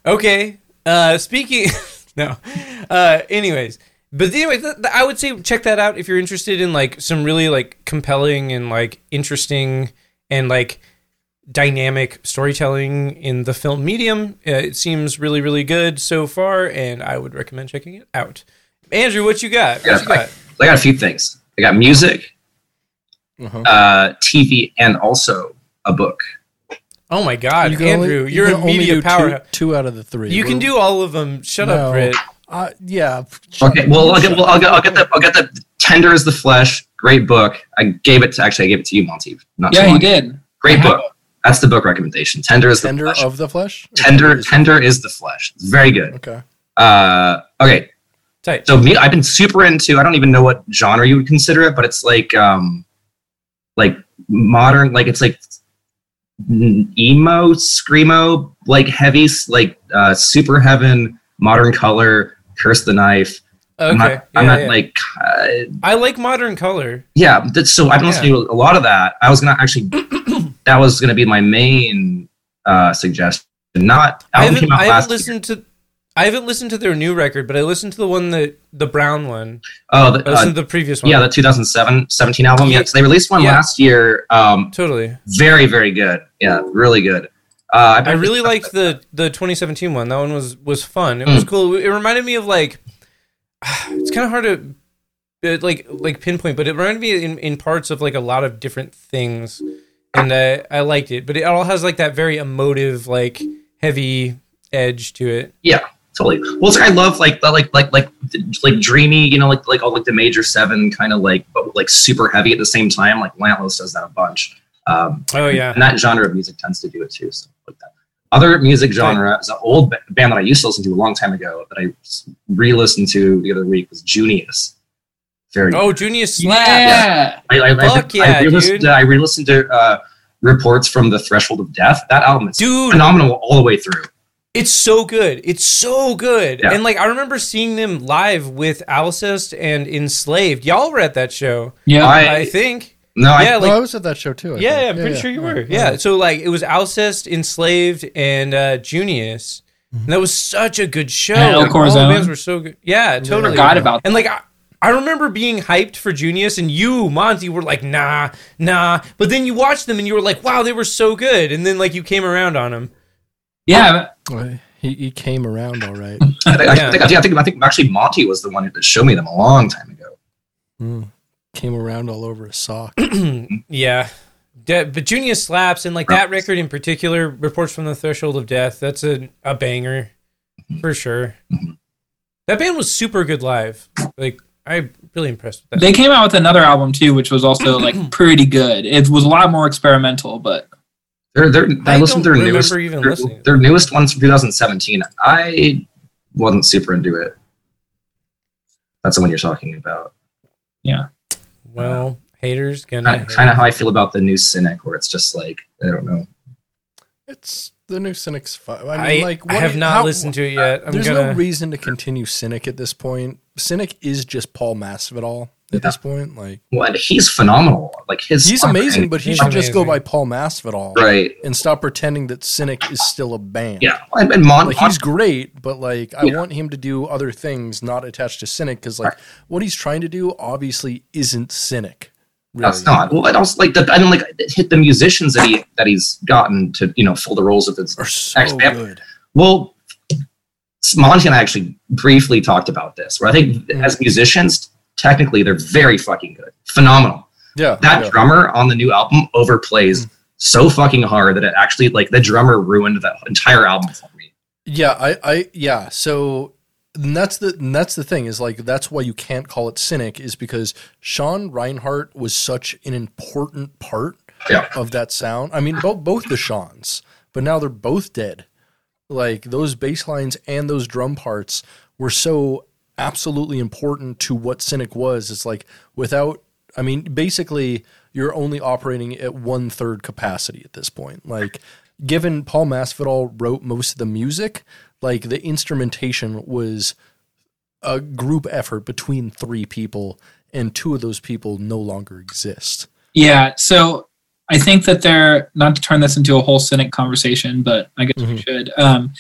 Speaker 1: Okay. Uh, speaking. *laughs* no. Uh, anyways, but anyways, th- th- I would say check that out if you're interested in like some really like compelling and like interesting and like dynamic storytelling in the film medium. Uh, it seems really really good so far, and I would recommend checking it out. Andrew, what you got? What
Speaker 4: Yeah,
Speaker 1: you got?
Speaker 4: I got a few things. I got music,
Speaker 2: Uh-huh.
Speaker 4: uh, TV, and also a book.
Speaker 1: Oh my God,
Speaker 2: You can only-
Speaker 1: Andrew,
Speaker 2: you
Speaker 1: you're
Speaker 2: can
Speaker 1: a
Speaker 2: only do
Speaker 1: media
Speaker 2: two-
Speaker 1: powerhouse.
Speaker 2: Two out of the three.
Speaker 1: You can
Speaker 2: We're-
Speaker 1: do all of them. Shut
Speaker 2: No.
Speaker 1: up, Britt.
Speaker 2: Uh, yeah.
Speaker 4: Okay, well, I'll get, well, I'll get, I'll get the, I'll get the tender as the flesh. Great book. I gave it to actually, I gave it to you, Monty. Not too
Speaker 3: Yeah,
Speaker 4: long
Speaker 3: you
Speaker 4: ago.
Speaker 3: did.
Speaker 4: Great book. That's the book recommendation. Tender is
Speaker 2: *laughs*
Speaker 4: the
Speaker 2: Tender
Speaker 4: flesh.
Speaker 2: of the flesh.
Speaker 4: tender, tender is the flesh. It's very good.
Speaker 2: Okay.
Speaker 4: Uh, okay,
Speaker 1: Tight.
Speaker 4: so me, I've been super into. I don't even know what genre you would consider it, but it's like, um, like modern, like it's like emo, screamo, like heavy, like uh, super heaven, modern color, curse the knife.
Speaker 1: Okay.
Speaker 4: I'm not,
Speaker 1: Yeah,
Speaker 4: I'm not
Speaker 1: yeah.
Speaker 4: like uh,
Speaker 1: I like modern color.
Speaker 4: yeah that's, so i've been listening to a lot of that i was gonna actually
Speaker 1: *clears throat*
Speaker 4: that was gonna be my main uh suggestion not
Speaker 1: I
Speaker 4: album
Speaker 1: haven't,
Speaker 4: came out
Speaker 1: I
Speaker 4: last
Speaker 1: haven't
Speaker 4: year.
Speaker 1: listened to. I haven't listened to their new record, but I listened to the one that the brown one.
Speaker 4: oh the,
Speaker 1: I
Speaker 4: uh,
Speaker 1: listened to the previous one.
Speaker 4: yeah the 2007 17 album
Speaker 1: Yeah.
Speaker 4: yeah, so they released one
Speaker 1: Yeah.
Speaker 4: last year um
Speaker 1: totally.
Speaker 4: very very good yeah really good uh I've
Speaker 1: I
Speaker 4: been-
Speaker 1: really liked the the 2017 one. That one was was fun. It was
Speaker 4: Mm.
Speaker 1: cool. It reminded me of like. *sighs* It's kind of hard to. uh, like like pinpoint, but it reminded me in, in parts of like a lot of different things, and I I liked it. But it all has like that very emotive, like heavy edge to it.
Speaker 4: yeah totally well it's like i love like the, like like like like dreamy you know like like all like the major seven kind of like but like super heavy at the same time like lantlos does that a bunch um
Speaker 1: Oh yeah,
Speaker 4: *laughs* and that genre of music tends to do it too. So like that. Other music genre is an old ba- band that I used to listen to a long time ago that I s- re-listened to the other week was Junius. Very.
Speaker 1: Oh, Junius slaps.
Speaker 3: Yeah.
Speaker 4: I, I, I,
Speaker 1: fuck yeah,
Speaker 4: I
Speaker 1: dude.
Speaker 4: re-listened, to- I re-listened to uh, reports from the Threshold of Death. That album is
Speaker 1: Dude,
Speaker 4: phenomenal all the way through.
Speaker 1: it's so good. It's so good.
Speaker 4: Yeah.
Speaker 1: And like I remember seeing them live with Alcest and Enslaved. Y'all were at that show,
Speaker 3: Yeah.
Speaker 4: I,
Speaker 1: I, think.
Speaker 4: no, I,
Speaker 1: yeah,
Speaker 2: oh, I
Speaker 1: like
Speaker 2: was at that show too. I
Speaker 1: yeah,
Speaker 2: think.
Speaker 1: I'm pretty sure you were.
Speaker 2: Right,
Speaker 1: Yeah.
Speaker 2: right.
Speaker 1: So like it was Alcest, Enslaved, and uh Junius.
Speaker 4: Mm-hmm.
Speaker 1: And that was such a good show.
Speaker 3: And El
Speaker 1: Like, all the
Speaker 3: Corazon.
Speaker 1: bands were so good. Yeah, totally.
Speaker 3: Forgot about
Speaker 1: And like I, I remember being hyped for Junius and you, Monty, were like, nah, nah. But then you watched them and you were like, wow, they were so good. And then like you came around on them.
Speaker 3: yeah.
Speaker 2: Well, He, he came around all right.
Speaker 4: I, think, I,
Speaker 1: Yeah.
Speaker 4: think, I, think, I think I think actually Monty was the one that showed me them a long time ago.
Speaker 2: Hmm. Mm. Came around all over a sock.
Speaker 1: *clears throat* Yeah. De- but Junius slaps, and like that record in particular, reports from the threshold of death. That's a, a banger for sure. That band was super good live. Like I'm really impressed with that.
Speaker 3: They came out with another album too, which was also *clears throat* like pretty good. It was a lot more experimental, but
Speaker 4: They're, they're, I,
Speaker 1: I
Speaker 4: listened to
Speaker 1: don't
Speaker 4: their newest,
Speaker 1: remember even
Speaker 4: their,
Speaker 1: listening to
Speaker 4: their newest one's from 2017. I wasn't super into it. That's the one you're talking about.
Speaker 1: well, haters gonna.
Speaker 4: Kind
Speaker 1: hate.
Speaker 4: of how I feel about the new Cynic, where it's just like I don't know.
Speaker 2: It's the new Cynic's fun. I
Speaker 1: I,
Speaker 2: mean, like,
Speaker 1: I
Speaker 2: what-
Speaker 1: have not
Speaker 2: how-
Speaker 1: listened to it yet. I'm
Speaker 2: there's
Speaker 1: gonna.
Speaker 2: no reason to continue Cynic at this point. Cynic is just Paul Masvidal at this point. Like,
Speaker 4: What he's phenomenal. Like his
Speaker 2: he's
Speaker 4: song-
Speaker 2: amazing, but he
Speaker 1: He's
Speaker 2: should just go
Speaker 1: amazing.
Speaker 2: by Paul Masvidal
Speaker 4: right?
Speaker 2: and stop pretending that Cynic is still a band.
Speaker 4: Yeah, and, and Mon,
Speaker 2: Like
Speaker 4: Mon-
Speaker 2: he's great, but like I
Speaker 4: Yeah.
Speaker 2: want him to do other things not attached to Cynic because like what he's trying to do obviously isn't Cynic. Really.
Speaker 4: That's not well. And also, like the I mean, like hit the musicians that he that he's gotten to you know fill the roles of his.
Speaker 2: Are so
Speaker 4: Actually, I-
Speaker 2: good.
Speaker 4: Well, Monty and I actually briefly talked about this. Where I think
Speaker 2: Mm.
Speaker 4: as musicians, technically they're very fucking good, phenomenal.
Speaker 2: Yeah.
Speaker 4: That
Speaker 2: yeah. Mm.
Speaker 4: drummer on the new album overplays so fucking hard that it actually like the drummer ruined that entire album for me.
Speaker 2: Yeah, I, I, yeah. So and that's the and that's the thing is like that's why you can't call it cynic is because Sean Reinhart was such an important part
Speaker 4: Yeah.
Speaker 2: of that sound. I mean, both both the Sean's, but now they're both dead. Like those bass lines and those drum parts were so absolutely important to what cynic was. It's like without, I mean, basically you're only operating at one third capacity at this point. Like, given Paul Masvidal wrote most of the music, like the instrumentation was a group effort between three people, and two of those people no longer exist.
Speaker 3: yeah. So I think that they're not to turn this into a whole cynic conversation, but I guess we
Speaker 2: Mhm.
Speaker 3: should. Um,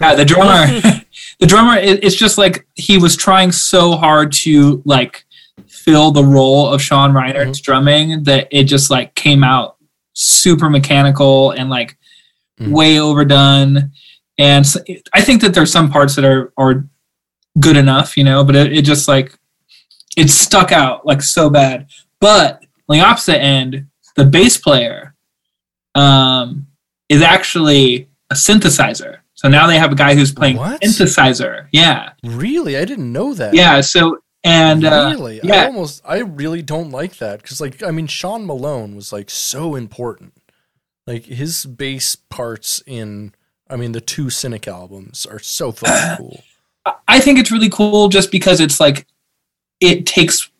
Speaker 3: yeah, the drummer, *laughs* the drummer. It, it's just like he was trying so hard to like fill the role of Sean Reinert's drumming that it just like came out super mechanical and like
Speaker 2: Mhm.
Speaker 3: way overdone. And so, I think that there's some parts that are are good enough, you know, but it, it just like it stuck out like so bad. But on the opposite end, the bass player um, is actually a synthesizer. So now they have a guy who's playing
Speaker 2: What?
Speaker 3: synthesizer. Yeah,
Speaker 2: Really, I didn't know that.
Speaker 3: yeah. So and uh,
Speaker 2: really, I
Speaker 3: yeah.
Speaker 2: almost, I really don't like that because, like, I mean, Sean Malone was like so important. Like his bass parts in, I mean, the two Cynic albums are so
Speaker 3: *coughs*
Speaker 2: fucking cool.
Speaker 3: I- I think it's really cool just because it's like it takes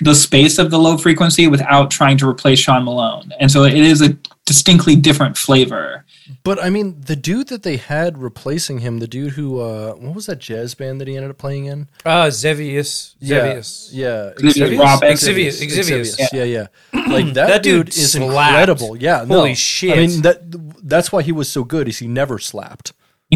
Speaker 3: the space of the low frequency without trying to replace Sean Malone, and so it is a distinctly different flavor.
Speaker 2: But I mean, the dude that they had replacing him, the dude who, uh, what was that jazz band that he ended up playing in?
Speaker 1: Ah, Zevius. Zevius.
Speaker 2: Yeah,
Speaker 3: Xavier Rob
Speaker 1: Exvius. Exvius.
Speaker 2: Yeah, yeah. Like that,
Speaker 1: That dude
Speaker 2: dude, is
Speaker 1: slapped.
Speaker 2: incredible. Yeah, no.
Speaker 1: Holy shit.
Speaker 2: I mean, that that's why he was so good. Is he never slapped? *laughs*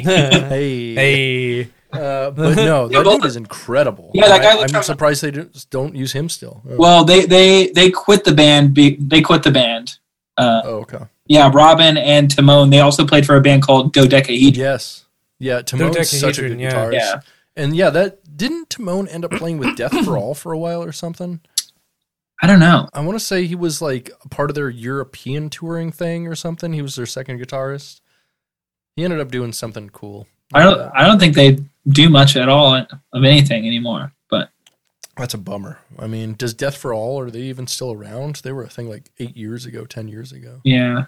Speaker 1: *laughs*
Speaker 2: Hey,
Speaker 1: hey.
Speaker 2: Uh, but
Speaker 3: *laughs*
Speaker 2: no, that
Speaker 3: both
Speaker 2: dude is incredible.
Speaker 3: Yeah, that guy
Speaker 2: I,
Speaker 3: looks
Speaker 2: I'm
Speaker 3: like-
Speaker 2: surprised they don't, don't use him still. Oh,
Speaker 3: Well, they they they quit the band. Be, they quit the band. Uh,
Speaker 2: oh, okay.
Speaker 3: yeah, Robin and Timon. They also played for a band called Dodecahedron.
Speaker 2: Yes. Yeah, Timon's such a
Speaker 1: Dodecahedron,
Speaker 2: good
Speaker 1: yeah.
Speaker 2: guitarist.
Speaker 3: Yeah.
Speaker 2: And yeah, that didn't Timon end up playing with Death
Speaker 3: *coughs*
Speaker 2: for All for a while or something?
Speaker 3: I don't know.
Speaker 2: I want to say he was like a part of their European touring thing or something. He was their second guitarist. He ended up doing something cool.
Speaker 3: I don't. I don't think they do much at all of anything anymore. But
Speaker 2: That's a bummer. I mean, does Death for All are they even still around? They were a thing like eight years ago, ten years ago.
Speaker 3: yeah.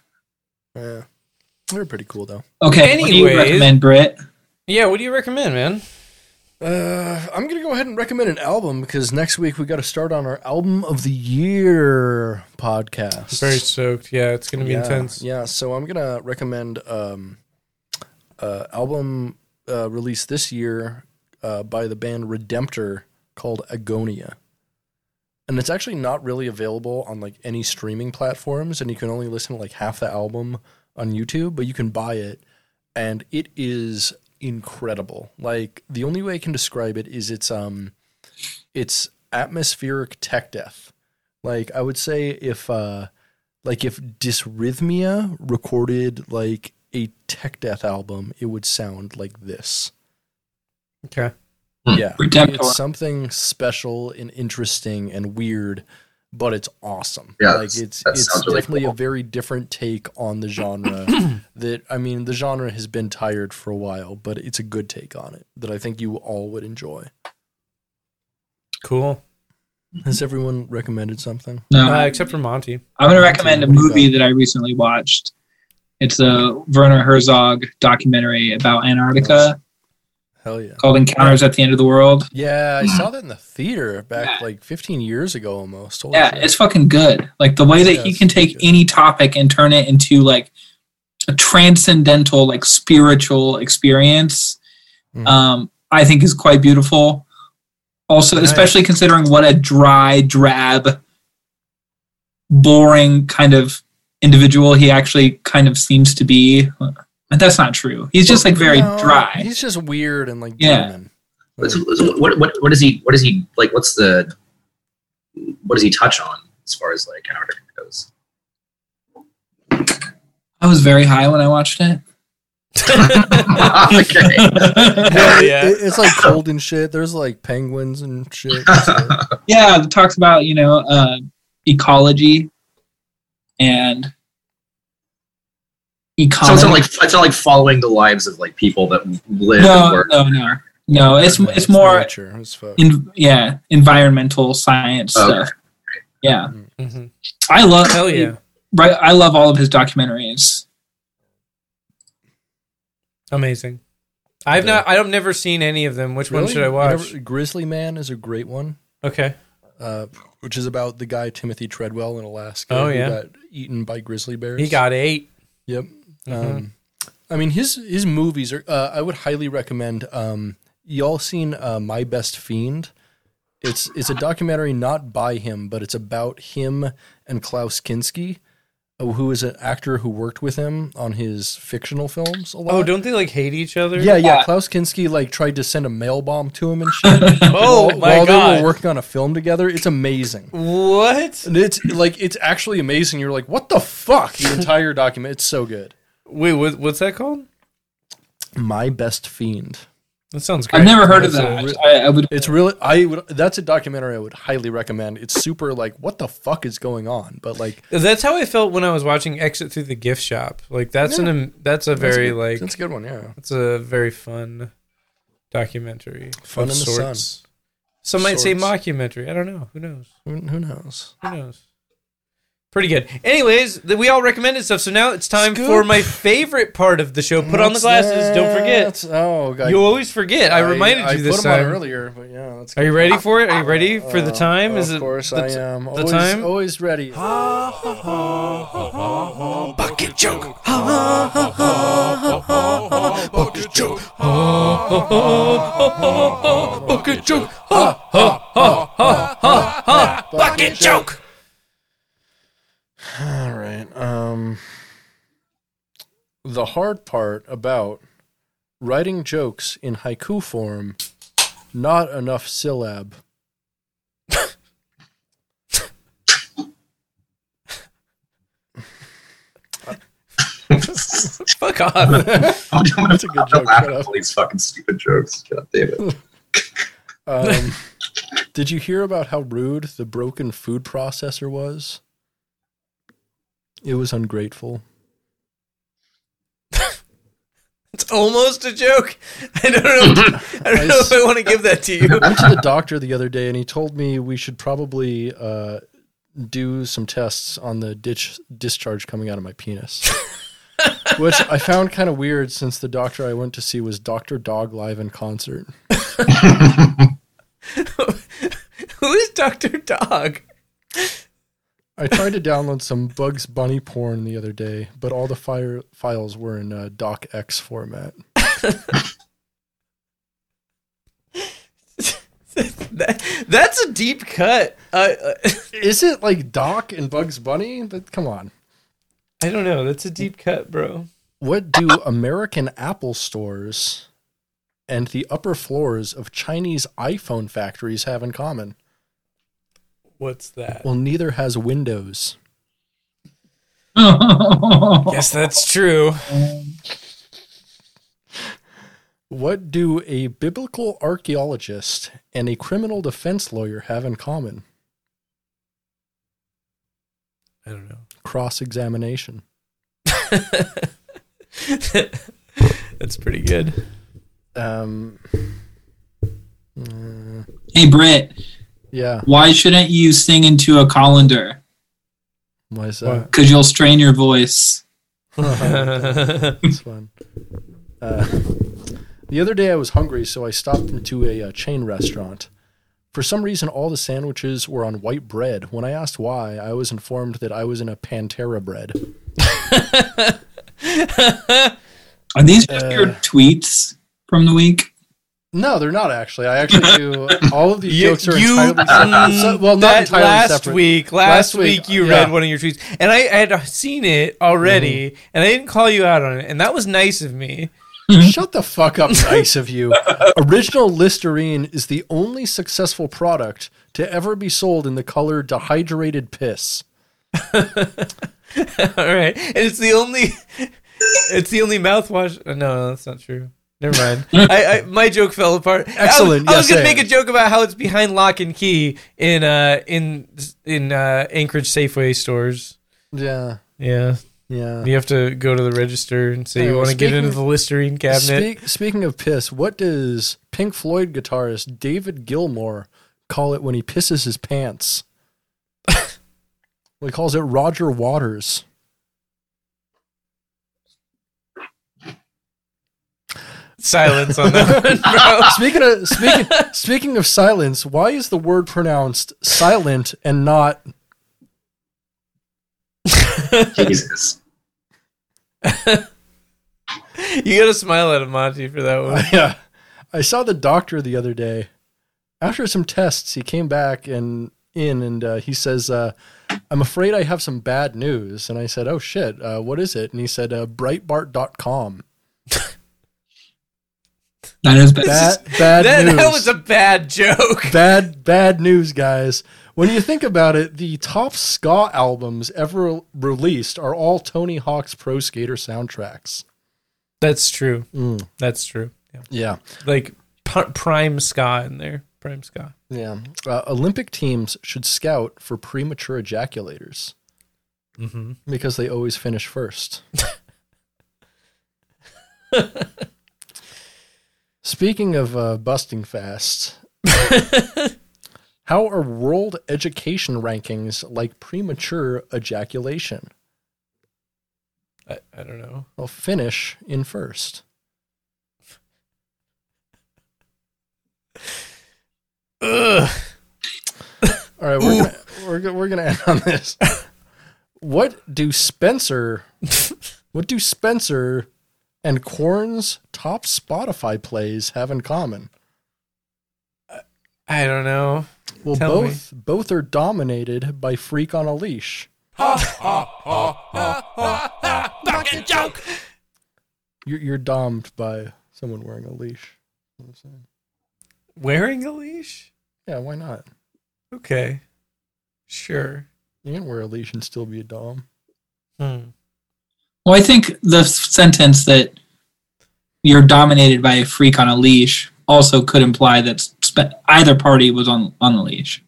Speaker 2: Yeah, they were pretty cool though.
Speaker 3: Okay. What do you
Speaker 1: Anyways.
Speaker 3: recommend, Britt?
Speaker 1: Yeah, what do you recommend, man?
Speaker 2: Uh, I'm gonna go ahead and recommend an album because next week we got to start on our album of the year podcast.
Speaker 1: Very soaked. Yeah, it's gonna be
Speaker 2: yeah,
Speaker 1: intense.
Speaker 2: Yeah, so I'm gonna recommend um, uh, album uh, released this year uh, by the band Redemptor called Agonia, and it's actually not really available on like any streaming platforms, and you can only listen to like half the album on YouTube, but you can buy it, and it is incredible. Like the only way I can describe it is it's um, it's atmospheric tech death. Like I would say if uh like if Dysrhythmia recorded like a tech death album, it would sound like this.
Speaker 1: Okay.
Speaker 4: Hmm.
Speaker 2: Yeah.
Speaker 3: Redemptor.
Speaker 2: It's something special and interesting and weird but it's awesome.
Speaker 4: Yeah,
Speaker 2: like
Speaker 4: that's-
Speaker 2: it's
Speaker 4: that
Speaker 2: it's
Speaker 4: sounds really
Speaker 2: definitely
Speaker 4: cool.
Speaker 2: a very different take on the genre.
Speaker 3: *clears throat*
Speaker 2: that I mean, the genre has been tired for a while, but it's a good take on it that I think you all would enjoy.
Speaker 1: Cool.
Speaker 2: Has everyone recommended something?
Speaker 3: No,
Speaker 1: Uh, except for Monty.
Speaker 3: I'm going to recommend a
Speaker 2: What do you
Speaker 3: movie that I recently watched. It's a Werner Herzog documentary about Antarctica
Speaker 2: Hell yeah.
Speaker 3: called Encounters at the End of the World.
Speaker 2: Yeah, I saw that in the theater back like 15 years ago almost. Holy
Speaker 3: Yeah,
Speaker 2: shit.
Speaker 3: it's fucking good. Like the way that
Speaker 2: Yeah,
Speaker 3: he
Speaker 2: it's
Speaker 3: can take
Speaker 2: good.
Speaker 3: any topic and turn it into like a transcendental, like spiritual experience,
Speaker 2: Mhm.
Speaker 3: um, I think is quite beautiful. Also,
Speaker 2: Nice.
Speaker 3: especially considering what a dry, drab, boring kind of individual he actually kind of seems to be. But that's not true. He's just like very
Speaker 2: No,
Speaker 3: dry.
Speaker 2: He's just weird and like
Speaker 3: Yeah.
Speaker 2: German.
Speaker 4: What's- What, what, what is he? What is he like? What's the? What does he touch on as far as like Antarctica goes? *laughs*
Speaker 3: I was very high when I watched it.
Speaker 4: okay.
Speaker 3: *laughs*
Speaker 1: Hell
Speaker 2: It-
Speaker 1: yeah.
Speaker 2: it- it's like cold and shit. There's like penguins and
Speaker 4: *laughs*
Speaker 2: shit.
Speaker 3: yeah it talks about you know uh, ecology and
Speaker 4: So
Speaker 3: economy
Speaker 4: it's not like it's not like following the lives of like people that live and
Speaker 3: no
Speaker 4: *laughs* work.
Speaker 3: no no no it's
Speaker 2: Yeah,
Speaker 3: it's more
Speaker 2: nature as fuck.
Speaker 3: in, yeah environmental science
Speaker 4: Okay.
Speaker 3: stuff yeah Mm-hmm.
Speaker 1: Mhm.
Speaker 3: i love
Speaker 1: Hell yeah.
Speaker 3: right i love all of his documentaries
Speaker 1: Amazing. I've not. I've never seen any of them. Which one
Speaker 2: Really?
Speaker 1: should I
Speaker 2: You
Speaker 1: watch?
Speaker 2: never- Grizzly Man is a great one,
Speaker 1: Okay.
Speaker 2: uh, which is about the guy Timothy Treadwell in Alaska
Speaker 1: Oh,
Speaker 2: who
Speaker 1: yeah.
Speaker 2: got eaten by grizzly bears.
Speaker 1: He got eight.
Speaker 2: Yep.
Speaker 1: Mhm.
Speaker 2: Um, I mean his his movies are. Uh, I would highly recommend. Um, y'all seen uh, My Best Fiend? It's it's a documentary not by him, but it's about him and Klaus Kinski, uh, who is an actor who worked with him on his fictional films a lot.
Speaker 1: Oh, don't they like hate each other?
Speaker 2: yeah, yeah.
Speaker 3: Yeah.
Speaker 2: Klaus Kinski like tried to send a mail bomb to him and shit.
Speaker 1: *laughs* Oh
Speaker 2: while,
Speaker 1: my
Speaker 2: while they
Speaker 1: god.
Speaker 2: were working on a film together. It's amazing.
Speaker 1: what?
Speaker 2: And it's like it's actually amazing. You're like, what the fuck? The entire document. It's so good.
Speaker 1: Wait, what, what's that called?
Speaker 2: My Best Fiend.
Speaker 1: That sounds great.
Speaker 3: i've never heard of
Speaker 1: That's
Speaker 3: that
Speaker 1: a re-
Speaker 3: I, I would *laughs*
Speaker 2: It's really I would that's a documentary I would highly recommend. It's super like what the fuck is going on? But like
Speaker 1: that's how I felt when I was watching Exit Through the Gift Shop. Like that's an an that's a
Speaker 2: that's a
Speaker 1: very
Speaker 2: good-
Speaker 1: like
Speaker 2: that's a good one, yeah.
Speaker 1: It's a very fun documentary.
Speaker 2: Fun
Speaker 1: of
Speaker 2: in the sun.
Speaker 1: Some might say
Speaker 2: Sorts.
Speaker 1: mockumentary. I don't know. Who knows?
Speaker 2: Who, who knows?
Speaker 1: Who knows? Pretty good. Anyways, th- we all recommended stuff. So now it's time for
Speaker 2: Scoop.
Speaker 1: my favorite part of the show. Put on the glasses. Don't forget.
Speaker 2: That's- Oh god.
Speaker 1: You always forget. I, reminded you this
Speaker 2: put 'em
Speaker 1: time.
Speaker 2: on earlier, but yeah, that's
Speaker 1: Are you ready for it? Are you ready for the
Speaker 2: Uh,
Speaker 1: time? Is
Speaker 2: of
Speaker 1: it
Speaker 2: course
Speaker 1: the,
Speaker 2: I am.
Speaker 1: The
Speaker 2: always,
Speaker 1: time?
Speaker 2: always ready.
Speaker 5: Bucket joke. Bucket joke. Bucket joke. Bucket joke.
Speaker 2: All right. Um the hard part about writing jokes in haiku form, not enough syllab.
Speaker 1: Fuck off.
Speaker 4: I'm gonna
Speaker 2: That's a good joke.
Speaker 4: laugh
Speaker 2: Shut
Speaker 4: at
Speaker 2: up.
Speaker 4: all these fucking stupid jokes. God damn it.
Speaker 2: *laughs* Um, did you hear about how rude the broken food processor was? It was ungrateful.
Speaker 1: it's almost a joke. *laughs* I don't know.
Speaker 2: *laughs*
Speaker 1: I don't know if I want to give that to you. *laughs*
Speaker 2: I went to the doctor the other day and he told me we should probably uh, do some tests on the ditch discharge coming out of my penis. Which I found kind of weird since the doctor I went to see was Dr. Dog live in concert.
Speaker 1: Who is Doctor Dog?
Speaker 2: I tried to download some Bugs Bunny porn the other day, but all the fire files were in uh, DocX format.
Speaker 1: That, that's a deep cut. Uh, uh,
Speaker 2: Is it like Doc and Bugs Bunny? That, come on.
Speaker 1: *laughs* I don't know. That's a deep cut, bro.
Speaker 2: What do American Apple stores and the upper floors of Chinese iPhone factories have in common?
Speaker 1: What's that?
Speaker 2: Well, neither has Windows.
Speaker 1: Yes, that's true.
Speaker 2: What do a biblical archaeologist and a criminal defense lawyer have in common?
Speaker 1: don't know.
Speaker 2: Cross examination.
Speaker 1: That's pretty good. *laughs*
Speaker 2: Um,
Speaker 3: Hey, Britt,
Speaker 2: yeah.
Speaker 3: why shouldn't you sing into a colander?
Speaker 2: Why is that?
Speaker 3: Because you'll strain your voice.
Speaker 2: That's fun. Uh, the other day I was hungry, so I stopped into a, uh chain restaurant. For some reason, all the sandwiches were on white bread. When I asked why, I was informed that I was in a Pantera bread.
Speaker 3: Are these
Speaker 1: Uh.
Speaker 3: just your tweets from the week?
Speaker 2: No, they're not actually. I
Speaker 1: *laughs*
Speaker 2: actually do. All of these
Speaker 1: You,
Speaker 2: jokes are
Speaker 1: you- *laughs*
Speaker 2: entirely
Speaker 1: mm,
Speaker 2: separate. So- well, not
Speaker 1: that
Speaker 2: entirely
Speaker 1: last
Speaker 2: separate.
Speaker 1: week. Last,
Speaker 2: Last week,
Speaker 1: week, you
Speaker 2: yeah.
Speaker 1: read one of your tweets, and I, I had seen it already,
Speaker 2: Mm-hmm.
Speaker 1: and I didn't call you out on it, and that was nice of me. *laughs*
Speaker 2: Mm-hmm. Shut the fuck up, nice of you. Original Listerine is the only successful product to ever be sold in the color dehydrated piss.
Speaker 1: All right, and it's the only, *laughs* it's the only mouthwash. uh, No, no, that's not true. Never mind.
Speaker 2: *laughs*
Speaker 1: I, I my joke fell apart.
Speaker 2: Excellent,
Speaker 1: I was, I was
Speaker 2: yes,
Speaker 1: gonna
Speaker 2: yeah.
Speaker 1: make a joke about how it's behind lock and key in uh in in uh, Anchorage Safeway stores.
Speaker 2: Yeah,
Speaker 1: Yeah,
Speaker 2: yeah.
Speaker 1: you have to go to the register and say
Speaker 2: Hey,
Speaker 1: you want to get
Speaker 2: speaking-
Speaker 1: into the Listerine cabinet.
Speaker 2: Speak, speaking of piss, what does Pink Floyd guitarist David Gilmour call it when he pisses his pants? well, he calls it Roger Waters.
Speaker 1: Silence on that *laughs* one, bro.
Speaker 2: Speaking of speaking speaking of silence, why is the word pronounced silent and not
Speaker 4: Jesus.
Speaker 1: You gotta smile at him, Monty, for that one.
Speaker 2: Yeah. I saw the doctor the other day. After some tests, he came back and in and uh, he says, uh, I'm afraid I have some bad news. And I said, Oh shit, uh, what is it? And he said, uh, Breitbart.com.
Speaker 3: That is bad.
Speaker 2: That bad
Speaker 1: that,
Speaker 2: news.
Speaker 1: that was a *laughs* bad joke.
Speaker 2: bad, bad news, guys. When you think about it, the top ska albums ever released are all Tony Hawk's Pro Skater soundtracks.
Speaker 1: That's true.
Speaker 2: Mm.
Speaker 1: That's true. Yeah.
Speaker 2: Yeah.
Speaker 1: Like p- prime ska in there. Prime ska.
Speaker 2: Yeah. Uh, Olympic teams should scout for premature ejaculators
Speaker 1: Mm-hmm.
Speaker 2: because they always finish first. Speaking of uh, busting fast, how are world education rankings like premature ejaculation?
Speaker 1: I, I don't know.
Speaker 2: Well, finish in first.
Speaker 1: Ugh.
Speaker 2: All right, we're gonna, we're, go- we're gonna end on this. What do Spencer? what do Spencer and Korn's top Spotify plays have in common?
Speaker 1: I don't know.
Speaker 2: Well,
Speaker 1: Tell me.
Speaker 2: both both are dominated by Freak on a Leash.
Speaker 6: Fucking joke.
Speaker 2: You're, you're domed by someone wearing a leash. You know what I'm saying?
Speaker 1: Wearing a leash?
Speaker 2: Yeah, why not?
Speaker 1: Okay. Sure.
Speaker 2: You can wear a leash and still be a dom.
Speaker 1: Hmm.
Speaker 3: Well, I think the s- sentence that you're dominated by a freak on a leash also could imply that spe- either party was on on the leash.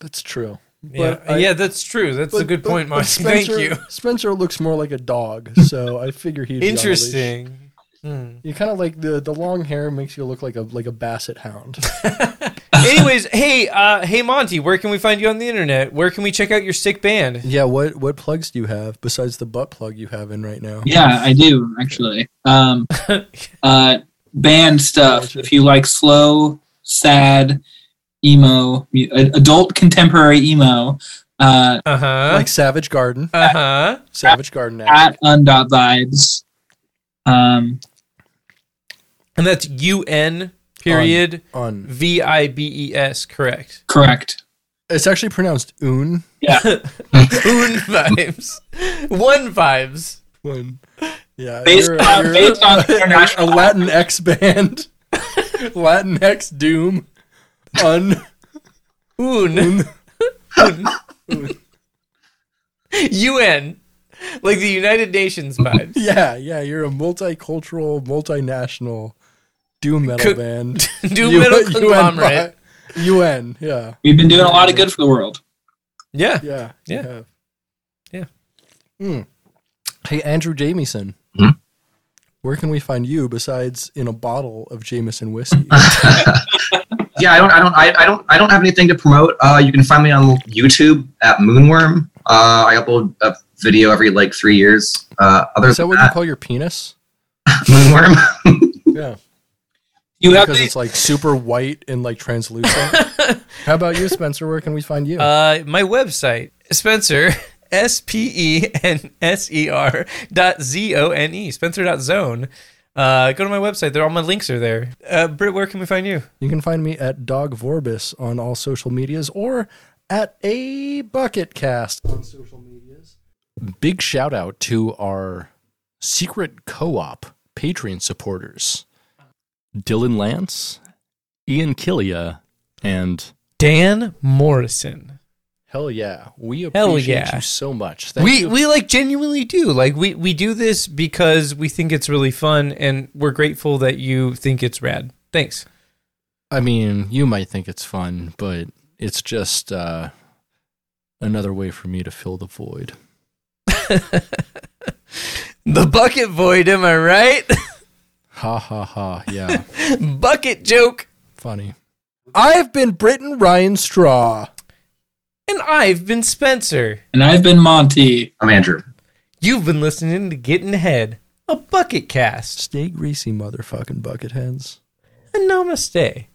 Speaker 2: That's true.
Speaker 1: Yeah.
Speaker 2: I-
Speaker 1: yeah, that's true. That's a
Speaker 2: But-
Speaker 1: good
Speaker 2: but-
Speaker 1: point,
Speaker 2: but
Speaker 1: Monty. Thank
Speaker 2: Spencer-
Speaker 1: you.
Speaker 2: *laughs* Spencer looks more like a dog, *laughs* so I figure he'd be on a leash.
Speaker 1: Interesting. Hmm.
Speaker 2: You kind of like the the long hair makes you look like a like a basset hound.
Speaker 1: *laughs* Anyways, hey, uh, hey Monty, where can we find you on the internet? Where can we check out your sick band?
Speaker 2: *laughs* yeah, what what plugs do you have besides the butt plug you have in right now?
Speaker 3: Yeah, I do actually. Um, uh, band stuff. If you like slow, sad, emo, mu- a- adult contemporary emo, uh,
Speaker 1: Uh huh.
Speaker 2: Like Savage Garden,
Speaker 1: uh huh.
Speaker 2: Savage Garden. Act.
Speaker 3: at undot vibes. Um,
Speaker 1: And that's U N period
Speaker 2: on
Speaker 1: V I B E S,
Speaker 3: *laughs*
Speaker 1: correct.
Speaker 3: correct.
Speaker 2: it's actually pronounced un.
Speaker 1: One vibes. *laughs* One vibes.
Speaker 2: One. Yeah,
Speaker 3: Based
Speaker 2: you're, *laughs*
Speaker 3: on-
Speaker 2: you're
Speaker 3: based on
Speaker 2: a, a
Speaker 3: international-
Speaker 2: Latin X
Speaker 3: *laughs*
Speaker 2: band, Latin X Doom, un.
Speaker 1: Un. *laughs* Un. UN. Like the United Nations
Speaker 2: *laughs*
Speaker 1: vibes.
Speaker 2: Yeah, yeah, you're a multicultural, multinational doom metal
Speaker 1: Co-
Speaker 2: band.
Speaker 1: *laughs*
Speaker 2: *laughs*
Speaker 1: Doom
Speaker 2: UN
Speaker 1: metal conglomerate.
Speaker 2: UN, yeah,
Speaker 3: We've been doing a lot of good for the world.
Speaker 1: Yeah.
Speaker 2: yeah,
Speaker 1: Yeah.
Speaker 2: you have. Hmm. Hey, Andrew Jamieson,
Speaker 4: Hmm?
Speaker 2: where can we find you besides in a bottle of Jameson whiskey?
Speaker 4: yeah, I don't, I don't, I, I don't, I don't have anything to promote. Uh, you can find me on YouTube at Moonworm. Uh, I upload a video every like three years. Uh, other
Speaker 2: Is that
Speaker 4: than
Speaker 2: what you
Speaker 4: that, *laughs*
Speaker 2: call your penis?
Speaker 4: Moonworm.
Speaker 2: Yeah,
Speaker 3: You have
Speaker 2: because
Speaker 3: to,
Speaker 2: it's like super white and
Speaker 1: *laughs*
Speaker 2: like translucent. How about you, Spencer? Where can we find you?
Speaker 1: Uh, my website, Spencer, *laughs* S P E N S E R dot Z O N E, Spencer dot zone. Uh, go to my website. There, all my links are there. Uh, Britt, where can we find you?
Speaker 2: You can find me at Dog Vorbis on all social medias or at a bucket cast on social medias. Big shout out to our secret co-op Patreon supporters. Dylan Lance, Ian Killia, and
Speaker 1: Dan Morrison.
Speaker 2: hell yeah, we appreciate
Speaker 1: Hell yeah.
Speaker 2: you so much. Thank
Speaker 1: We
Speaker 2: you.
Speaker 1: we like genuinely do like we we do this because we think it's really fun and we're grateful that you think it's rad. Thanks.
Speaker 2: I mean, you might think it's fun, but it's just uh, another way for me to fill the void.
Speaker 1: The bucket void, am I *laughs* right?
Speaker 2: Ha ha ha! *laughs* Yeah,
Speaker 1: bucket joke.
Speaker 2: funny. I've been Britton Ryan Straw.
Speaker 1: And I've been Spencer.
Speaker 3: and I've been Monty.
Speaker 4: I'm Andrew.
Speaker 1: You've been listening to Getting Ahead, a bucket cast.
Speaker 2: Stay greasy, motherfucking bucketheads.
Speaker 1: Namaste.